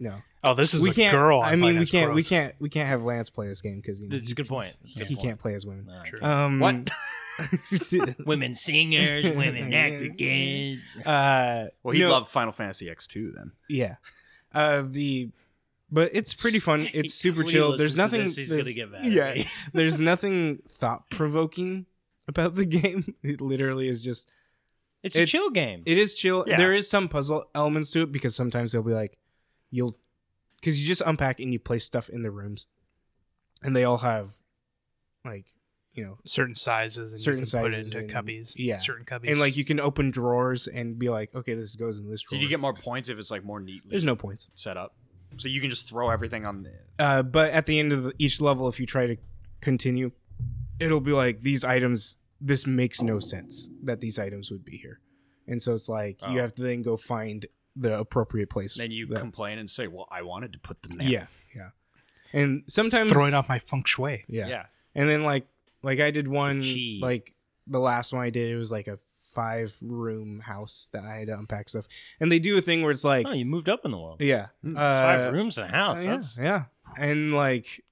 D: no
A: Oh, this is
D: we
A: a
D: can't
A: girl.
D: i
A: I'm
D: mean
A: playing
D: we
A: as
D: can't we
A: gross.
D: can't we can't have lance play this game because you know,
C: That's a good point. That's a
D: he,
C: good
D: he
C: point.
D: can't play as women
C: Alright.
A: True.
D: um
B: What?
C: Women singers, women actors.
D: uh
B: Well, he
D: no,
B: loved Final Fantasy X2 then.
D: Yeah. Uh the but it's pretty fun. It's super
C: When he
D: chill.
C: listens
D: There's
C: to
D: nothing
C: this, he's
D: there's-
C: gonna get mad at
D: Yeah.
C: me.
D: there's nothing thought provoking about the game. It literally is just
C: It's, a
D: It's-
C: chill game.
D: it is chill.
B: Yeah.
D: There is some puzzle elements to it because sometimes they'll be like you'll cuz you just unpack and you place stuff in the rooms. And they all have like, you know,
A: certain sizes and
D: Certain
A: you can
D: sizes
A: put
D: and-
A: into cubbies.
D: yeah.
A: certain cubbies.
D: and like you can open drawers and be like, okay, this goes in this drawer.
B: Did you get more points if it's like more neatly
D: There's no points.
B: set up? So you can just throw everything on the.
D: Uh, but at the end of the, each level, if you try to continue, it'll be like these items. This makes no sense that these items would be here, and so it's like you
B: Oh.
D: have to then go find the appropriate place.
B: Then you
D: that-
B: complain and say, well, I wanted to put them there.
D: yeah, yeah, and sometimes
A: throwing off my feng shui.
D: Yeah.
B: Yeah.
D: and then like like I did one
C: chi.
D: like the last one I did it was like a five room house that I had to unpack stuff, and they do a thing where it's like
C: oh, you moved up in the world.
D: yeah, uh,
C: Five rooms in a house.
D: Uh, yeah,
C: That's
D: yeah. And like,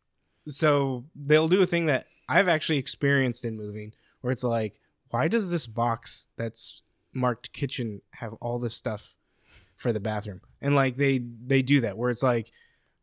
D: so they'll do a thing that I've actually experienced in moving where it's like, why does this box that's marked kitchen have all this stuff for the bathroom? And like, they, they do that where it's like,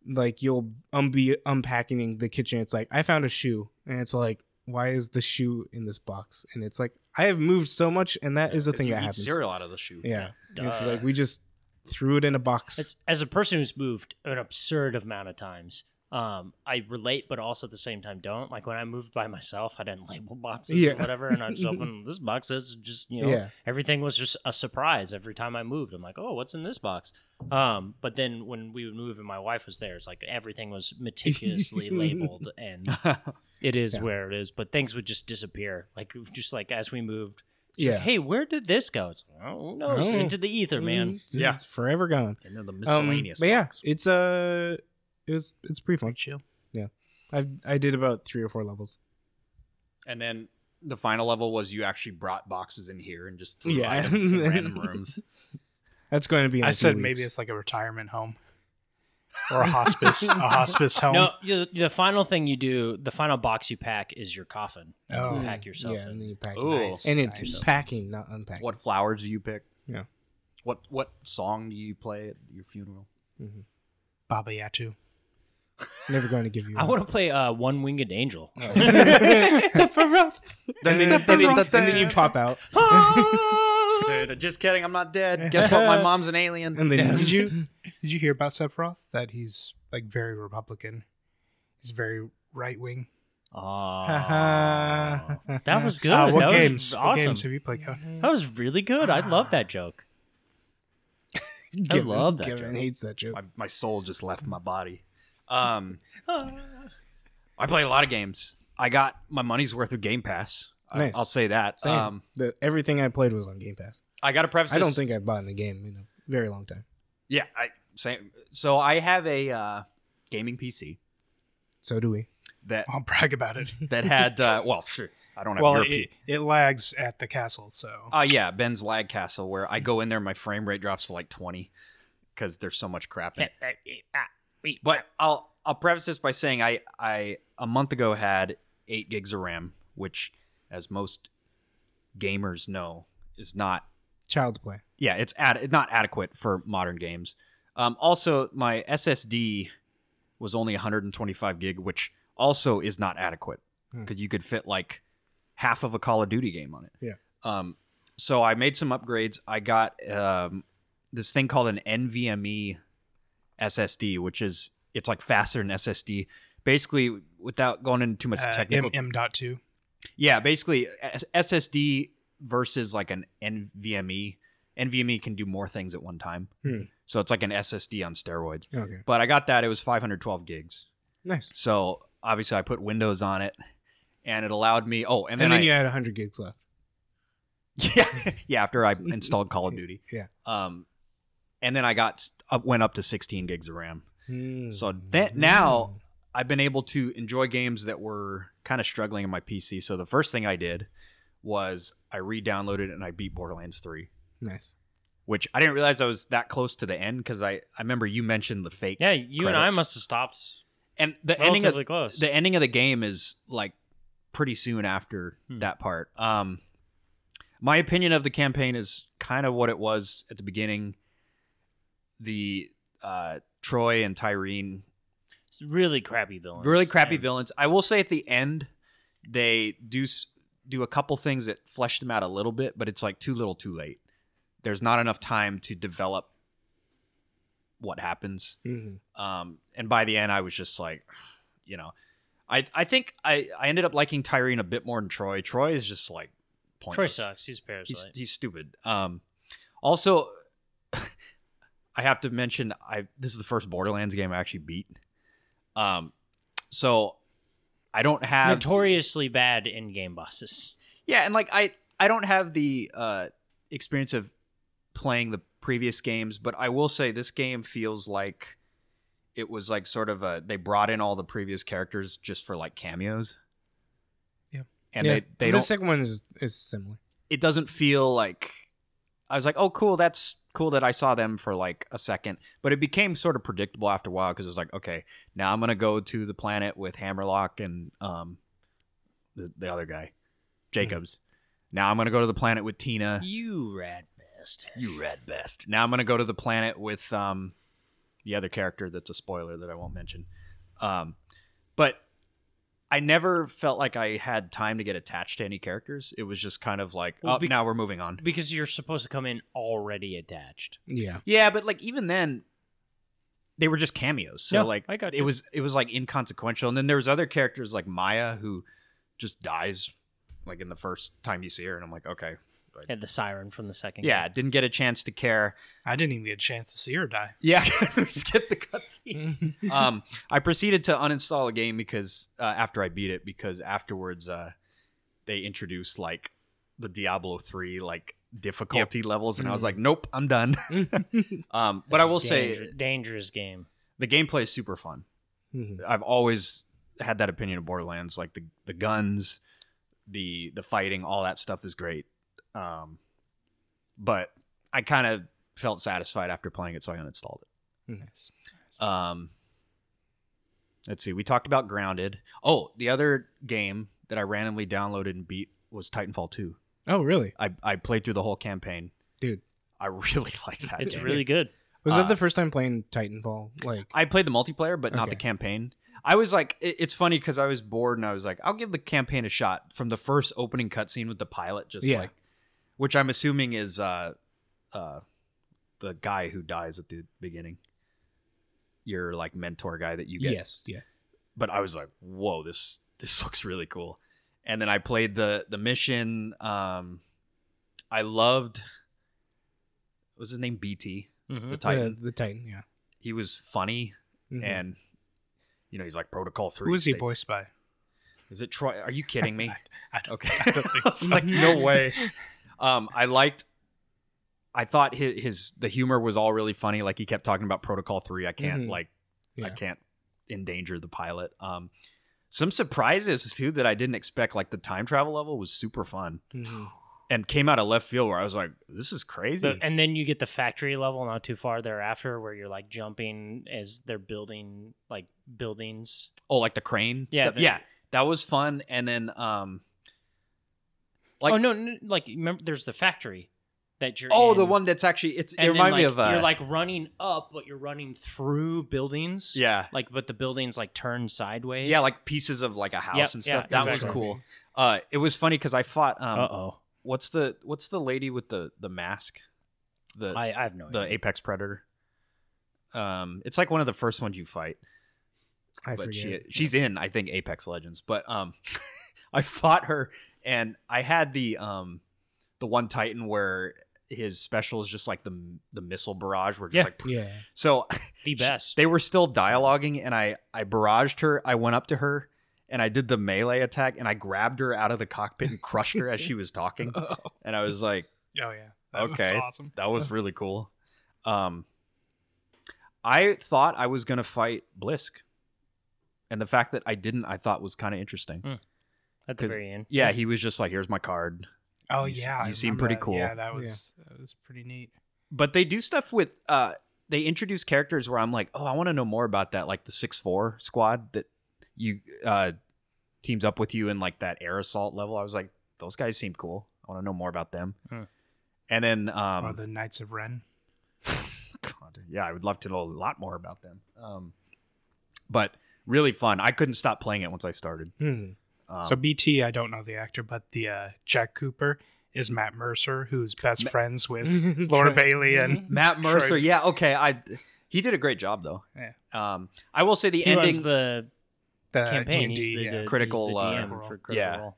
D: like you'll um, be unpacking the kitchen. It's like, I found a shoe. And it's like, why is the shoe in this box? And it's like, I have moved so much, and that is the
B: 'Cause
D: thing
B: you
D: that
B: eat
D: happens.
B: cereal out of the shoe.
D: Yeah. It's
C: Duh.
D: like, we just threw it in a box.
C: It's, as a person who's moved an absurd amount of times, um, I relate, but also at the same time don't. Like when I moved by myself, I didn't label boxes
D: Yeah.
C: or whatever, and I just opened this box. That's just you know,
D: yeah.
C: everything was just a surprise every time I moved. I'm like, oh, what's in this box? Um, but then when we would move and my wife was there, it's like everything was meticulously labeled, and it is
D: Yeah.
C: where it is. But things would just disappear, like just like as we moved. It's like,
D: Yeah.
C: hey, where did this go? It's like, oh, who knows?
D: Oh.
C: Into the ether, man.
B: Yeah.
D: Mm-hmm. it's forever gone.
B: And then the
D: Um,
B: miscellaneous.
D: but yeah,
B: box.
D: it's uh, it was it's pretty fun.
A: Chill.
D: I I did about three or four levels.
B: And then the final level was you actually brought boxes in here and just threw
D: Yeah.
B: items in random rooms.
D: That's going to be. In a
A: I
D: few
A: said maybe
D: weeks.
A: it's like a retirement home or a hospice, a hospice home.
C: No, you- the final thing you do, the final box you pack is your coffin.
A: Oh.
C: You
D: Hmm.
C: pack yourself
D: yeah,
C: in.
D: and then you pack. it.
B: Ooh.
D: And it's
A: Nice.
D: packing, not unpacking.
B: What flowers do you pick?
D: Yeah.
B: What what song do you play at your funeral?
A: Baba Yatu.
D: Mm-hmm. Never going to give you.
C: I
D: up.
C: want to play uh, One Winged Angel.
B: Then,
D: and then you pop out.
B: just Ah! kidding, I'm not dead. Guess what? My mom's an alien.
D: And then
A: Did you did you hear about Sephiroth? That he's like very Republican. He's very right wing.
C: Oh, that was good.
A: Uh, what
C: that
A: games?
C: was
A: what
C: awesome.
A: games have you played? Kevin?
C: That was really good. I love
B: Ah.
C: that joke. I
D: Given-
C: love that
D: Given
C: joke.
D: hates that joke.
B: My, my soul just left my body. Um, I play a lot of games. I got my money's worth of Game Pass. I,
D: Nice.
B: I'll say that.
D: Same.
B: Um,
D: The- everything I played was on Game Pass.
B: I got to preface.
D: I don't
B: this-
D: think I've bought in a game in a very long time.
B: Yeah, I same. So I have a uh, gaming PC
D: So do we.
B: that
A: I'll brag about it.
B: that had uh, well, sure. I don't have
A: well,
B: your
A: it, it lags at the castle, so
B: Oh yeah, Ben's Lag Castle, where I go in there, my frame rate drops to like twenty because there's so much crap in it. But I'll I'll preface this by saying I I a month ago had eight gigs of RAM, which, as most gamers know, is not
D: Child's play.
B: yeah, it's ad- not adequate for modern games. Um, also, my SSD was only 125 gig, which also is not adequate
D: Hmm.
B: because you could fit like half of a Call of Duty game on it.
D: Yeah.
B: Um, so I made some upgrades. I got um, this thing called an NVMe SSD, which is it's like faster than SSD. Basically, without going into too much
A: uh, M
B: technical
A: M dot two.
B: yeah, basically S- SSD versus like an NVMe. NVMe E can do more things at one time.
D: Hmm.
B: So it's like an SSD on steroids.
D: Okay.
B: But I got that. It was 512 gigs.
D: Nice.
B: So obviously I put Windows on it and it allowed me. Oh, and
D: And
B: then,
D: then,
B: I,
D: you had 100 gigs left.
B: yeah, yeah, after I installed Call of Duty.
D: Yeah.
B: Um, and then I got s- up, went up to 16 gigs of RAM.
D: Hmm.
B: So that now I've been able to enjoy games that were kind of struggling on my PC. So the first thing I did was I re-downloaded and I beat Borderlands 3,
D: Hmm. Nice.
B: which I didn't realize I was that close to the end because I, I remember you mentioned the fake.
C: Yeah, you and I
B: Credits.
C: must have stopped
B: And the ending of
C: relatively close.
B: the ending of the game is like pretty soon after
C: Hmm.
B: that part. Um, my opinion of the campaign is kind of what it was at the beginning. The uh, Troy and Tyrene
C: really crappy villains.
B: really crappy
C: Yeah.
B: villains. I will say at the end, they do s- do a couple things that flesh them out a little bit, but it's like too little, too late. There's not enough time to develop what happens.
D: Mhm.
B: Um, and by the end, I was just like, you know, I I think I I ended up liking Tyrene a bit more than Troy. Troy is just like
C: Troy
B: pointless.
C: sucks. He's a parasite.
B: He's he's stupid. Um, also. I have to mention I this is the first Borderlands game I actually beat. Um so I don't have
C: notoriously bad in-game bosses.
B: Yeah, and like I I don't have the uh experience of playing the previous games, but I will say this game feels like it was like sort of a they brought in all the previous characters just for like cameos.
A: Yeah.
B: And
D: Yeah.
B: they they
D: the
B: don't
D: second one is, is similar.
B: it doesn't feel like I was like, oh, cool, that's cool that I saw them for like a second, but it became sort of predictable after a while because it was like, okay, now I'm gonna go to the planet with Hammerlock and um the, the other guy, Jacobs. Now I'm gonna go to the planet with Tina.
C: You rat bastard.
B: You red best. Now I'm gonna go to the planet with um the other character that's a spoiler that I won't mention. Um, but I never felt like I had time to get attached to any characters. It was just kind of like,
C: Well,
B: oh,
C: be-
B: now we're moving on.
C: Because you're supposed to come in already attached.
D: Yeah.
B: Yeah, but like even then, they were just cameos. So
C: Yeah,
B: like
C: I got
B: it
C: you.
B: was it was like inconsequential. And then there was other characters like Maya who just dies like in the first time you see her, and I'm like, okay,
C: Had the siren from the second.
B: yeah, didn't get a chance to care.
A: I didn't even get a chance to see her die.
B: Yeah, skip the cutscene. um, I proceeded to uninstall a game because uh, after I beat it, because afterwards uh, they introduced like the Diablo three like difficulty levels, and I
C: Mm-hmm.
B: was like, nope, I'm done. um, but I will say
C: Danger- dangerous game.
B: the gameplay is super fun.
D: Mhm.
B: I've always had that opinion of Borderlands, like the the guns, the the fighting, all that stuff is great. Um, but I kind of felt satisfied after playing it, so I uninstalled it.
A: Nice.
B: Um, let's see. We talked about Grounded. Oh, the other game that I randomly downloaded and beat was Titanfall 2.
D: Oh, really?
B: I, I played through the whole campaign.
D: Dude.
B: I really like that.
C: It's
B: game.
C: really good.
D: Was
B: Uh,
D: that the first time playing Titanfall? Like,
B: I played the multiplayer, but not the
D: Okay.
B: campaign. I was like, it- it's funny because I was bored and I was like, I'll give the campaign a shot from the first opening cutscene with the pilot, just
D: Yeah.
B: like, which I'm assuming is uh, uh, the guy who dies at the beginning. Your like mentor guy that you get
D: yes, yeah.
B: but I was like, whoa, this this looks really cool. And then I played the the mission. Um, I loved. what was his name BT
C: Mhm.
D: Uh,
B: the Titan?
D: The, the Titan, yeah.
B: He was funny
D: Mhm.
B: and you know he's like Protocol Three.
A: Who is he
B: states-
A: voiced by?
B: Is it Troy? Are you kidding me?
A: I don't,
B: Okay.
A: I don't think
B: It's
A: so.
B: like, no way. Um, I liked. I thought his, his the humor was all really funny. Like he kept talking about Protocol Three. I can't
D: Mhm.
B: like, I
D: Yeah.
B: can't endanger the pilot. Um, some surprises too that I didn't expect. Like the time travel level was super fun
D: Mhm.
B: and came out of left field where I was like, this is crazy.
C: So- and then you get the factory level not too far thereafter, where you're like jumping as they're building like buildings.
B: oh, like the crane.
C: Yeah,
B: stuff?
C: the-
B: yeah, that was fun. And then um, Like-
C: oh no, no, like remember there's the factory that you're.
B: oh,
C: in,
B: the one that's actually it's. It
C: and then,
B: reminded me
C: like,
B: of uh,
C: you're like running up, but you're running through buildings.
B: yeah,
C: Like, but the buildings like turn sideways.
B: yeah, like pieces of like a house
C: Yep,
B: and
C: yeah,
B: stuff. that was
C: exactly.
B: cool. Uh, it was funny because I fought. Um,
C: uh oh,
B: what's the what's the lady with the the mask the
C: I, I have no idea.
B: the apex predator um it's like one of the first ones you fight
D: I
B: but
D: forget.
B: she she's in i think apex legends but um i fought her and i had the um the one titan where his special is just like the the missile barrage where just
C: Yeah.
B: like
D: yeah.
B: so
C: The best.
B: they were still dialoguing and i i barraged her i went up to her and i did the melee attack and i grabbed her out of the cockpit and crushed her as she was talking and i was like
A: Oh yeah. That was
B: Okay.
A: awesome.
B: that was really cool. Um, I thought I was gonna fight Blisk, and the fact that I didn't, I thought was kind of interesting.
C: Mm. At the
B: 'cause-
C: very end.
B: Yeah, he was just like, "Here's my card,"
A: Oh
B: You s-
A: yeah, I
B: you seem
A: remember
B: pretty
A: that.
B: cool.
A: Yeah, that
D: Yeah.
A: was that was pretty neat.
B: but they do stuff with. Uh, they introduce characters where I'm like, "Oh, I want to know more about that." Like the six four squad that you uh, teams up with you in like that air assault level. I was like, "Those guys seem cool. I want to know more about them."
C: Mm.
B: And then, um,
A: Or the Knights of Ren.
B: God, yeah, I would love to know a lot more about them. Um, but really fun. I couldn't stop playing it once I started.
D: Mhm.
B: Um,
A: so BT, I don't know the actor, but the uh, Jack Cooper is Matt Mercer, who's best friends with Laura
D: Troy.
A: Bailey and
B: Matt Mercer,
A: Troy-
B: yeah, okay. I he did a great job though.
A: Yeah.
B: Um, I will say the
C: He
B: ending.
C: runs the
A: the
C: campaign.
A: D&D,
C: he's the,
A: yeah.
C: the- he's
B: Critical,
C: the
B: uh,
C: DM for critical
B: yeah.
C: Role.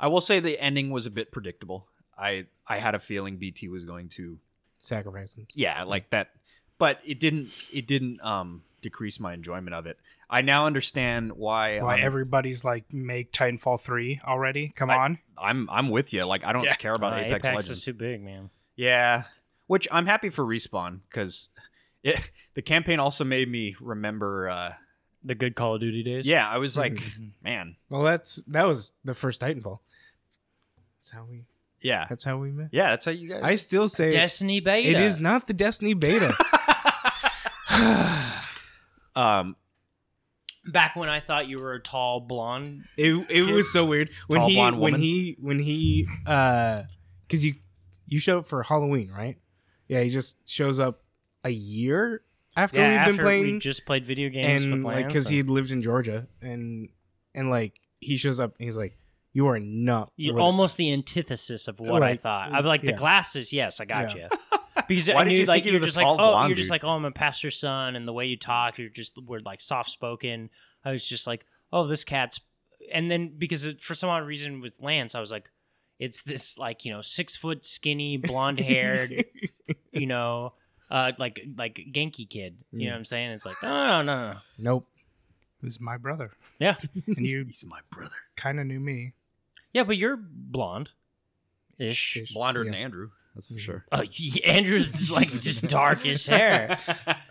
B: I will say the ending was a bit predictable. I I had a feeling BT was going to
D: Sacrifice them.
B: yeah like that, but it didn't it didn't um decrease my enjoyment of it. I now understand why
A: Why
B: I'm,
A: everybody's like make Titanfall three already? Come on,
B: I'm I'm with you. Like I don't
A: Yeah.
B: care about
C: Uh,
B: Apex,
C: Apex
B: Legends.
C: is too big, man.
B: Yeah, which I'm happy for respawn because it the campaign also made me remember. Uh,
C: The good Call of Duty days.
B: yeah, I was like, man,
D: Well, that's that was the first Titanfall. That's how we.
B: yeah,
D: That's how we met.
B: yeah, that's how you guys.
D: I still say
C: Destiny beta.
D: it is not the Destiny beta.
B: um,
C: Back when I thought you were a tall blonde.
D: it it was so weird when
B: Tall
D: he
B: blonde
D: when
B: woman.
D: he when he uh because you you showed up for Halloween right? Yeah, he just shows up a year after
C: yeah,
D: we've
C: after
D: been playing
C: we just played video games
D: and
C: with
D: like
C: Lance.
D: because he
C: and-
D: had lived in Georgia and and like he shows up and he's like, "You are not
C: You-
D: what-
C: almost the antithesis of what I
D: Like,
C: thought. I was like
D: yeah.
C: the glasses. Yes, I got
D: Yeah.
C: you. Because
B: Why
C: I
B: did
C: knew
B: you
C: like
B: think he
C: you're
B: was a
C: just like
B: tall
C: oh
B: blonde
C: you're just
B: dude?
C: like oh I'm a pastor's son and the way you talk you're just we're like soft spoken. I was just like oh this cat's and then because it, for some odd reason with Lance I was like it's this like you know six foot skinny blonde haired you know uh like like Genki kid you
B: Mm.
C: know what I'm saying it's like oh no no no
D: nope."
A: who's my brother?
C: yeah
A: And you
B: he's my brother.
A: kind of knew me.
C: yeah but you're blonde ish.
B: Blonder than
D: Yeah.
B: Andrew, that's for sure.
C: Oh, he- Andrew's just like just darkish hair.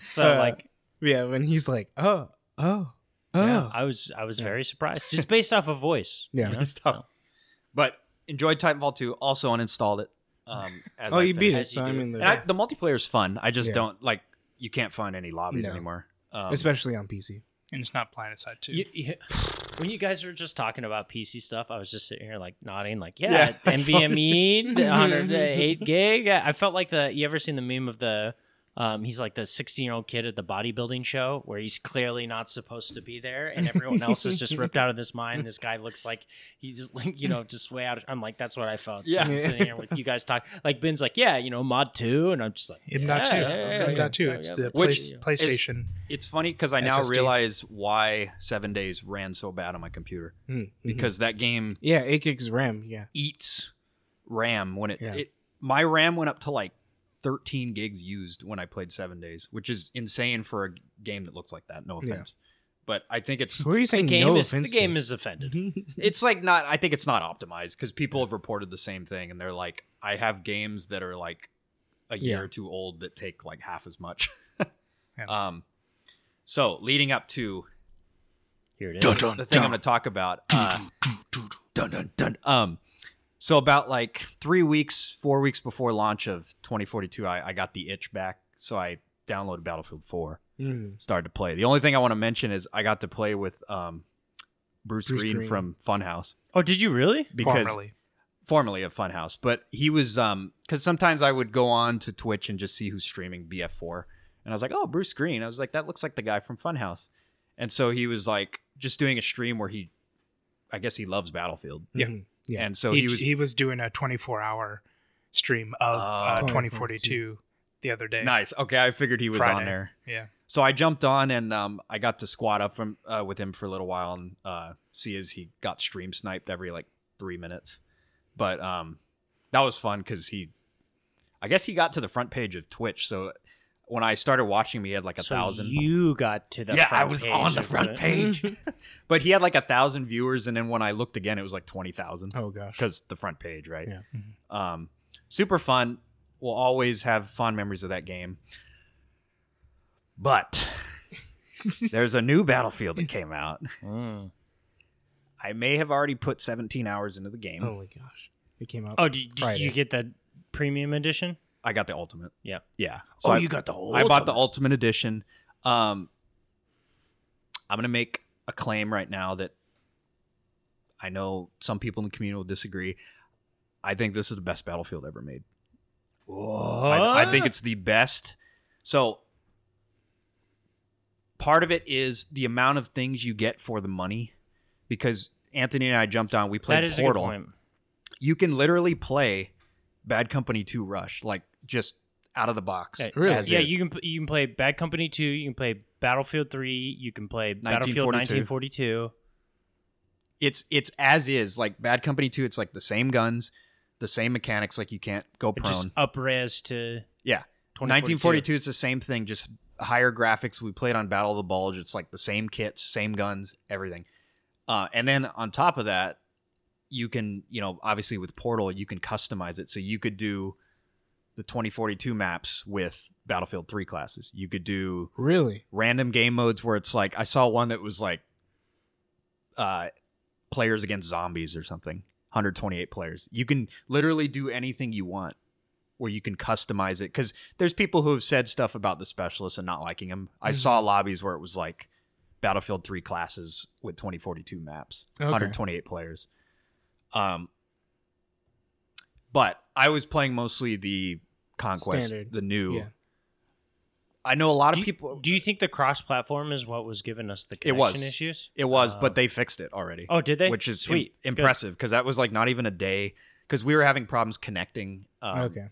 C: So
D: Uh,
C: like,
D: Yeah, when he's like, oh, oh, oh.
C: yeah, I was I was very surprised just based off of voice.
D: Yeah.
C: you know?
B: Based off- But enjoyed Titanfall 2. Also uninstalled it. Um, as
D: oh,
B: I
D: you beat it.
B: finished.
D: So I mean,
B: And I, the multiplayer is fun. I just
D: Yeah.
B: don't like. You can't find any lobbies
D: No.
B: anymore. Um,
D: especially on PC.
A: and it's not Planet Side Two.
C: You- you- when you guys were just talking about PC stuff, I was just sitting here like nodding, like yeah,
B: Yeah, I saw
C: NVMe, 108 gig. I felt like the you ever seen the meme of the um, he's like the 16 year old kid at the bodybuilding show where he's clearly not supposed to be there, and everyone else is just ripped out of this mind. This guy looks like he's just like you know just way out. Of, I'm like that's what I felt.
B: Yeah.
C: sitting, sitting here with you guys talk like Ben's like yeah, you know mod two, and I'm just like
A: M.2.
C: yeah, yeah, yeah, yeah,
A: M.2.
C: yeah,
A: It's
C: yeah,
A: the
C: yeah.
B: Which
A: place, PlayStation.
B: it's funny because I now
A: SSD.
B: realize why Seven Days ran so bad on my computer
D: Mhm.
B: because that game
D: Yeah, eight gigs RAM. Yeah,
B: eats RAM when it,
D: Yeah.
B: it my RAM went up to like 13 gigs used when I played 7 days, which is insane for a game that looks like that, no
D: Yeah.
B: offense. But I think it's
D: who are you saying?
C: The game
D: no
C: is the
D: offense
C: game
D: to?
C: is offended.
B: it's like not I think it's not optimized cuz people have reported the same thing and they're like I have games that are like a year
D: Yeah.
B: or two old that take like half as much.
A: Yeah.
B: Um so leading up to
C: Here it is.
B: the thing I'm going to talk about. Uh, dun, dun, dun. Um, so about like three weeks, four weeks before launch of 2042, I, I got the itch back, so I downloaded Battlefield 4,
C: Hmm.
D: Mm.
B: started to play. The only thing I want to mention is I got to play with um, Bruce,
D: Bruce
B: Green,
D: Green.
B: from Funhouse
C: Oh, did you really?
B: because
A: formerly.
B: formerly of Funhouse, but he was um because sometimes I would go on to Twitch and just see who's streaming BF4, and I was like, oh Bruce Green, I was like that looks like the guy from Funhouse, and so he was like just doing a stream where he, I guess he loves Battlefield,
A: Yeah.
D: Mhm. Yeah.
B: and so
A: he,
B: he, was
A: doing a 24 hour stream of uh,
B: Oh.
A: 2042 the other day.
B: nice. Okay, I figured he was on
A: Friday.
B: there.
A: Yeah.
B: So I jumped on and um, I got to squat up from uh, with him for a little while and uh, see as he got stream sniped every like three minutes. But um, that was fun because he, I guess he got to the front page of Twitch. So when I started watching him, he had like a
C: So
B: thousand.
C: You got to the
B: yeah,
C: front
B: I was
C: page
B: on the
C: of
B: front page. but he had like a thousand viewers, and then when I looked again, it was like twenty thousand
D: Oh gosh.
B: because the front page, right?
D: Yeah.
B: Um, super fun. We'll always have fond memories of that game. But there's a new Battlefield that came out.
C: Mm.
B: I may have already put 17 hours into the game.
D: Oh my gosh. It came out.
C: Oh, did, did
D: Friday.
C: you get the premium edition?
B: I got the ultimate.
C: Yeah.
B: Yeah. So I,
C: Oh, got the whole.
B: I bought the ultimate edition. Um, I'm gonna make a claim right now that I know some people in the community will disagree. I think this is the best Battlefield ever made. I, I think it's the best. So part of it is the amount of things you get for the money because Anthony and I jumped on. We
C: that
B: played
C: is
B: Portal.
C: a good point.
B: You can literally play Bad Company 2 Rush like just out of the box.
C: Okay.
D: Really?
B: as
C: Yeah,
B: is.
C: you can you can play Bad Company Two, you can play Battlefield Three, you can play Battlefield
B: 1942.
C: 1942.
B: it's it's as is like Bad Company 2 it's like the same guns, the same mechanics like you can't go
C: It
B: prone.
C: just up res to
B: yeah.
C: 1942.
B: 1942 is the same thing, just higher graphics. We played on Battle of the Bulge. It's like the same kits, same guns, everything. Uh, and then on top of that, you can, you know, obviously with Portal, you can customize it. So you could do the 2042 maps with Battlefield 3 classes. You could do
D: really?
B: random game modes where it's like, I saw one that was like uh, players against zombies or something, 128 players. You can literally do anything you want where you can customize it because there's people who have said stuff about the specialists and not liking them. I saw
D: Mm-hmm.
B: lobbies where it was like Battlefield 3 classes with 2042 maps,
D: Okay.
B: 128 players. Um, but I was playing mostly the Conquest,
D: Standard.
B: the new.
D: Yeah.
B: I know a lot of
C: Do you,
B: people.
C: do you think the cross platform is what was giving us the
B: It
C: connection
B: was.
C: issues?
B: It was,
C: Oh.
B: but they fixed it already.
C: Oh, did they?
B: Which is im-
C: sweet, Good.
B: impressive because that was like not even a day because we were having problems connecting. Um,
D: okay.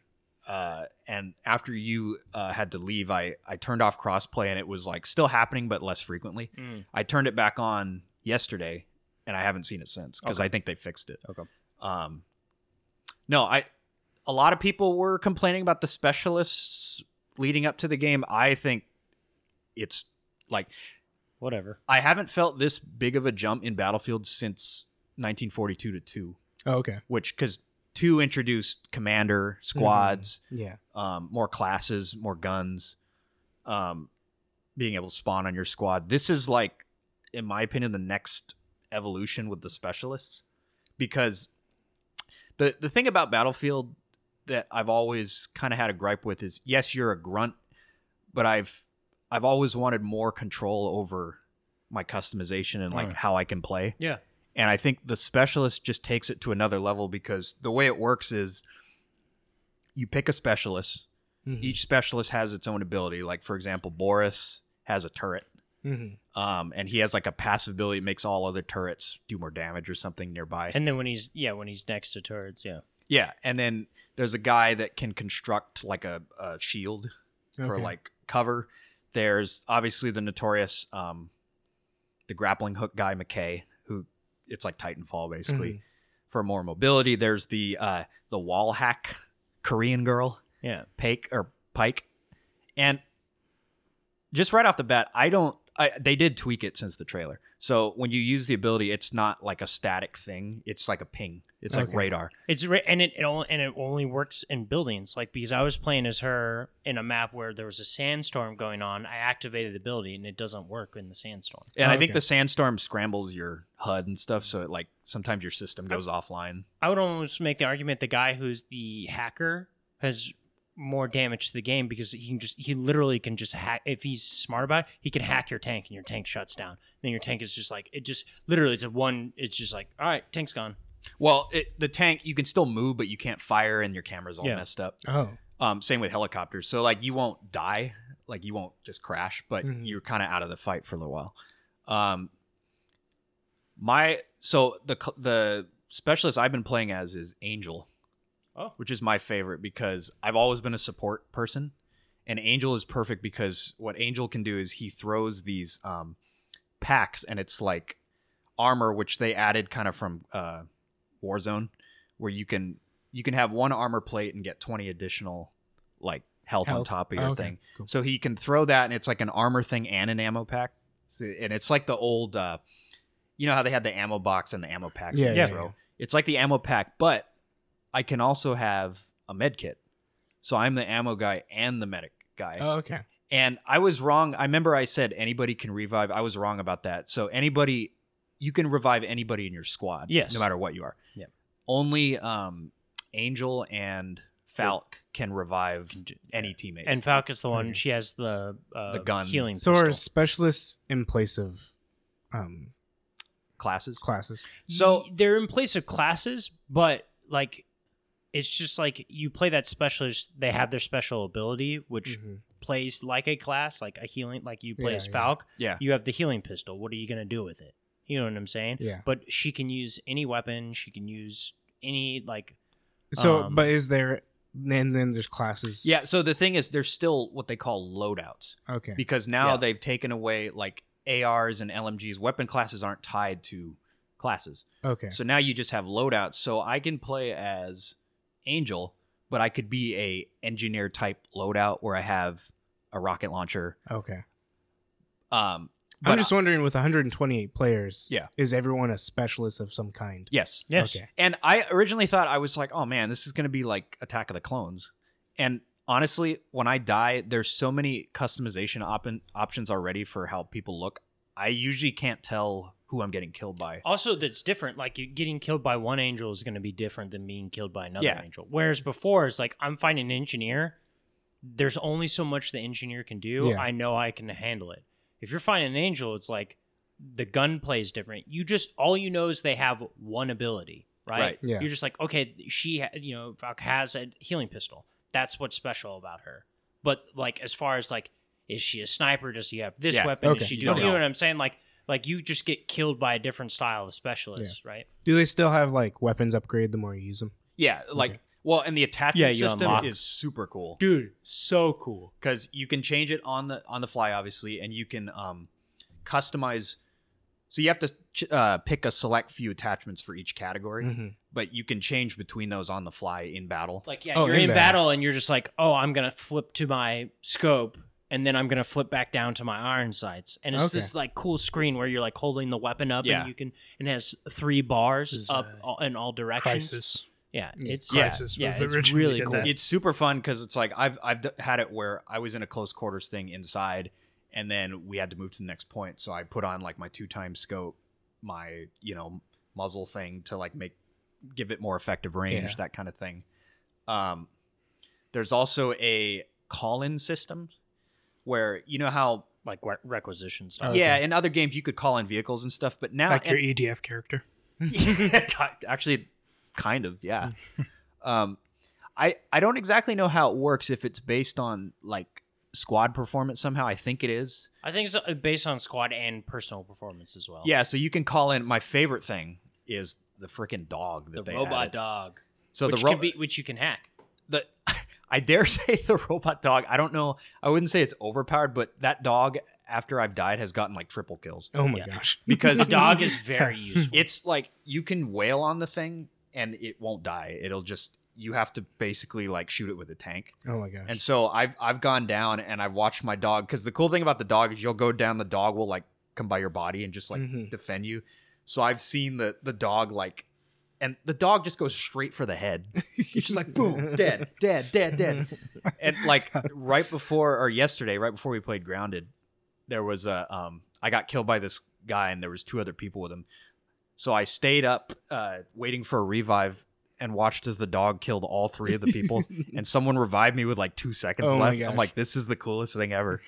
B: Uh, and after you uh, had to leave, I I turned off crossplay and it was like still happening but less frequently.
C: Mm.
B: I turned it back on yesterday, and I haven't seen it since because
C: Okay.
B: I think they fixed it.
C: Okay.
B: Um, no, I. A lot of people were complaining about the specialists leading up to the game. I think it's like
C: Whatever.
B: I haven't felt this big of a jump in Battlefield since 1942 to 2,
D: Oh, okay.
B: which because two introduced commander squads,
D: Yeah.
B: um, more classes, more guns, um, being able to spawn on your squad. This is like, in my opinion, the next evolution with the specialists, because the the thing about Battlefield that I've always kind of had a gripe with is, yes, you're a grunt, but I've I've always wanted more control over my customization and like how I can play.
C: Yeah.
B: And I think the specialist just takes it to another level because the way it works is you pick a specialist.
D: Mhm.
B: Each specialist has its own ability. Like for example, Boris has a turret.
D: Mhm.
B: Um, and he has like a passive ability that makes all other turrets do more damage or something nearby.
C: And then when he's yeah, when he's next to turrets, yeah.
B: yeah, and then there's a guy that can construct like a, a shield for
D: Okay.
B: like cover. There's obviously the notorious um the grappling hook guy McKay, who it's like Titanfall basically.
D: Mm-hmm.
B: For more mobility, there's the uh the wall hack Korean girl,
C: Yeah.
B: Pike or Pike. And just right off the bat, I don't I, they did tweak it since the trailer. So when you use the ability, it's not like a static thing. It's like a ping. It's like
D: Okay.
B: radar.
C: It's ri- and it, it only, and it only works in buildings like because I was playing as her in a map where there was a sandstorm going on. I activated the ability and it doesn't work in the sandstorm.
B: And
D: Oh,
B: I think
D: okay.
B: the sandstorm scrambles your HUD and stuff, so it like sometimes your system
D: Oh.
B: goes offline.
C: I would almost make the argument the guy who's the hacker has more damage to the game because he can just he literally can just hack if he's smart about it he can hack your tank and your tank shuts down then your tank is just like it just literally it's a one it's just like all right tank's gone
B: Well, it, the tank you can still move, but you can't fire, and your camera's all
C: Yeah.
B: messed up.
D: Oh.
B: Um, same with helicopters. So like you won't die, like you won't just crash, but
D: Mhm.
B: you're kind of out of the fight for a little while. Um, my so the cl- the specialist I've been playing as is Angel,
C: Oh.
B: which is my favorite because I've always been a support person, and Angel is perfect because what Angel can do is he throws these um, packs, and it's like armor which they added kind of from uh, Warzone, where you can you can have one armor plate and get twenty additional like health, on
D: Health.
B: top of
D: Oh,
B: your
D: okay.
B: thing.
D: Cool.
B: So he can throw that, and it's like an armor thing and an ammo pack. So- and it's like the old, uh, you know how they had the ammo box and the ammo packs.
D: Yeah,
B: that you
D: yeah,
B: throw?
D: yeah.
B: It's like the ammo pack, but I can also have a med kit. So I'm the ammo guy and the medic guy.
D: Oh, okay.
B: And I was wrong. I remember I said anybody can revive. I was wrong about that. So anybody, you can revive anybody in your squad.
C: Yes.
B: No matter what you are.
C: Yeah.
B: Only um, Angel and Falk can revive any teammate.
C: and Falca's the one
D: Okay.
C: she has the uh,
B: The gun.
C: healing
D: So are
C: pistol.
D: specialists in place of um
B: classes.
D: classes?
B: So-
C: Y- they're in place of classes, but like it's just like you play that specialist, they have their special ability, which
D: Mhm.
C: plays like a class, like a healing, like you play
D: Yeah,
C: as
D: yeah.
C: Falk,
B: Yeah.
C: you have the healing pistol. What are you gonna do with it? You know what I'm saying?
D: Yeah.
C: But she can use any weapon, she can use any like
D: So,
C: Um,
D: but is there and then there's classes?
B: Yeah. So the thing is, there's still what they call loadouts
D: Okay.
B: because now
C: Yeah.
B: they've taken away like ARs and LMGs. Weapon classes aren't tied to classes.
D: Okay.
B: So now you just have loadouts. So I can play as Angel, but I could be a engineer type loadout where I have a rocket launcher.
D: Okay.
B: Um,
D: I'm
B: but
D: just wondering with 128 players,
B: Yeah.
D: is everyone a specialist of some kind?
B: yes,
C: Yes.
D: Okay.
B: And I originally thought I was like, oh man, this is gonna be like Attack of the Clones. And honestly, when I die, there's so many customization op- options already for how people look. I usually can't tell who I'm getting killed by.
C: Also, that's different. Like you getting killed by one angel is going to be different than being killed by another
B: Yeah.
C: angel. Whereas before, it's like I'm finding an engineer. There's only so much the engineer can do.
D: Yeah.
C: I know I can handle it. If you're finding an angel, it's like the gunplay is different. You just all you know is they have one ability, right?
B: Right.
D: Yeah.
C: You're just like, okay, she, ha- you know, Valk has a healing pistol. That's what's special about her. But like, as far as like, is she a sniper? Does she have this
B: Yeah.
C: weapon?
D: Okay.
C: Is she
B: You
C: doing?
B: don't
C: You know
B: know.
C: what I'm saying? Like, like you just get killed by a different style of specialist, right?
D: Do they still have like weapons upgrade the more you use them?
B: Yeah, like well, and the attachment
C: Yeah, you
B: system
C: unlock-
B: is super cool.
C: Dude, so cool.
B: because you can change it on the on the fly obviously and you can um customize so you have to ch- uh, pick a select few attachments for each category
C: Mm-hmm.
D: Mhm.
B: but you can change between those on the fly in battle
C: Like, yeah,
D: Oh,
C: you're
D: in
C: in battle.
D: battle.
C: and you're just like, oh, I'm gonna flip to my scope, and then I'm gonna flip back down to my iron sights, and it's
D: Okay.
C: this like cool screen where you're like holding the weapon up,
B: Yeah.
C: and you can, and it has three bars
A: This is,
C: up
A: uh,
C: all, in all directions.
A: Crisis.
C: Yeah,
D: Yeah.
C: it's
A: Yeah. Crisis
C: yeah,
A: was
C: it's
A: originally
C: really
A: did
C: cool.
A: that.
C: It-
B: It's super fun because it's like I've I've d- had it where I was in a close quarters thing inside, and then we had to move to the next point. So I put on like my two time scope, my you know muzzle thing to like make give it more effective range,
D: Yeah.
B: that kind of thing. Um, there's also a call in system where you know how
C: like re- requisition stuff.
B: yeah in other games you could call in vehicles and stuff, but now
A: like
B: and-
A: your EDF character.
B: yeah, ki- actually kind of yeah um i i don't exactly know how it works if it's based on like squad performance somehow i think it is
C: I think it's uh, based on squad and personal performance as well.
B: yeah so you can call in my favorite thing is the freaking dog
C: the
B: that they
C: robot
B: added.
C: dog,
B: so
C: which
B: the ro-
C: can be which you can hack.
B: the I dare say the robot dog. I don't know. I wouldn't say it's overpowered, but that dog after I've died has gotten like triple kills
D: Oh my
C: Yeah.
D: gosh.
B: because
C: The dog is very useful.
B: it's like you can wail on the thing and it won't die. It'll just you have to basically like shoot it with a tank.
D: Oh my gosh.
B: And so I've I've gone down and I've watched my dog because the cool thing about the dog is you'll go down, the dog will like come by your body and just like
D: Mhm.
B: defend you. So I've seen the the dog like, and the dog just goes straight for the head. It's just like boom, dead, dead, dead, dead. And like right before or yesterday, right before we played Grounded, there was a um I got killed by this guy and there was two other people with him. So I stayed up uh, waiting for a revive and watched as the dog killed all three of the people and someone revived me with like 2 seconds
D: Oh my
B: left. I'm
D: gosh.
B: like this is the coolest thing ever.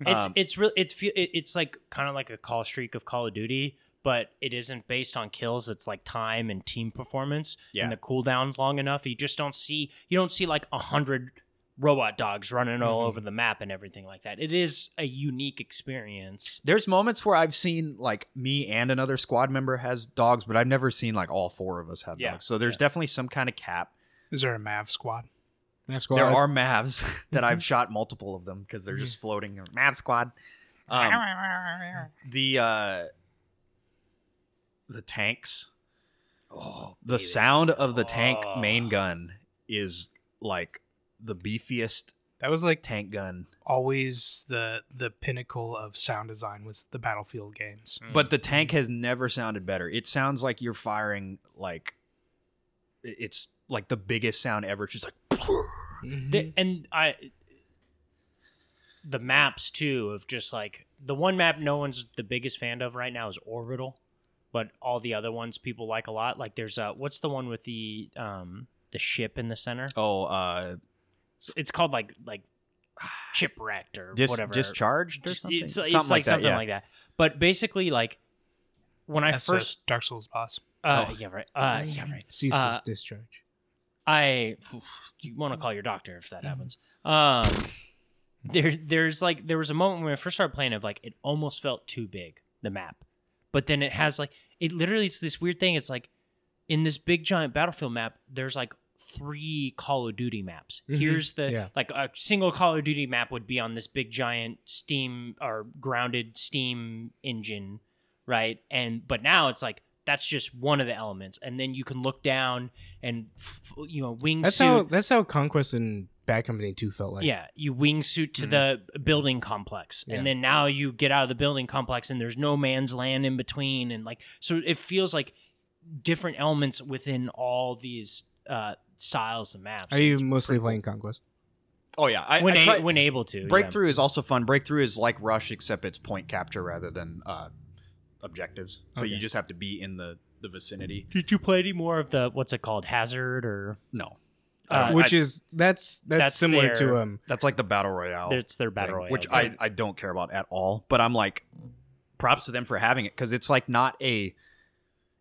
C: It's
B: Um,
C: it's real it's fe- it- it's like kind of like a call streak of Call of Duty, but it isn't based on kills. It's like time and team performance,
B: Yeah.
C: and the cooldown's long enough. You just don't see you don't see like a hundred robot dogs running all over the map and everything like that. It is a unique experience.
B: There's moments where I've seen like me and another squad member has dogs, but I've never seen like all four of us have
C: Yeah,
B: dogs. So there's definitely some kind of cap.
A: Is there a Mav squad?
D: Mav Squad.
B: There are Mavs that
C: Mm-hmm.
B: I've shot multiple of them because they're just floating. Mav squad. Um, the uh, the tanks.
C: Oh,
B: The sound of the tank
C: Oh.
B: main gun is like the beefiest
A: That was like
B: tank gun.
C: Mm-hmm.
A: always the the pinnacle of sound design was the Battlefield games.
C: Mm.
B: But the tank has never sounded better. It sounds like you're firing like it- it's like the biggest sound ever. It's just like
C: The-
B: Mm-hmm.
C: and I the maps too of just like the one map no one's the biggest fan of right now is orbital, but all the other ones people like a lot. Like there's uh what's the one with the um the ship in the center?
B: oh uh
C: It's, it's called like like shipwrecked or
B: dis-
C: whatever.
B: discharged or
C: It's,
B: something.
C: it's
B: something
C: like,
B: like that,
C: something
B: yeah.
C: like that. But basically like when I
A: That's a
C: first
A: Dark Souls boss.
C: uh,
B: Oh.
C: yeah right uh yeah right
D: Ceaseless
C: uh,
D: discharge.
C: I you want to call your doctor if that happens. Um, there, there's like there was a moment when I first started playing of like it almost felt too big the map, but then it has like it literally it's this weird thing. It's like in this big giant battlefield map, there's like three Call of Duty maps.
D: Mhm.
C: Here's the
D: Yeah.
C: like a single Call of Duty map would be on this big giant steam or grounded steam engine, right? And but now it's like that's just one of the elements, and then you can look down and f- f- you know wingsuit.
D: That's how that's how Conquest and Bad Company 2 felt like.
C: yeah, you wingsuit to the building complex,
D: Mm-hmm. Yeah.
C: and then now you get out of the building complex, and there's no man's land in between, and like so it feels like different elements within all these uh, styles of maps.
D: Are you
C: It's-
D: mostly playing Conquest?
B: Oh yeah, I,
C: when
B: I
C: a-
B: tried-
C: when able to yeah.
B: Breakthrough is also fun. Breakthrough is like Rush, except it's point capture rather than uh, objectives. So you
D: Okay.
B: just have to be in the, the vicinity.
C: Did you play any more of the what's it called hazard or
B: No,
C: Uh,
D: Which is that's that's,
C: That's their-
D: similar to um
B: that's like the battle royale,
C: it's their
B: thing,
C: battle royale,
B: which
C: game.
B: I, I don't care about at all. But I'm like, props to them for having it because it's like not a.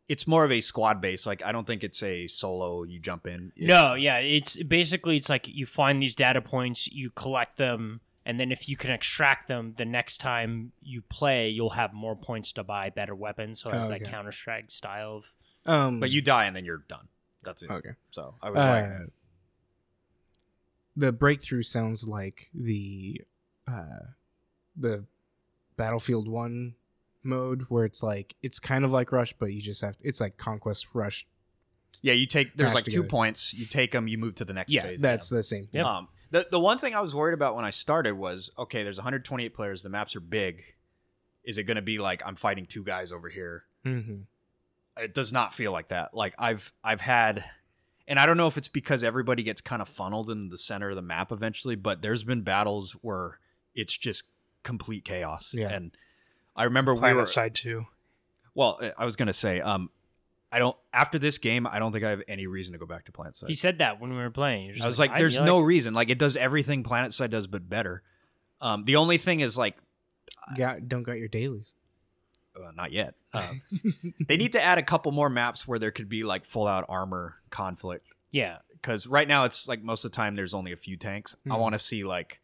B: It's more of a squad base. Like I don't think it's a solo. You jump in. It's-
C: no yeah it's basically it's like you find these data points you collect them and then if you can extract them the next time you play you'll have more points to buy better weapons so it has
D: Oh,
C: that
D: okay.
C: counter strike style of
D: um
B: but you die and then you're done. That's
C: Oh.
B: it.
D: okay.
B: So I was
D: Uh,
B: like,
D: the breakthrough sounds like the uh the battlefield one mode where it's like it's kind of like rush but you just have it's like conquest rush
B: yeah, you take. There's
D: Crash
B: like two
D: together.
B: points. You take them. You move to the next
D: yeah
B: phase.
D: that's the same
C: Yep.
B: Um, the the one thing I was worried about when I started was okay, there's 128 players. The maps are big. Is it going to be like I'm fighting two guys over here?
D: mm-hmm.
B: It does not feel like that. Like I've I've had, And I don't know if it's because everybody gets kind of funneled in the center of the map eventually, but there's been battles where it's just complete chaos.
D: Yeah.
B: And I remember we
A: Planet
B: were
A: Side Two.
B: well, I- I was gonna say, um, I don't after this game, I don't think I have any reason to go back to Planet Side.
C: He said that when we were playing. You're just
B: I was like,
C: I
B: there's
C: like-
B: no reason. Like it does everything Planet Side does, but better. Um, the only thing is like
C: Uh,
D: Got don't got your dailies.
B: uh, not yet. Um, they need to add a couple more maps where there could be like full out armor conflict.
C: Yeah,
B: Because right now it's like most of the time there's only a few tanks. I
C: Hmm.
A: Mhm.
B: want to see like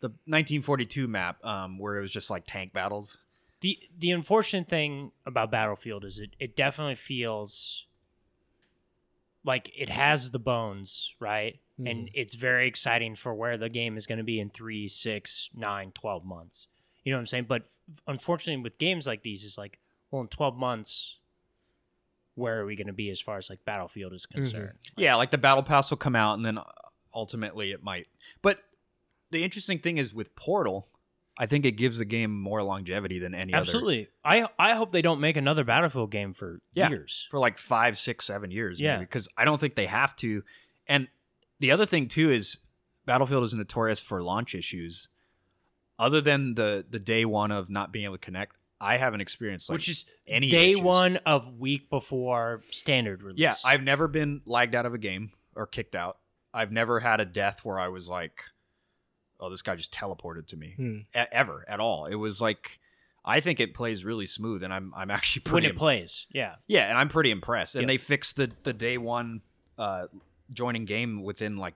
B: the 1942 map um, where it was just like tank battles.
C: the the unfortunate thing about Battlefield is it it definitely feels like it has the bones, right?
B: Hmm.
C: And it's very exciting for where the game is going to be in three, six, nine, 12 months. You know what I'm saying? But unfortunately, with games like these, it's like, well, in 12 months, where are we going to be as far as like Battlefield is
B: Mm-hmm.
C: concerned?
B: Yeah, like the battle pass will come out, and then uh, ultimately it might. But the interesting thing is with Portal, I think it gives the game more longevity than any other.
C: Absolutely. I I hope they don't make another Battlefield game for
B: Yeah.
C: years.
B: for like five, six, seven years.
C: Yeah.
B: Yeah, because I don't think they have to. And the other thing too is Battlefield is notorious for launch issues. Other than the the day one of not being able to connect, I haven't experienced like
C: which is
B: any
C: day
B: issues.
C: one of week before standard release.
B: Yeah, I've never been lagged out of a game or kicked out. I've never had a death where I was like, "Oh, this guy just teleported to me."
D: Hmm.
B: E- ever at all? It was like, I think it plays really smooth, and I'm I'm actually pretty
C: when it
B: impressed.
C: plays. Yeah,
B: Yeah, and I'm pretty impressed. And
C: Yeah.
B: they fixed the the day one uh, joining game within like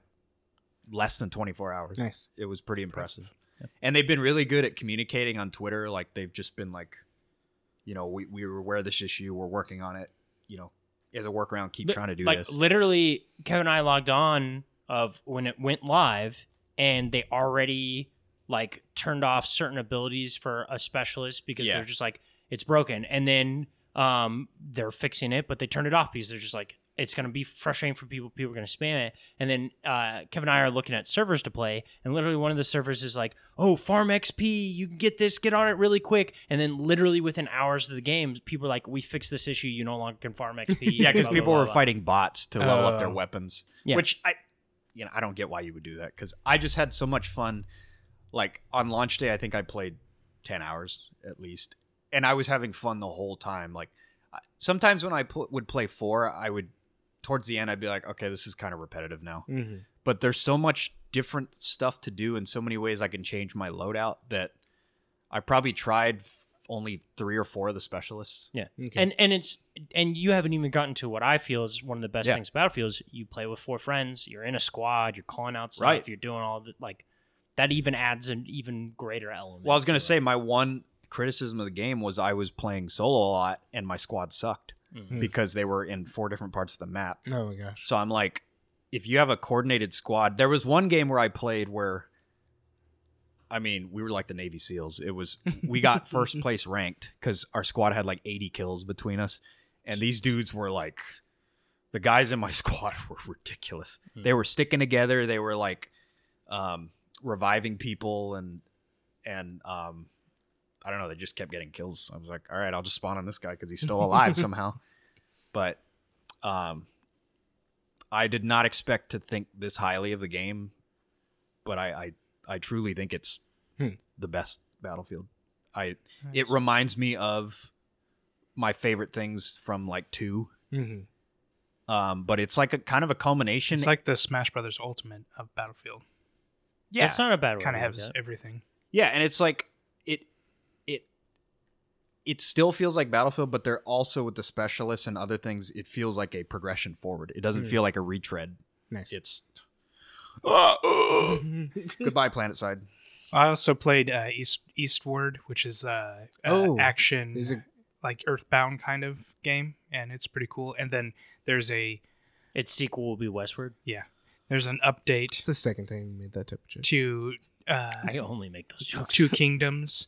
B: less than 24 hours.
D: Nice.
B: It was pretty impressive. And they've been really good at communicating on Twitter. Like they've just been like, you know, we, we were aware of this issue. We're working on it. You know, as a workaround, keep
C: Li-
B: trying to do
C: like
B: this.
C: literally, Kevin and I logged on of when it went live, and they already like turned off certain abilities for a specialist because
B: Yeah.
C: they're just like it's broken, and then um they're fixing it, but they turned it off because they're just like it's going to be frustrating for people. People are going to spam it, and then uh, Kevin and I are looking at servers to play, and literally one of the servers is like, "Oh, farm XP, you can get this, get on it really quick." And then literally within hours of the game, people are like, "We fixed this issue. You no longer can farm XP."
B: yeah, because
C: blah, blah,
B: people
C: blah,
B: were
C: blah.
B: fighting bots to level up their
D: Oh.
B: weapons,
C: Yeah.
B: which I, you know, I don't get why you would do that. Because I just had so much fun. Like on launch day, I think I played ten hours at least, and I was having fun the whole time. Like I- sometimes when I pl- would play four, I would towards the end I'd be like, okay, this is kind of repetitive now.
D: Mm-hmm.
B: But there's so much different stuff to do, and so many ways I can change my loadout that I probably tried f- only three or four of the specialists.
C: Yeah.
D: Okay.
C: And and it's and you haven't even gotten to what I feel is one of the best
B: Yeah.
C: things about Battlefield is you play with four friends, you're in a squad, you're calling out stuff,
B: Right.
C: you're doing all the like that even adds an even greater element.
B: Well, I was gonna
C: to
B: say my one criticism of the game was I was playing solo a lot and my squad sucked
C: Mhm.
B: because they were in four different parts of the map.
D: Oh my gosh.
B: So I'm like, if you have a coordinated squad, there was one game where I played where, I mean, we were like the Navy SEALs. It was we got first place ranked because our squad had like 80 kills between us, and these dudes were like, the guys in my squad were ridiculous. They were sticking together. They were like, um, reviving people and and um. I don't know. They just kept getting kills. I was like, all right, I'll just spawn on this guy because he's still alive somehow. But um, I did not expect to think this highly of the game, but I I, I truly think it's
D: Hmm.
B: the best Battlefield. I it reminds me of my favorite things from like two,
D: Mm-hmm.
B: um, but it's like a kind of a culmination.
A: It's like the Smash Brothers Ultimate of Battlefield.
B: yeah,
C: That's not a bad way.
A: Kind of
C: to look
A: has
C: at it.
A: everything.
B: yeah, and it's like it it it still feels like Battlefield, but they're also with the specialists and other things. It feels like a progression forward. It doesn't
D: Hmm.
B: feel like a retread.
D: Nice.
B: It's
D: Hmm.
B: Ah, ugh. goodbye, Planet Side.
A: I also played uh, East Eastward, which is uh, uh
D: Oh,
A: action
D: is it-
A: like Earthbound kind of game, and it's pretty cool. And then there's a
C: Its sequel will be Westward.
A: there's an update
D: It's the second time you made that type of joke.
A: to uh,
C: I can only make those jokes.
A: Two Kingdoms.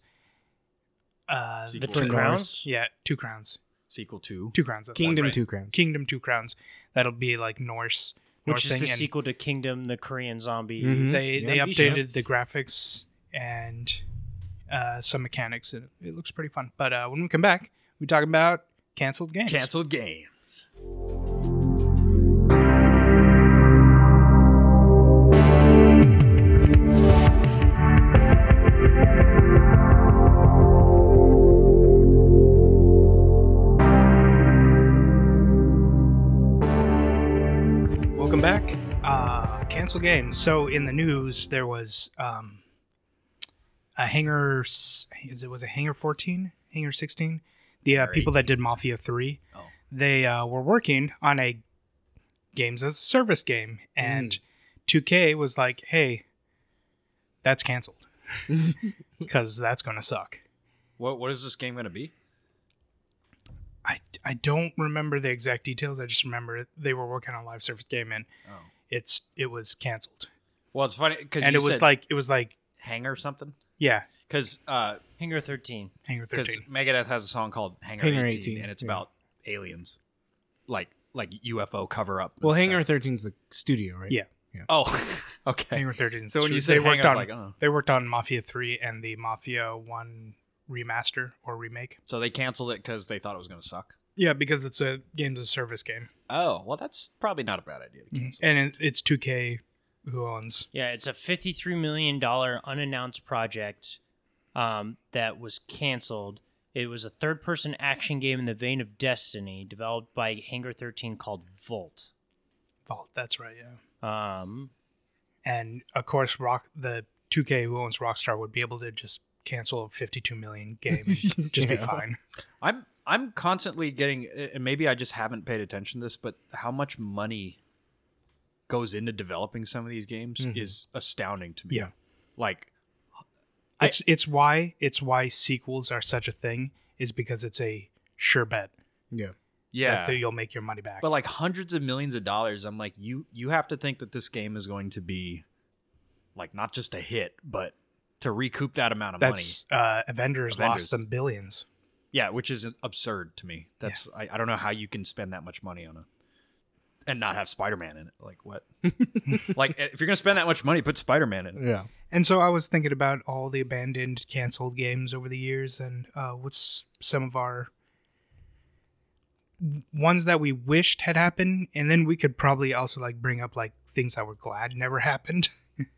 A: Uh,
B: Sequel
C: the
B: to
C: Two
D: Norse.
C: Crowns.
A: yeah, Two Crowns,
B: Sequel two.
A: Two Crowns. that's the one,
D: Kingdom
A: right.
D: Two Crowns.
A: Kingdom Two Crowns. That'll be like Norse, Norse
C: Which is
A: thing,
C: the
A: and
C: sequel to Kingdom, the Korean zombie.
B: Mm-hmm.
D: Mhm.
A: They
D: Yeah.
A: they
C: TV show.
A: updated the graphics and uh, some mechanics. It, it looks pretty fun. But uh, when we come back, we talk about canceled games.
B: Canceled games.
A: Welcome back. Uh, cancel games. So in the news, there was um, a hanger. s- Is it was a hanger fourteen, hanger sixteen? The uh, people that did Mafia three.
B: Oh.
A: They uh, were working on a games as a service game, and
B: Mm.
A: 2K was like, "Hey, that's canceled because that's gonna suck."
B: What what is this game going to be?
A: I, I don't remember the exact details. I just remember they were working on a live service game and
B: Oh.
A: it's it was canceled.
B: Well, it's funny because
A: And it was like it was like
B: Hanger something.
A: yeah,
B: Because uh,
C: Hanger 13.
A: Hangar
B: because
A: Thirteen.
B: Megadeth has a song called Hanger,
D: Hangar
B: 18,
D: 18,
B: and it's
D: yeah.
B: about aliens, like like UFO cover up. and
D: Well,
B: stuff.
D: Hangar 13's the studio, right?
A: Yeah.
B: Oh, okay.
A: Hangar Thirteen.
B: So when
A: Sure,
B: you said
A: they worked
B: Hanger, I was
A: on
B: like, oh.
A: they worked on Mafia Three and the Mafia One remaster or remake.
B: So they canceled it because they thought it was going to suck.
A: Yeah, because it's a games as a service game,
B: Oh, well, that's probably not a bad idea. To cancel.
A: and it, it's 2K who owns.
C: Yeah, it's a $53 million unannounced project um, that was canceled. It was a third person action game in the vein of Destiny developed by Hanger 13 called Volt.
A: Vault. That's right. Yeah.
C: Um,
A: and of course rock the 2k who owns rockstar would be able to just cancel a 52 million game and just be
D: Yeah.
A: fine
B: I'm I'm constantly getting, and maybe I just haven't paid attention to this, but how much money goes into developing some of these games
A: Mhm.
B: is astounding to me.
D: Yeah.
B: like I-
A: it's it's why it's why sequels are such a thing is because it's a sure bet
D: Yeah.
B: yeah,
A: that the- you'll make your money back
B: but like hundreds of millions of dollars. I'm like, you you have to think that this game is going to be like not just a hit, but to recoup that amount of money.
A: that's uh avengers,
B: Avengers.
A: lost them billions
B: Yeah, which is absurd to me. That's I, I don't know how you can spend that much money on it and not have Spider Man in it. Like what? like eh, if you're gonna spend that much money, put Spider Man in it.
D: Yeah.
A: and so i was thinking about all the abandoned canceled games over the years and uh what's some of our ones that we wished had happened and then we could probably also like bring up like things that we're glad never happened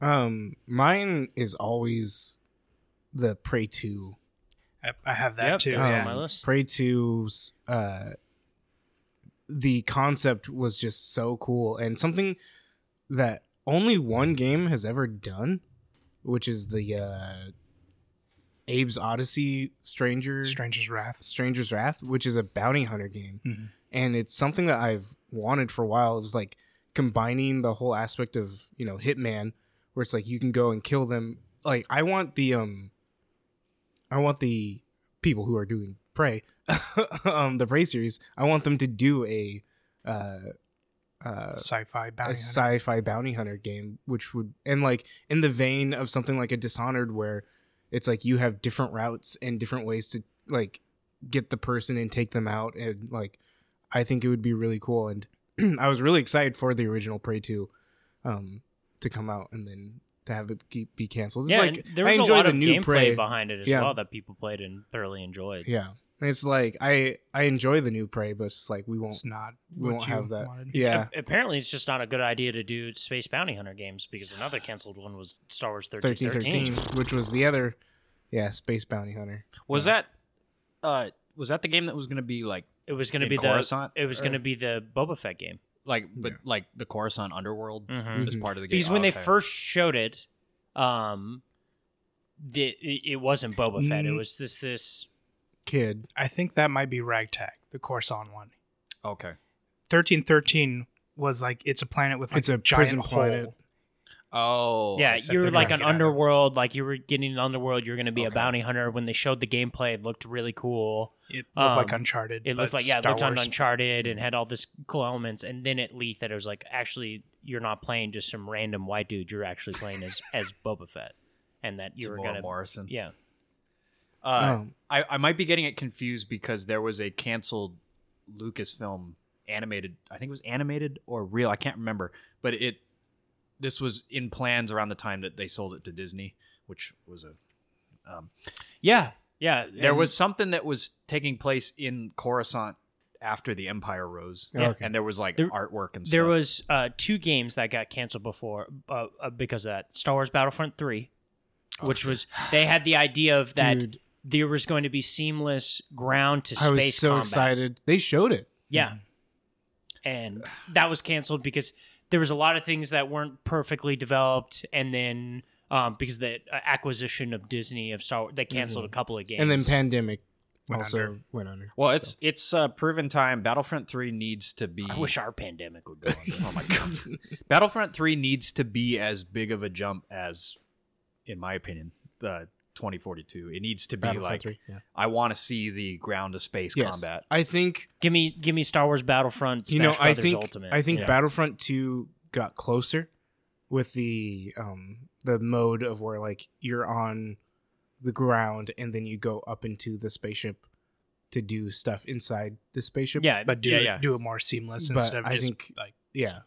D: Um, mine is always the Prey 2.
A: I, I have that
C: Yep,
A: too.
C: that's
A: yeah.
C: on my list.
D: Prey 2's Um, uh the concept was just so cool and something that only one game has ever done, which is the uh Abe's Odyssey Stranger
A: Stranger's Wrath.
D: Stranger's Wrath, which is a bounty hunter game.
A: Mhm.
D: And it's something that I've wanted for a while. It was like combining the whole aspect of, you know, Hitman, where it's like you can go and kill them. Like I want the um I want the people who are doing Prey, um, the Prey series, I want them to do a uh uh
A: Sci-fi bounty.
D: a
A: hunter.
D: sci-fi bounty hunter game which would and like in the vein of something like a dishonored where it's like you have different routes and different ways to like get the person and take them out and like i think it would be really cool and i was really excited for the original prey 2 um to come out and then to have it keep, be canceled it's
C: yeah,
D: like
C: and there was
D: I
C: a
D: enjoy
C: lot
D: the
C: of
D: new
C: gameplay
D: prey
C: behind it as
D: Yeah.
C: well that people played and thoroughly enjoyed.
D: yeah it's like i i enjoy the new prey but it's like we won't
A: It's not.
D: we
A: what
D: won't
A: you
D: have that
A: wanted.
D: yeah
C: A- apparently, it's just not a good idea to do space bounty hunter games because another canceled one was Star Wars 1313.
D: 1313 which was the other yeah space bounty hunter
B: Was that uh was that the game that was gonna be like
C: It was going to
B: In
C: be
B: Coruscant?
C: the it was going to be the Boba Fett game.
B: like but like the Coruscant Underworld
C: Mhm.
B: as part of the game?
C: Because
B: Oh,
C: when
B: okay.
C: they first showed it, um, the, it, it wasn't Boba Fett. It
A: Mm.
C: was this this
D: kid.
A: I think that might be Ragtag, the Corson one.
B: Okay.
A: Thirteen thirteen was like it's a planet with like
D: It's a
A: giant
D: prison
A: hole.
D: planet.
B: Oh
C: yeah.
B: I said
C: You were
B: they're
C: like
B: trying
C: an
B: to get out of it.
C: underworld. Like you were getting an underworld. You were going to be a
B: Okay.
C: bounty hunter. When they showed the gameplay, it looked really cool.
A: It looked like
C: Um,
A: Uncharted.
C: It looked
A: but
C: like yeah, it
A: Star
C: looked on
A: Wars.
C: Uncharted and had all this cool elements, and then it leaked that it was like actually you're not playing just some random white dude. You're actually playing as as Boba Fett, and that you were
B: Tamora
C: gonna
B: Morrison.
C: yeah.
B: Uh,
D: Um,
B: I, I might be getting it confused because there was a canceled Lucasfilm animated. I think it was animated or real. I can't remember, but it this was in plans around the time that they sold it to Disney, which was a
C: Yeah, yeah.
B: there
C: and-
B: was something that was taking place in Coruscant after the Empire rose,
D: Yeah. Okay.
B: and there was like
C: There-
B: artwork and stuff.
C: there was uh, two games that got canceled before uh, uh, because of that Star Wars Battlefront Three, which was they had the idea of that
D: Oh, Dude.
C: there was going to be seamless ground to space
D: I was so
C: combat.
D: excited. They showed it.
C: Yeah, and that was canceled because there was a lot of things that weren't perfectly developed, and then um, because the uh, acquisition of Disney of Star Wars, they canceled a couple of games.
D: Mm-hmm. and then pandemic
A: Went
D: also
A: under.
D: went under.
B: Well, it's it's uh, proven time. Battlefront three needs to be.
C: I wish our pandemic would go on.
B: oh my god! Battlefront three needs to be as big of a jump as, in my opinion, the 2042. It needs to be
D: Battlefront
B: like
D: three, yeah.
B: I want to see the ground to space
D: Yes.
B: combat.
D: I think
C: Give me, give me Star Wars Battlefront. Smash
D: you know. I
C: Brothers
D: think
C: Ultimate.
D: I think
C: Yeah.
D: Battlefront Two got closer with the um the mode of where like you're on the ground and then you go up into the spaceship to do stuff inside the spaceship.
C: yeah,
A: but do
B: Yeah,
A: it,
B: yeah.
A: do it more seamless
D: But
A: instead of
D: I
A: just
D: think-
A: like
D: yeah.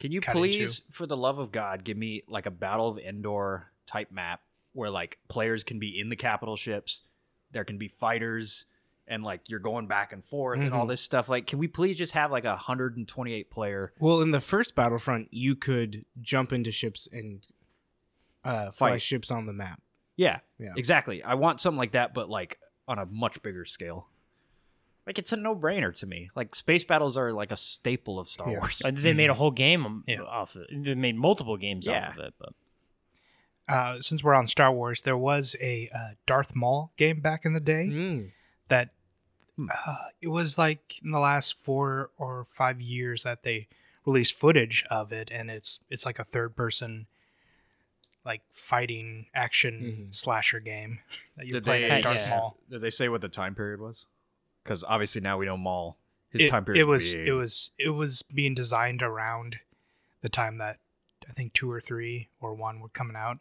B: Can you
A: Cut into.
B: please, for the love of God, give me like a Battle of Endor type map where like players can be in the capital ships, there can be fighters, and like you're going back and forth and all
D: Mhm.
B: this stuff. Like, can we please just have like a 128 player
D: Well, in the first Battlefront, you could jump into ships and uh, fly
B: Fight.
D: ships on the map.
B: Yeah,
D: Yeah.
B: exactly. I want something like that, but like on a much bigger scale. Like it's a no-brainer to me. Like space battles are like a staple of Star
D: Yeah.
B: Wars.
C: Uh, They made a whole game um,
A: Yeah.
C: off of it. They made multiple games
B: Yeah.
C: off of it. But
A: uh, since we're on Star Wars, there was a uh, Darth Maul game back in the day
D: Mm.
A: that uh, it was like in the last four or five years that they released footage of it, and it's it's like a third person like fighting action
D: Mhm.
A: slasher game that you're
B: Did
A: playing
B: they-
A: as Darth
C: Yeah.
A: Maul.
B: Did they say what the time period was? Because obviously now we know Maul. His
A: it,
B: time period.
A: it was it was it was being designed around the time that I think two or three or one were coming out,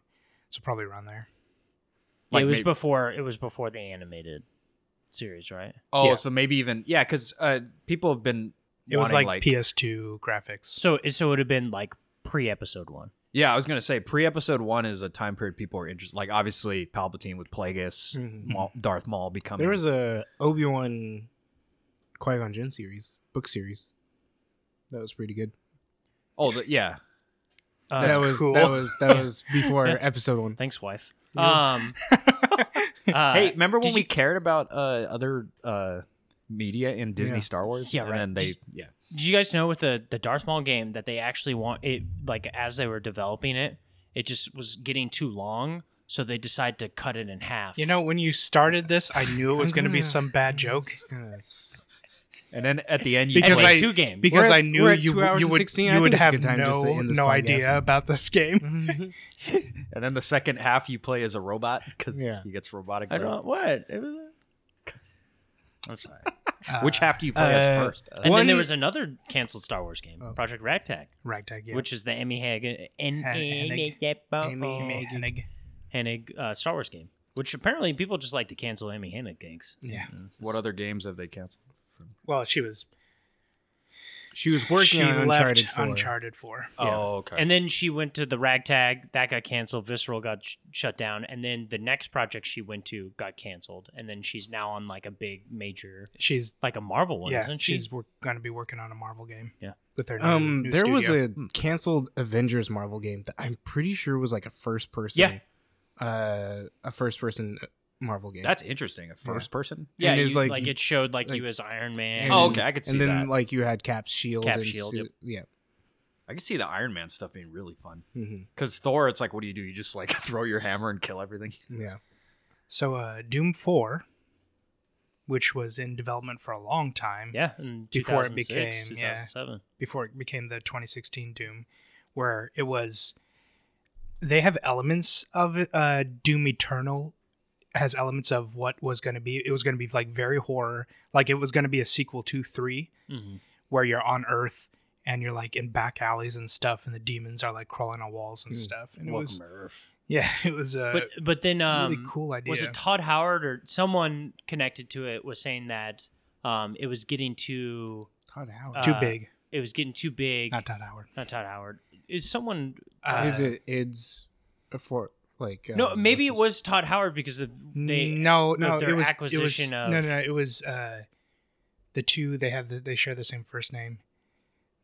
A: so probably around there.
B: Like
C: it was
B: maybe-
C: before. It was before the animated series, right?
B: Oh,
A: yeah.
B: so maybe even yeah, because uh, people have been.
A: It was like,
B: wanting, like
A: PS2 graphics.
C: So, so it would have been like pre-episode one.
B: yeah. I was gonna say pre-episode one is a time period people are interested. Like obviously Palpatine with Plagueis,
A: Mm-hmm.
D: Mhm.
B: Maul, Darth Maul becoming.
D: There was a Obi Wan, Qui Gon Jinn series book series. That was pretty good.
B: oh the, yeah,
C: Uh,
D: that was that was that was before episode one.
C: thanks, wife. Um, uh,
B: hey, remember when
C: did
B: we
C: you-
B: cared about uh, other uh, media in Disney
D: Yeah.
B: Star Wars?
C: Yeah,
B: and
C: right.
B: then they yeah.
C: did you guys know with the the Darth Maul game that they actually want it like as they were developing it, it just was getting too long, so they decided to cut it in half.
A: You know, when you started this, I knew it was
D: I'm
A: going to be
D: gonna-
A: some bad joke
D: Just gonna s-
B: And then at the end you
C: because
A: Because
C: like
A: I-
C: two games
A: because
D: We're at-
A: I knew
D: we're at
A: you
D: two hours
A: you
D: and
A: would
D: 16. I
A: you
D: think
A: would
D: it's a
A: have
D: good time just to
A: no
D: end this
A: no
D: podcast.
A: idea about this game.
B: and then the second half you play as a robot because
D: Yeah.
B: he gets robotic.
C: I
B: legs.
C: don't what. It was I'm sorry.
B: Which half do you play as
D: uh,
B: first?
C: And
D: One-
C: then there was another canceled Star Wars game,
D: Oh.
C: Project Ragtag,
A: Ragtag, yeah.
C: which is the Emmy Hagen and
A: Hennig.
C: uh,
D: Amy Hennig.
A: Hennig.
C: Hennig uh, Star Wars game, which apparently people just like to cancel Emmy Hennig games.
D: Yeah,
B: what other games have they canceled?
A: Well, she was
D: she was working
A: she
D: on
A: left
D: Uncharted. 4.
A: Uncharted 4.
B: Oh, okay.
C: And then she went to the Ragtag, that got canceled. Visceral got sh- shut down, and then the next project she went to got canceled, and then she's now on like a big major,
A: She's
C: like a Marvel one,
A: yeah,
C: isn't she?
A: she's going to be working on a Marvel game.
C: Yeah.
A: With her new,
D: Um,
A: new
D: there was
A: studio.
D: a canceled Avengers Marvel game that I'm pretty sure was like a first person. Uh, a first person Marvel game.
B: That's interesting. A first person.
C: yeah,
D: and
C: you,
D: it's
C: like,
D: like-
C: it showed like,
D: like-
C: you as Iron Man.
D: And-
B: Oh, okay, I could see
D: and then
B: that.
D: like you had Cap's shield.
C: Cap's
D: and
C: shield,
D: Su-
C: yep.
D: Yeah.
B: I can see the Iron Man stuff being really fun.
D: Mm-hmm.
B: Because Thor, it's like, what do you do? You just like throw your hammer and kill everything.
D: Yeah.
A: So uh Doom 4 which was in development for a long time
C: yeah, in
A: Before it
C: 2006,
A: became- yeah.
C: 2007.
A: before it became the 2016 Doom where it was they have elements of uh Doom Eternal has elements of what was going to be it was going to be like very horror like it was going to be a sequel to 3
C: Mhm.
A: where you're on earth and you're like in back alleys and stuff and the demons are like crawling on walls and
D: Hmm.
A: stuff and it was
C: Welcome to Earth.
A: yeah it was a
C: but but then um,
A: Uh, really cool idea
C: was it Todd Howard or someone connected to it was saying that um, it was getting too
D: Todd Howard.
A: too
C: uh,
A: big
C: it was getting too big.
A: not Todd Howard
C: Not Todd Howard. It's someone.
A: Uh,
D: is it IDS for like
C: no,
D: um,
C: maybe it
D: what's his-
C: was Todd Howard because of they.
A: no no
C: with their
A: it was it was,
C: acquisition of-
A: no no it was uh the two they have the, they share the same first name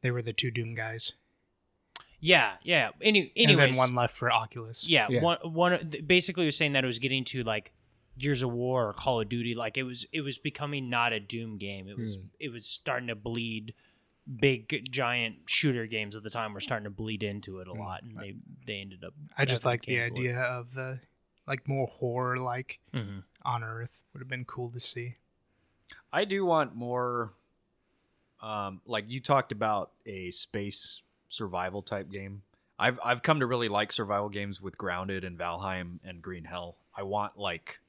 A: they were the two doom guys
C: Yeah, yeah. Any, anyways,
A: and then one left for oculus
C: Yeah,
D: Yeah.
C: one one th- basically was saying that it was getting to like Gears of War or
A: Hmm.
C: Call of Duty. Like it was it was becoming not a Doom game. It was it was starting to bleed big giant shooter games at the time were starting to bleed into it a lot, and they they ended up.
A: Hmm. I just
C: having
A: like
C: to
A: the
C: cancel it.
A: idea of the like more horror like
C: Mhm.
A: on Earth would have been cool to see.
B: I do want more. Um, like you talked about a space survival type game. I've I've come to really like survival games with Grounded and Valheim and Green Hell. I want like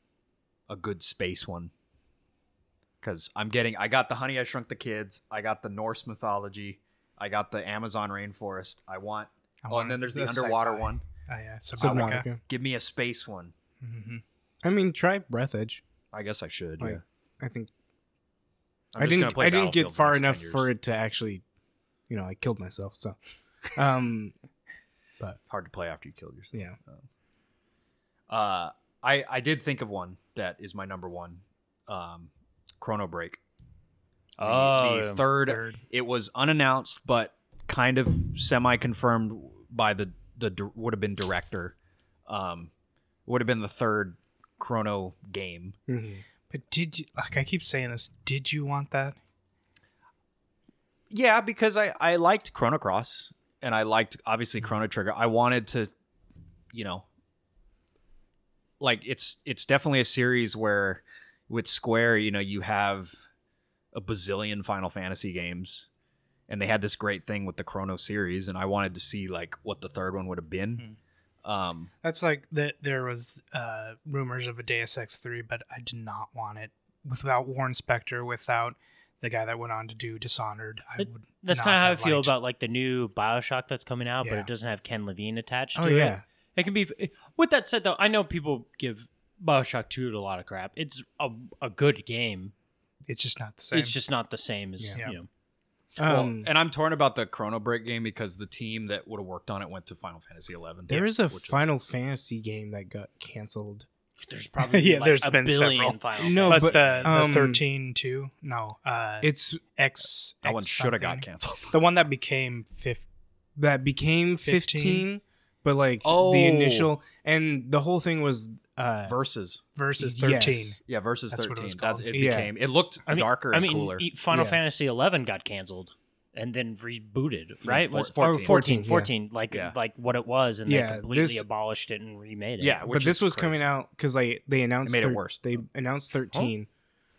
B: a good space one because I'm getting. I got the Honey I Shrunk the Kids. I got the Norse mythology. I got the Amazon rainforest. I want.
A: I
B: oh, and
A: want
B: then there's the
A: the
B: underwater
A: sci-fi.
B: one.
A: Oh yeah, Subnautica.
D: Subnautica.
B: Give me a space one.
A: hmm
D: I mean, try Breath Edge.
B: I guess I should.
D: Like,
B: yeah.
D: I think
B: I'm
D: I
B: just gonna
D: didn't.
B: play
D: I didn't
B: Battlefield
D: get
B: for
D: far
B: the next
D: enough
B: 10 years.
D: for it to actually, you know, I killed myself. So, um,
B: It's hard to play after you killed yourself.
D: yeah,
B: Uh, I I did think of one that is my number one, um, Chrono Break. The- the
C: Oh,
B: third,
A: third.
B: It was unannounced, but kind of semi confirmed by the the dir- would have been director. Um, would have been the third Chrono game.
A: But did you like? I keep saying this. Did you want that?
B: Yeah, because I I liked Chrono Cross and I liked obviously Chrono Trigger. I wanted to, you know, like it's it's definitely a series where with Square, you know, you have a bazillion Final Fantasy games and they had this great thing with the Chrono series and I wanted to see like what the third one would have been. Um
A: That's like that. There was uh, rumors of a Deus Ex three, but I did not want it without Warren Spector, without the guy that went on to do Dishonored. I
C: That-
A: would.
C: that's
A: not
C: kind of how I
A: have
C: feel
A: liked-
C: about like the new Bioshock that's coming out, but
A: Yeah.
C: it doesn't have Ken Levine attached.
D: Oh,
C: to
D: yeah.
C: it. it can be. With that said, though, I know people give Bioshock Two a lot of crap. It's a a good game.
A: It's just not the same.
C: It's just not the same as
A: Yeah.
C: you know.
B: well,
D: Um,
B: and I'm torn about the Chrono Break game because the team that would have worked on it went to Final Fantasy 11.
D: there is a
B: which
D: Final Fantasy game that got canceled.
C: There's probably
A: Yeah,
C: like
A: there's
C: a
A: been
C: billion
A: several.
C: Final
D: No,
A: but,
C: Fantasy
D: but,
A: the, the
D: um,
A: thirteen too. No, uh,
D: It's
A: X.
B: that
A: X
B: one should have
A: something.
B: got canceled.
A: The one that became fifth.
D: that became 15,
A: 15?
D: but like
B: Oh.
D: the initial and the whole thing was uh
B: Versus.
A: versus
D: Yes.
A: 13.
B: Yeah, versus
A: That's what it
B: thirteen.
A: was called.
B: That's it
D: Yeah.
B: became. It looked
C: I mean-
B: darker
C: I
B: and
C: mean,
B: cooler.
C: e- Final
D: Yeah.
C: Fantasy eleven got canceled and then rebooted, right?
B: four-
C: Was- or
B: 14.
C: 14,
D: 14, yeah.
C: 14, like
B: Yeah.
C: like what it was, and
D: Yeah,
C: they completely
D: this-
C: abolished it and remade it.
B: yeah,
D: but this was coming out because like they announced
B: made it worse.
D: They announced thirteen,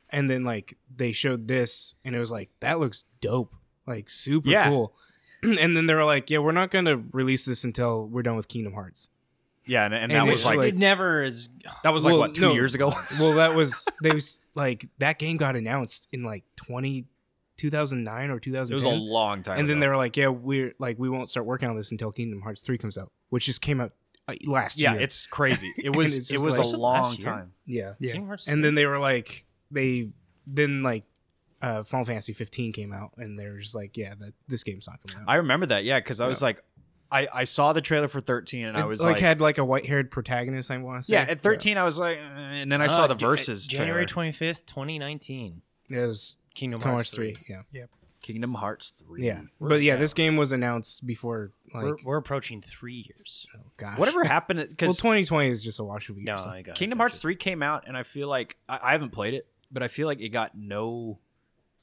D: and then like they showed this, and it was like that looks dope, like super
B: Yeah.
D: cool. and then they were like, yeah, we're not gonna release this until we're done with Kingdom Hearts.
B: Yeah, and, and
D: And
B: that
D: it
B: was like,
D: like-
C: it never is.
B: that was like
D: Well,
B: what two
D: no.
B: years ago.
D: well, that was they was like that game got announced in like 20, 2009 or two
B: it
D: thousand.
B: was a long time.
D: and then
B: ago.
D: they were like, yeah, we're like we won't start working on this until Kingdom Hearts three comes out, which just came out uh, last
B: yeah,
D: year.
B: it's crazy. It
D: And
B: was
D: it's
B: it
D: just
B: was
D: like-
B: a
C: Was it
B: long
C: last year?
B: time.
D: yeah.
A: Yeah.
C: Kingdom Hearts
D: and then they were like they then like uh final fantasy 15 came out and they were just like yeah that this game's not coming out
B: I remember that. Yeah, because I was like, I I saw the trailer for thirteen, and I
D: It,
B: was
D: like,
B: like,
D: had like a white-haired protagonist i want to say
B: yeah, at thirteen, I was like, eh, and then I saw
C: Uh,
B: the
C: J-
B: verses
C: January
B: trailer.
C: twenty fifth, twenty nineteen.
D: yeah. it was
C: Kingdom
D: Kingdom
C: Hearts
D: Hearts 3
C: three.
D: yeah
B: Kingdom Hearts three.
D: yeah but yeah this game was announced before like
C: we're, we're approaching three years.
D: oh, gosh
B: Whatever happened?
D: well
B: Because
D: 2020 is just a wash of a year
C: No,
D: so.
C: I got it,
B: Kingdom
C: got
B: Hearts
C: you.
B: three came out, and I feel like I, I haven't played it, but I feel like it got no,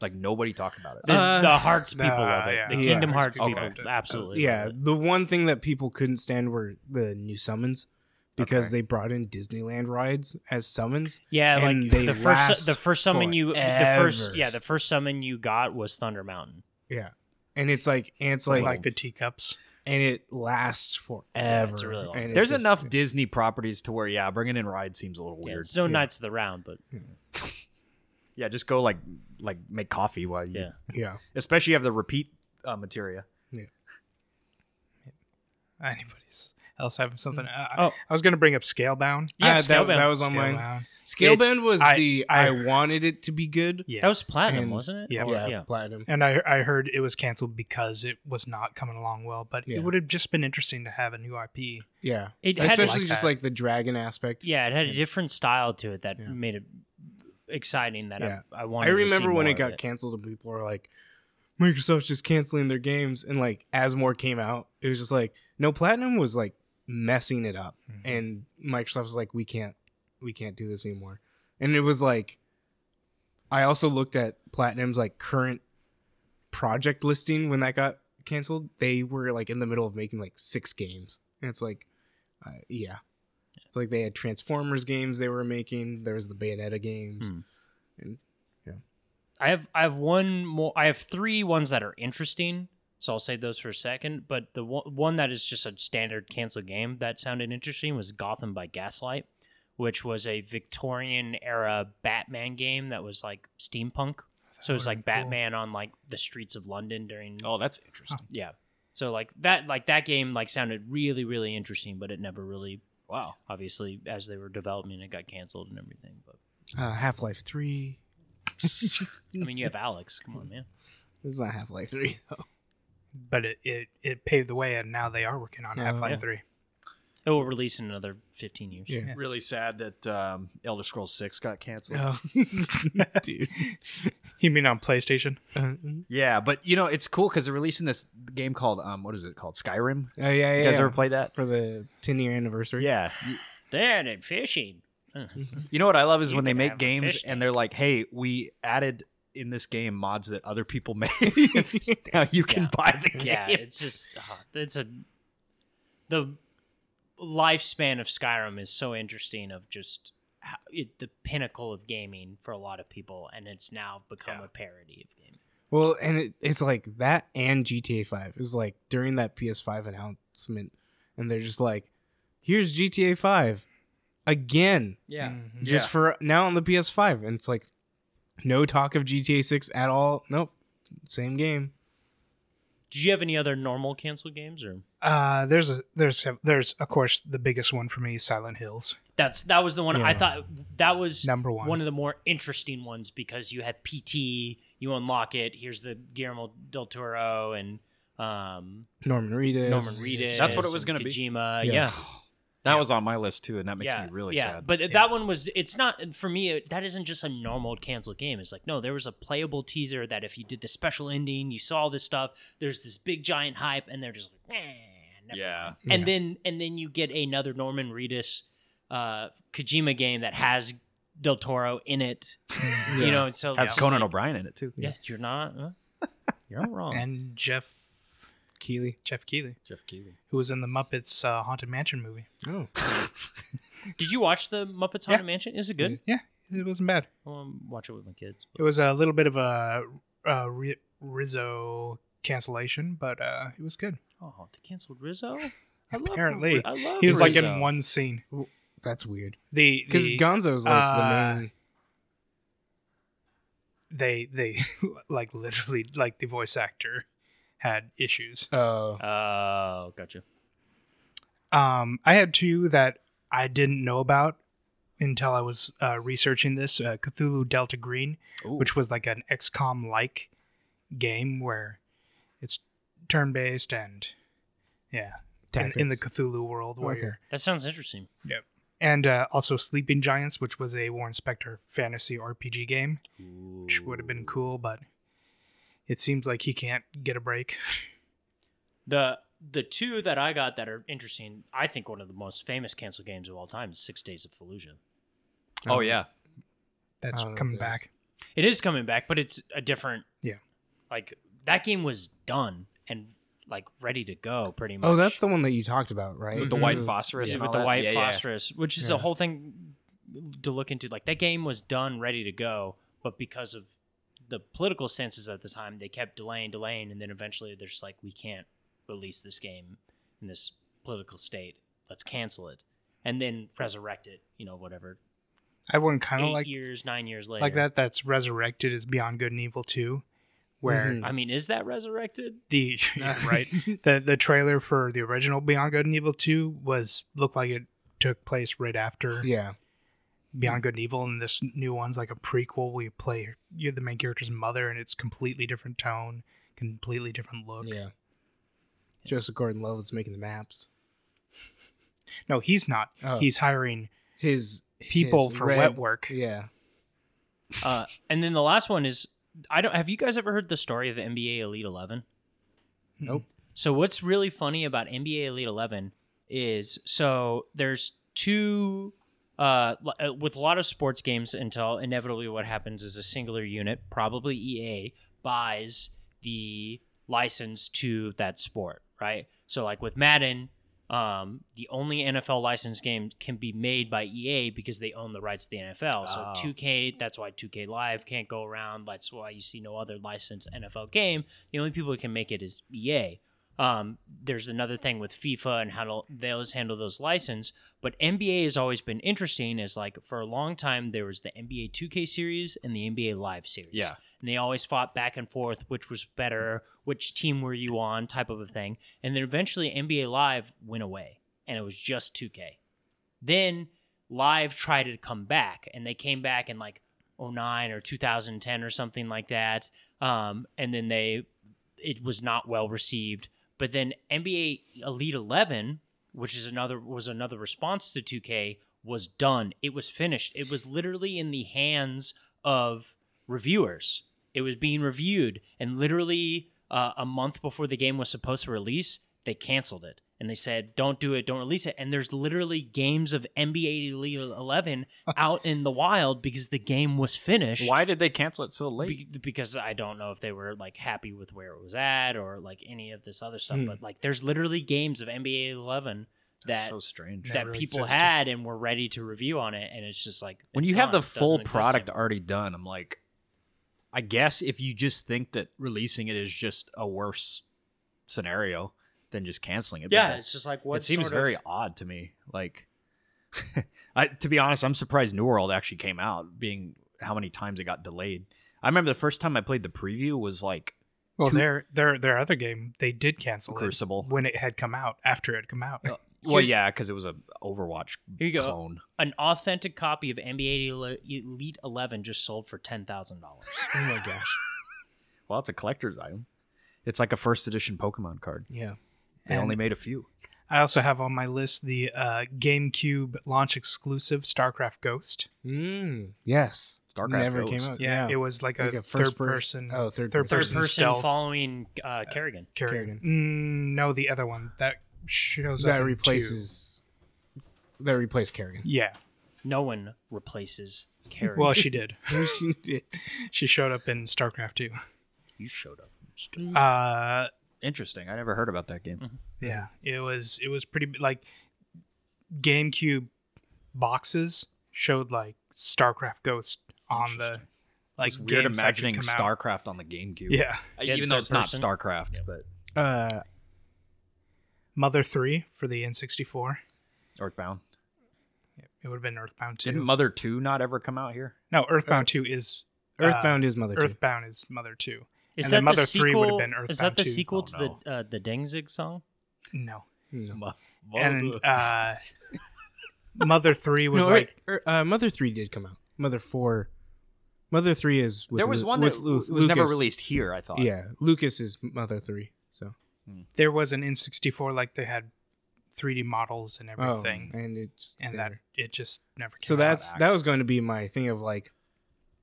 B: like nobody talked about it.
C: The,
D: Uh,
C: the Hearts people
A: nah,
C: love it.
A: yeah.
C: The
D: Yeah.
C: Kingdom Hearts
B: Okay.
C: people absolutely.
D: yeah
C: love it.
D: the one thing that people couldn't stand were the new summons because they brought in disneyland rides as summons
C: yeah.
D: And
C: Like
D: they
C: the first,
D: last
C: the first summon you, the first,
D: forever.
C: yeah, the first summon you got was Thunder Mountain.
D: yeah and it's like and it's like,
A: Like, the teacups.
D: and it lasts forever
C: it's a really long
D: And it's
B: There's
D: just-
B: enough Disney properties to where, yeah, bringing in ride seems a little
C: Yeah,
B: weird.
C: it's no Knights of the Round, but
B: Yeah, just go like like make coffee while you,
C: yeah.
D: yeah Uh,
B: especially you have the repeat uh, materia.
A: Anybody's else having something? Uh, I-
C: Oh.
A: I was going to bring up Scalebound.
C: Yeah,
D: Uh, that,
C: Scalebound.
D: that was on mine.
A: Scalebound.
D: Scalebound was
A: I-
D: the
A: I-
D: I, wanted it to be good.
A: Yeah.
C: That was platinum,
D: And-
C: wasn't it?
A: Yeah.
C: Or- yeah.
D: platinum.
A: and I, I heard it was canceled because it was not coming along well, but
D: Yeah.
A: it would have just been interesting to have a new IP.
D: Yeah,
C: It had
D: especially
A: like
D: just
A: that.
D: like the dragon aspect.
C: yeah, it had a different style to it that
D: Yeah.
C: made it exciting. That
D: Yeah.
C: I, I wanted.
D: I remember
C: to see
D: when
C: more
D: it
C: of
D: got canceled and people were like, "Microsoft's just canceling their games," and like as more came out, it was just like, no, platinum was like messing it up,
A: Mhm.
D: and Microsoft was like, "We can't, we can't do this anymore," and it was like, I also looked at platinum's like current project listing when that got canceled, they were like in the middle of making like six games. And it's like, uh, yeah. It's like they had Transformers games they were making. There was the Bayonetta games.
E: Hmm.
C: I have I have one more. I have three ones that are interesting, so I'll save those for a second. But the one, one that is just a standard cancel game that sounded interesting was Gotham by Gaslight, which was a Victorian era Batman game that was like steampunk. So it
A: would've
C: was like
A: been cool.
C: Batman on like the streets of London during
B: Oh, that's interesting.
C: yeah. So like that like that game like sounded really really interesting, but it never really
B: Wow.
C: obviously as they were developing it got canceled and everything. But
D: Uh, Half Life 3. this
C: I mean you have Alex, come on man.
D: is not Half Life 3, though.
A: But it, it, it paved the way, and now they are working on
D: Yeah.
A: Half Life
C: Yeah.
A: 3.
C: It will release in another fifteen years.
D: Yeah.
B: Really sad that um, Elder Scrolls Six got canceled.
D: Oh. Dude.
A: You mean on PlayStation?
D: Uh,
E: Yeah, but you know it's cool because they're releasing this game called um, what is it called? Skyrim.
D: oh, yeah, yeah.
E: You guys
D: yeah.
E: ever played that?
D: For the 10 year anniversary?
E: Yeah.
C: Dad and fishing.
E: You know what I love is
C: You
E: when they
C: can
E: make
C: have a
E: games
C: fish
E: and
C: tank.
E: they're like, "Hey, we added in this game mods that other people made. now you can
C: Yeah.
E: buy the game."
C: Yeah, it's just ah, it's a the lifespan of Skyrim is so interesting of just how, it, the pinnacle of gaming for a lot of people, and it's now become a parody of gaming.
D: Well, and it, it's like that and GTA 5 is like during that PS5 announcement, and they're just like, here's GTA 5 again,
C: Yeah,
B: Mm.
A: Mm-hmm.
D: just for now on the PS5. And it's like, no talk of GTA 6 at all. Nope. Same game.
C: Did you have any other normal cancel games or?
A: Uh, there's a there's a, there's of course the biggest one for me, Silent Hills,
C: That's that was the one I
D: Yeah.
C: thought that was
A: number one.
C: one of the more interesting ones because you had PT, you unlock it. Here's the Guillermo del Toro and um,
D: Norman Reedus. Uh,
C: Norman Reedus.
B: That's what it was gonna be.
C: Kojima.
D: Yeah.
C: yeah.
B: That was on my list too, and that makes me really sad.
C: But that one was it's not for me it, that isn't just a normal cancel game. It's like no, there was a playable teaser that if you did the special ending, you saw all this stuff, there's this big giant hype and they're just like eh, never
B: yeah,
C: and
D: Yeah.
C: then and then you get another Norman Reedus uh Kojima game that has Del Toro in it. You know, and so
B: has
C: it's just
B: Conan
C: like,
B: O'Brien in it too.
C: Yes, you're not huh? you're not wrong.
A: and Jeff
D: Keeley.
A: Jeff Keighley,
B: Jeff Keighley.
A: who was in the Muppets uh, Haunted Mansion movie.
D: Oh.
C: Did you watch the Muppets Haunted Mansion? Is it good?
A: Yeah, it wasn't bad.
C: I'll watch it with my kids.
A: It was a little bit of a, a Ri- Rizzo cancellation, but uh, it was good.
C: Oh, they canceled Rizzo. I love
A: Apparently,
C: I love
A: he was like
C: Rizzo.
A: in one scene.
D: That's weird.
A: The
D: Because
A: the-
D: Gonzo's like
A: uh,
D: the main.
A: they they like literally like the voice actor had issues.
D: Oh.
C: Oh, gotcha.
A: Um, I had two that I didn't know about until I was uh, researching this uh, Cthulhu Delta Green, which was like an XCOM like game where it's turn based and yeah, in, in the
D: Tactics.
A: Cthulhu world. Where
D: Okay.
A: you're-
C: That sounds interesting.
A: and uh, also Sleeping Giants, which was a Warren Spector fantasy RPG game, which would have been cool, but it seems like he can't get a break.
C: The the two that I got that are interesting, I think one of the most famous cancel games of all time is Six Days of Fallujah.
A: Um,
B: Oh yeah,
A: That's
D: I don't know
A: coming
D: what that is.
A: back.
C: It is coming back, but it's a different.
A: Yeah.
C: Like that game was done and like ready to go, pretty much.
D: Oh, that's the one that you talked about, right?
B: with the white phosphorus
C: Mm-hmm. Yeah,
B: and
C: with
B: all
C: the
B: that.
C: white
B: Yeah, yeah.
C: phosphorus, which is a
D: Yeah.
C: whole thing to look into. Like that game was done, ready to go, but because of the political stances at the time, they kept delaying, delaying, and then eventually they're just like, we can't release this game in this political state. Let's cancel it and then resurrect it. You know, whatever.
A: I wouldn't kind of
C: Eight
A: like
C: years, nine years later.
A: like that that's resurrected is beyond good and evil 2 where
D: Mhm.
C: I mean, is that resurrected?
A: the yeah, right the the trailer for the original beyond good and evil 2 was looked like it took place right after
D: Yeah.
A: beyond good and evil and this new one's like a prequel where you play you're the main character's mother and it's completely different tone completely different look
D: Yeah. Joseph Gordon Love is making the maps.
A: no he's not
D: Oh.
A: he's hiring
D: His
A: people
D: his
A: for
D: red-
A: wet work
D: Yeah.
C: Uh, and then the last one is I don't. Have you guys ever heard the story of NBA Elite Eleven?
A: Nope.
C: So what's really funny about NBA Elite Eleven is so there's two. Uh, l- uh, with a lot of sports games, until inevitably what happens is a singular unit, probably EA, E buys the license to that sport, right? So like with Madden, um, the only NFL licensed game can be made by EA because they own the rights to the NFL.
B: Oh.
C: So 2K, that's why 2K Live can't go around. That's why you see no other licensed NFL game. The only people who can make it is E EA. Um, there's another thing with FIFA and how to, those handle those license, but NBA has always been interesting. Is like for a long time there was the NBA 2K series and the NBA Live series
B: Yeah.
C: and they always fought back and forth which was better which team were you on type of a thing and then eventually nba live went away and it was just 2k then live tried to come back and they came back in like 09 or 2010 or something like that um, and then they it was not well received but then nba elite 11 which is another was another response to 2k was done it was finished it was literally in the hands of reviewers it was being reviewed and literally uh, a month before the game was supposed to release they canceled it and they said don't do it don't release it and there's literally games of nba Elite 11 out in the wild because the game was finished
E: Why did they cancel it so late?
C: be- because I don't know if they were like happy with where it was at or like any of this other stuff.
D: Hmm.
C: But like, there's literally games of NBA 11 that
E: strange.
A: Never
C: that
A: really
C: people
A: existed.
C: had and were ready to review on it, and it's just like
E: when
C: it's
E: you have
C: gone.
E: the
C: It doesn't
E: full
C: exist
E: product
C: anymore.
E: already done, I'm like, I guess if you just think that releasing it is just a worse scenario than just canceling it, then
C: yeah,
E: that-
C: it's just like what
E: it seems
C: sort of-
E: very odd to me. Like, I, to be honest, I'm surprised New World actually came out, being how many times it got delayed. I remember the first time I played the preview was like
A: Well,
E: Two-
A: their their their other game they did cancel it
E: Crucible.
A: when it had come out after it had come out.
E: well, yeah, because it was a Overwatch
C: Here you go.
E: clone.
C: an authentic copy of NBA Ele- Elite 11 just sold for ten thousand dollars.
D: Oh my gosh.
E: Well, it's a collector's item. It's like a first edition Pokemon card.
D: Yeah.
E: They
A: And-
E: only made a few.
A: I also have on my list the uh, GameCube launch exclusive StarCraft Ghost.
D: Mm, yes.
E: StarCraft
D: Never
E: Ghost.
D: came out.
A: Hmm. Yeah,
D: Uh, Yeah.
A: it was like a,
D: Like a
A: third
D: first per-
A: person.
D: oh, third
A: third
C: Third
D: person.
A: person,
C: person
A: stealth
C: following uh, Kerrigan.
A: Kerrigan. Mm, no, the other one that shows up
D: That
A: in two.
D: replaces. That replaced Kerrigan.
A: Yeah,
C: No one replaces Kerrigan.
A: well, she did.
D: She did.
A: She showed up in StarCraft too.
C: you showed up.
E: Mm.
A: Uh,
E: Interesting. I never heard about that game.
A: yeah, it was it was pretty like GameCube boxes showed like StarCraft Ghost on the like
E: it's weird
A: games that could
E: imagining
A: come out.
E: StarCraft on the GameCube.
A: Yeah,
E: Uh,
C: Yeah,
E: even though
C: third
E: it's not
C: person.
E: StarCraft, but
D: Uh,
A: Mother Three for the N64.
E: Earthbound.
A: It would have been Earthbound
E: Didn't
A: Two.
E: Mother Two not ever come out here?
A: no, Earthbound Two is
D: Earthbound is uh, Mother. Earth-
A: Earthbound is Mother Two.
C: Is
A: And
C: that
A: then Mother
C: the
A: 3
C: sequel?
A: would've been
C: is that
A: Earthbound
C: the
A: 2.
C: sequel
E: Oh,
C: to
E: no.
C: the uh, the Dengzig song?
A: No,
D: Hmm.
E: Mo-
A: and uh, Mother Three was
D: no,
A: like
D: er- er, uh, Mother three did come out. Mother four, Mother three is with
E: there was
D: Lu-
E: one
D: with
E: that
D: Lu-
E: was never
D: Lucas.
E: released here. I thought.
D: Yeah, Lucas is Mother three. So
A: there was an N64 like they had 3D models and
D: Oh,
A: everything,
D: and it just
A: and that it just never came.
D: So
A: out.
D: that's
E: actually.
D: that was going to be my thing of like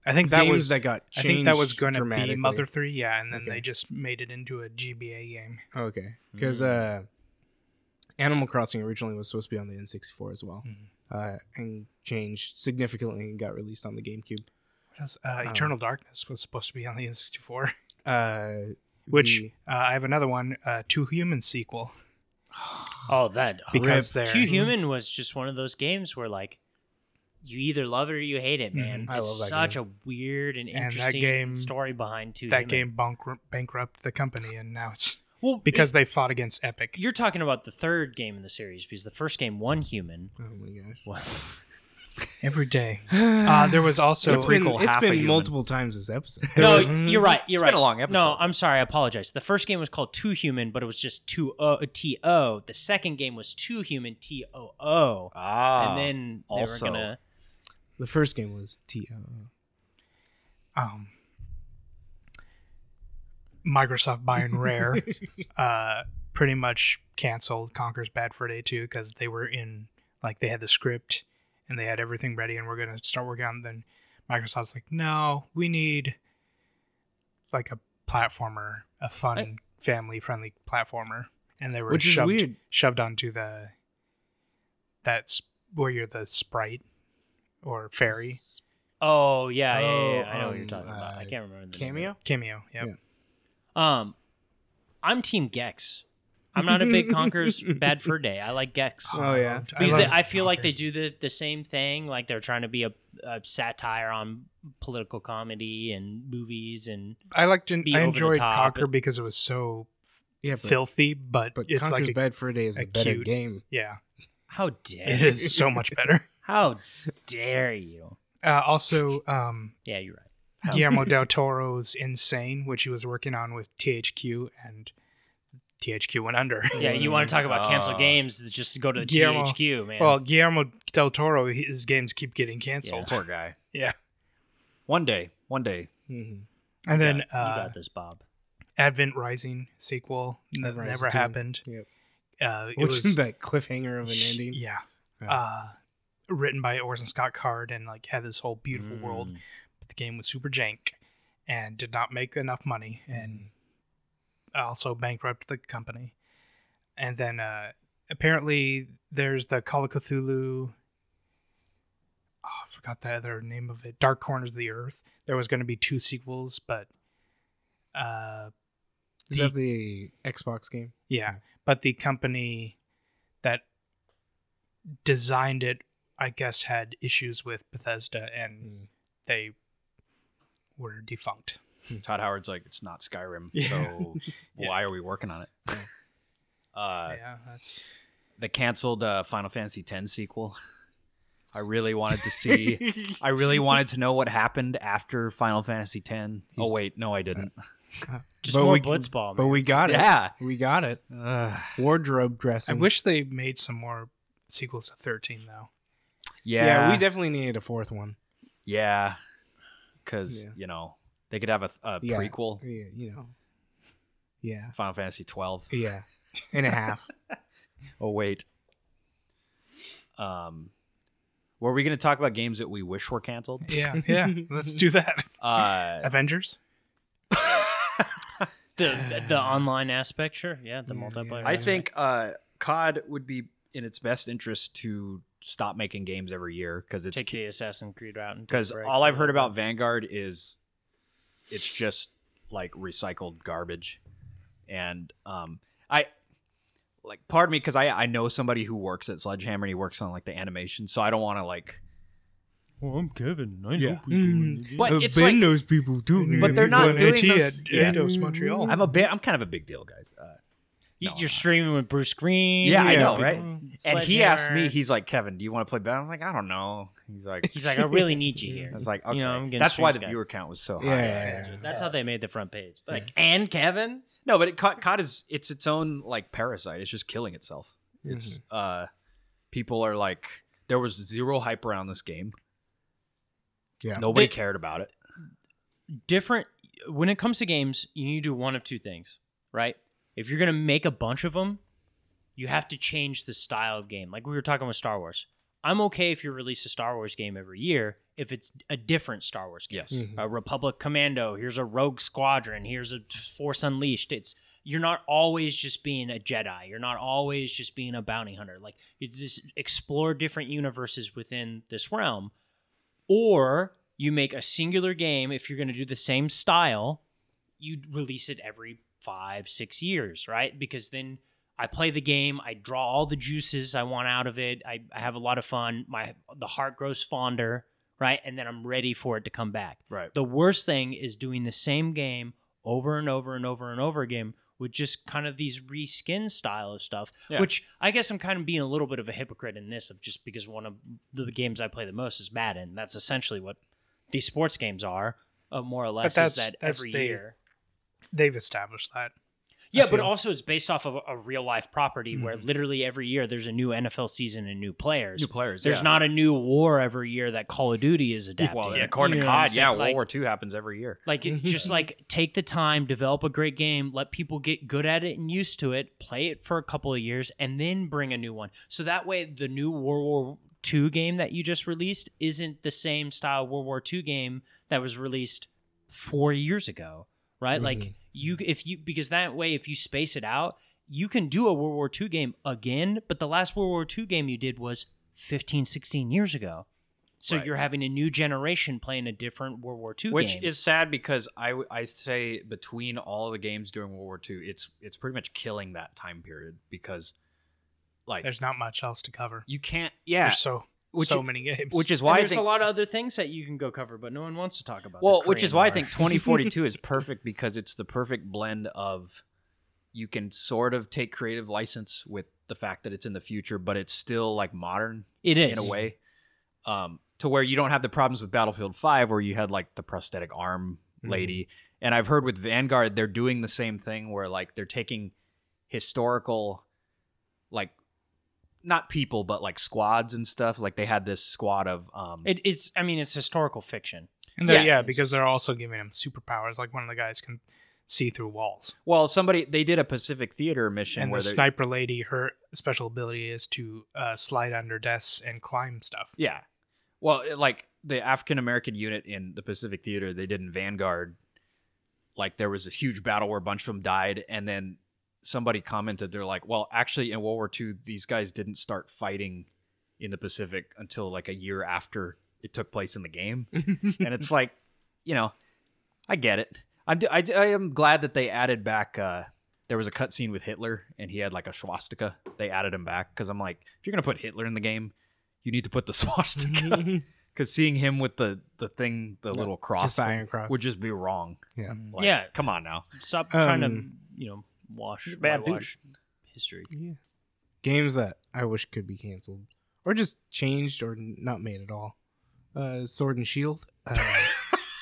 A: I think that
D: games
A: was
D: that got
A: I
D: changed.
A: think that was going to be
D: dramatically.
A: Mother Three, yeah, and then they
D: Okay.
A: just made it into a GBA game.
D: Okay, because
A: Mm-hmm.
D: uh, Animal Crossing originally was supposed to be on the N64 as well,
A: Mm-hmm.
D: uh, and changed significantly and got released on the GameCube.
A: What else? Uh, Eternal Darkness was supposed to be on the N64,
D: Uh,
A: which
D: the-
A: uh, I have another one, uh, Two Human sequel.
C: Oh, that
A: Because
C: Rip.
A: they're-
C: Two Human was just one of those games where like you either love it or you hate it, man.
A: Mm-hmm.
D: Mhm. I
C: It's
D: love that
C: such
D: game.
C: a weird and
A: And that
C: interesting
A: game-
C: story behind Two.
A: That
C: Human.
A: game bankrupt, bankrupt the company, and now it's
C: well
A: because they fought against Epic.
C: you're talking about the third game in the series because the first game, One Human,
D: oh my gosh,
A: Every day, uh, there was also
D: it's been,
E: prequel
D: it's
E: half a
D: been
E: human.
D: multiple times this episode.
C: No,
A: There was-
C: you're right. You're right.
E: been a long episode.
C: No, I'm sorry. I apologize. The first game was called Two Human, but it was just Two O T O. The second game was Two Human T O O.
E: Ah.
C: And then they
E: also-
C: were gonna.
D: the first game was T uh, O.
A: um, Microsoft buying Rare uh, pretty much canceled Conker's Bad Fur Day 2 because they were in, like, they had the script and they had everything ready and we're going to start working on it. Then Microsoft's like, no, we need, like, a platformer, a fun,
C: I-
A: family friendly platformer. And they were
D: Which is
A: shoved,
D: weird.
A: shoved onto the, that's where you're the sprite or fairy
C: Oh yeah, yeah, yeah,
D: Oh,
C: yeah. I know what you're
D: um,
A: Oh,
C: talking about. I
D: uh,
C: can't remember the name of it.
D: Cameo.
A: cameo. Yep.
D: Yeah.
C: Um, I'm Team Gex. I'm not a big Conker's bad fur day. I like Gex.
D: Oh, yeah.
C: Because
A: love
C: they, I feel like
A: Conker.
C: they do the, the same thing. Like they're trying to be a, a satire on political comedy and movies and
A: I liked and
C: be
A: I
C: over the
A: enjoyed
C: top.
A: Conker because it was so
D: Yeah, but,
A: filthy, but,
D: but
A: it's
D: Conker's
A: like a,
D: Bad Fur Day is
A: a
D: the better
A: cute-
D: game.
A: yeah,
C: how
A: it
C: dare
A: is so much better.
C: how dare you?
A: Uh, also, um,
C: Yeah, you're right.
A: Guillermo del Toro's Insane, which he was working on with THQ, and THQ went under.
C: Yeah, you want to talk about cancel
B: Uh,
C: games? Just go to the
A: Guillermo-
C: THQ, man.
A: Well, Guillermo del Toro, his games keep getting canceled.
B: Poor guy.
A: Yeah.
B: One day, one day.
D: Mm-hmm.
A: And then
C: you
A: uh,
C: got this, Bob.
A: Advent Rising sequel n-
D: Advent Rising
A: never
D: two.
A: happened.
D: Yep.
A: Uh, it
D: Which
A: was
D: is that cliffhanger of an ending?
A: yeah,
D: Yeah.
A: Uh, written by Orson Scott Card and like had this whole beautiful world,
C: Mm.
A: but the game was super jank and did not make enough money and also bankrupt the company. And then uh, apparently there's the Call of Cthulhu. Oh, I forgot the other name of it. Dark Corners of the Earth. There was going to be two sequels, but uh,
D: Is that the Xbox game?
A: yeah, but the company that designed it, I guess, had issues with Bethesda, and
B: Hmm. Oh,
D: Mm.
A: they were defunct.
B: Todd Howard's like, it's not Skyrim,
A: Yeah.
B: so
A: Yeah.
B: why are we working on it? uh,
A: yeah, that's
B: The canceled uh, Final Fantasy X sequel. I really wanted to see. I really wanted to know what happened after Final Fantasy X. Oh
D: He's-
B: wait, no, I didn't.
C: Just
D: But
C: more
D: we-
C: blitzball,
D: But
C: man.
D: we got it.
B: yeah.
D: We got it.
B: Ugh.
D: Wardrobe
A: I
D: dressing.
A: wish they made some more sequels to 13 though.
B: yeah.
D: Yeah, we definitely needed a fourth one.
B: Yeah. Because,
D: Yeah.
B: you know, they could have a, a
D: Yeah.
B: prequel,
D: Yeah, you know. Yeah.
B: Final Fantasy 12.
D: Yeah. And a half.
B: Oh, wait. Um, were we going to talk about games that we wish were canceled?
A: Yeah, yeah, let's do that.
B: Uh,
A: Avengers?
C: the the online aspect, sure, yeah, the
D: Yeah,
C: multiplayer.
D: yeah.
B: I think uh, COD would be in its best interest to stop making games every year because it's
C: take the Assassin's Creed route and take a
B: because
C: break.
B: all I've heard about Vanguard is it's just like recycled garbage, and um, I like pardon me because I I know somebody who works at Sledgehammer and he works on like the animation, so I don't want to like.
F: Well, I'm Kevin. and I
D: Yeah.
F: know what you're doing.
A: Mm.
C: Mm-hmm.
B: But it's
D: ben
B: like
D: knows people too.
B: But they're not
A: Well,
B: doing
A: AT
B: those-
A: at
B: yeah.
A: Eidos Montreal.
B: I'm a bit I'm kind of a big deal, guys. Uh,
C: You,
B: No, I'm
C: you're
B: not.
C: streaming with Bruce Green.
B: yeah, I
D: Yeah,
B: know,
D: but-
B: right? And he asked me,
C: Sledgehammer.
B: he's like, Kevin, do you want to play Ben? I'm like, I don't know. He's like,
C: he's like, I really need you here.
B: I was like,
C: you
B: okay.
C: know, I'm getting
B: That's why the
C: streamed guy.
B: viewer count was so high.
D: Yeah, yeah, yeah.
C: That's how they made the front page. Like, and Kevin.
B: No, but it, COD, COD is it's its own like parasite. It's just killing itself. It's uh, people are like, there was zero hype around this game.
D: Yeah.
B: nobody
C: They-
B: cared about it.
C: different when it comes to games you need to do one of two things right if you're gonna make a bunch of them you have to change the style of game like we were talking with star wars i'm okay if you release a star wars game every year if it's a different star wars game
B: Yes,
D: Mhm.
C: a republic commando here's a rogue squadron here's a force unleashed it's you're not always just being a jedi you're not always just being a bounty hunter like you just explore different universes within this realm or you make a singular game if you're going to do the same style you release it every five six years right because then i play the game i draw all the juices i want out of it i, I have a lot of fun my the heart grows fonder right and then i'm ready for it to come back
B: right.
C: the worst thing is doing the same game over and over and over and over again with just kind of these reskin style of stuff
B: Yeah.
C: which i guess i'm kind of being a little bit of a hypocrite in this of just because one of the games i play the most is madden that's essentially what these sports games are uh, more or less
A: that's-
C: is that
A: that's
C: every
A: the-
C: year
A: They've established that.
C: yeah but
D: feel.
C: also it's based off of a, a real life property where literally every year there's a new nfl season and new players
B: Mm-hmm. New players.
C: there's
B: yeah.
C: not a new war every year that call of duty is adapting
B: Well, according
C: You
B: to
C: know what I'm
B: COD,
C: saying?
B: yeah,
C: Like-
B: World War II happens every year.
C: Like it, just like take the time, develop a great game, let people get good at it and used to it, play it for a couple of years, and then bring a new one. So that way, the new World War II game that you just released isn't the same style World War II game that was released four years ago, right?
G: Mm-hmm.
C: Like you, if you because that way, if you space it out, you can do a World War II game again. But the last World War II game you did was 15, 16 years ago. So
G: Right.
C: you're having a new generation playing a different World War II
G: Which
C: game.
G: is-
B: It's sad because I w- I say between all the games during World War II, it's it's pretty much killing that time period because like
A: There's not much else to cover.
B: you can't yeah
A: There's so
B: which
A: so
B: i-
A: many games.
B: which is
C: And
B: why I
C: there's
B: think
C: a lot of other things that you can go cover, but no one wants to talk about. the
B: well which is
C: Korean
B: why I
C: War.
B: think 2042 is perfect because it's the perfect blend of you can sort of take creative license with the fact that it's in the future but it's still like modern
C: it is
B: in a way um, to where you don't have the problems with Battlefield 5 where you had like the prosthetic arm
A: Mm-hmm.
B: lady. And I've heard with Vanguard, they're doing the same thing where like they're taking historical, like not people, but like squads and stuff. Like they had this squad of, um,
C: It, it's. I mean, it's historical fiction.
A: and they're-
B: yeah.
A: yeah. because they're also giving him superpowers. Like one of the guys can see through walls,
B: well, somebody, they did a Pacific Theater mission
A: and
B: where
A: the
B: they
A: sniper lady, her special ability is to uh, slide under desks and climb stuff.
B: Yeah. Well, it- like the African American unit in the Pacific Theater, they did in Vanguard. Like there was this huge battle where a bunch of them died, and then somebody commented, they're like, "Well, actually, in World War II, these guys didn't start fighting in the Pacific until like a year after it took place in the game," and it's like, you know, I get it. I'm d- I, d- I am glad that they added back. uh There was a cutscene with Hitler, and he had like a swastika. They added him back because I'm like, if you're gonna put Hitler in the game, you need to put the swastika because seeing him with the the thing, the little cross,
D: just the
B: thing
D: iron cross.
B: would just be wrong.
D: Yeah.
B: Like,
C: Yeah.
B: come on now.
C: Stop
D: Um,
C: trying to, you know, wash
B: a bad dude.
C: whitewash history.
D: Games that I wish could be canceled or just changed or n- not made at all. Uh, Sword and Shield. Uh,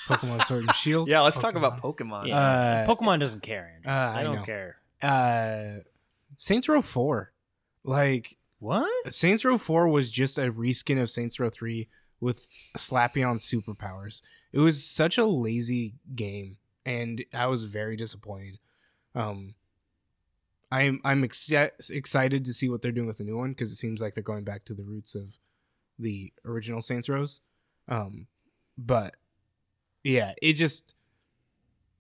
D: Pokemon Sword and Shield.
B: Yeah, let's talk about Pokemon.
C: Yeah.
D: Uh,
C: Pokemon doesn't care. Andrew.
D: uh,
C: I
D: I
C: don't
D: know.
C: care.
D: uh, Saints Row 4. Like,
C: What?
D: Saints Row 4 was just a reskin of Saints Row 3 with slapping on superpowers. It was such a lazy game and I was very disappointed. Um I'm I'm exce- excited to see what they're doing with the new one cuz it seems like they're going back to the roots of the original Saints Rows. Um but yeah, it just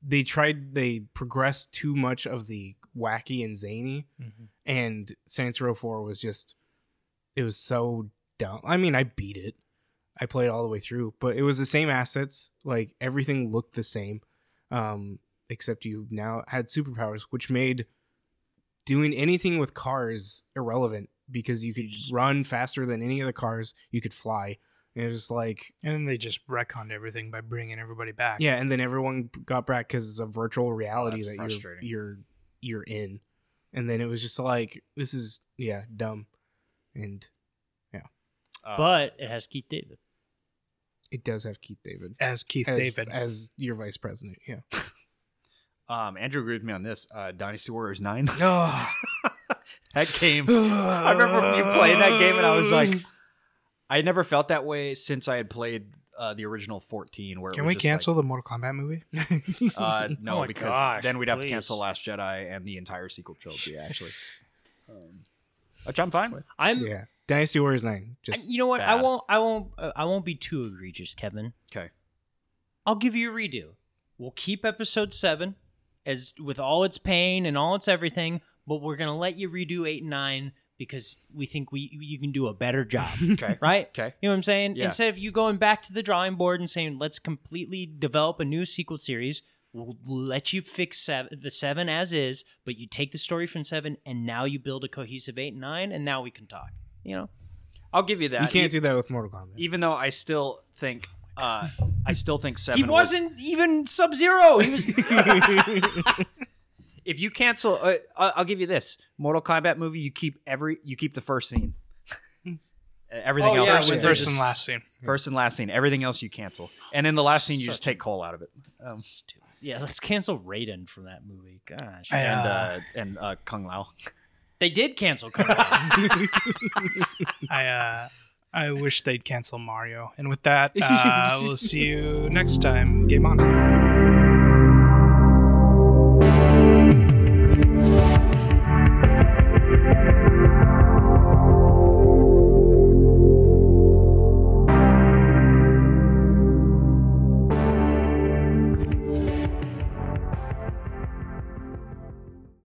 D: they tried they progressed too much of the wacky and zany and Saints Row 4 was just it was so dumb. I mean, I beat it. I played all the way through, but it was the same assets. Like everything looked the same, um, except you now had superpowers, which made doing anything with cars irrelevant because you could run faster than any of the cars. You could fly. And it was like,
A: And then they just retconned everything by bringing everybody back.
D: yeah, and then everyone got back because it's a virtual reality
B: that's
D: that you're
B: frustrating.
D: you're you're in, and then it was just like, this is yeah, dumb, and
B: Uh,
C: But it has Keith David.
D: it does have Keith David.
A: as Keith
D: as,
A: David.
D: as your vice president. Yeah.
B: um, Andrew agreed with me on this. Uh, Dynasty Warriors Nine. that game. I remember when you played that game, and I was like, I never felt that way since I had played uh, the original 14. Where it
A: Can
B: was
A: we
B: just like-
A: cancel the Mortal Kombat movie?
B: Uh,
C: Oh
B: no,
C: my
B: because
C: gosh,
B: then we'd have
C: please.
B: to cancel Last Jedi and the entire sequel trilogy, actually. Um, which I'm fine with.
C: I'm.
D: yeah. Dynasty Warriors Nine.
C: I-
D: Just
C: you know what? I
B: bad.
C: won't. I won't. Uh, I won't be too egregious, Kevin.
B: Okay.
C: I'll give you a redo. We'll keep episode seven as with all its pain and all its everything, but we're gonna let you redo eight and nine because we think we you can do a better job.
B: Okay.
C: right?
B: Okay.
C: You know what I'm saying?
B: Yeah.
C: Instead of you going back to the drawing board and saying, let's completely develop a new sequel series, we'll let you fix seven, the seven as is, but you take the story from seven and now you build a cohesive eight and nine, and now we can talk. You know?
B: I'll give you that. E-,
D: you can't do that with Mortal Kombat.
B: Even though I still think, uh, I still think seven.
C: he
B: was-
C: wasn't even Sub Zero. He was.
B: if you cancel, uh, I- I'll give you this Mortal Kombat movie. You keep every, you keep the first scene. Everything
C: Oh,
B: else,
C: yeah,
B: is
A: First,
D: with
A: first
B: just-
A: and last scene.
B: First and last scene. Everything else you cancel, and then the last scene you just take Cole out of it. Um,
C: yeah, let's cancel Raiden from that movie. Gosh.
A: I-
B: and
A: Uh,
B: uh, and uh, Kung Lao.
C: they did cancel Kung Lao.
A: I uh, I wish they'd cancel Mario. And with that, uh, we'll see you next time. Game on.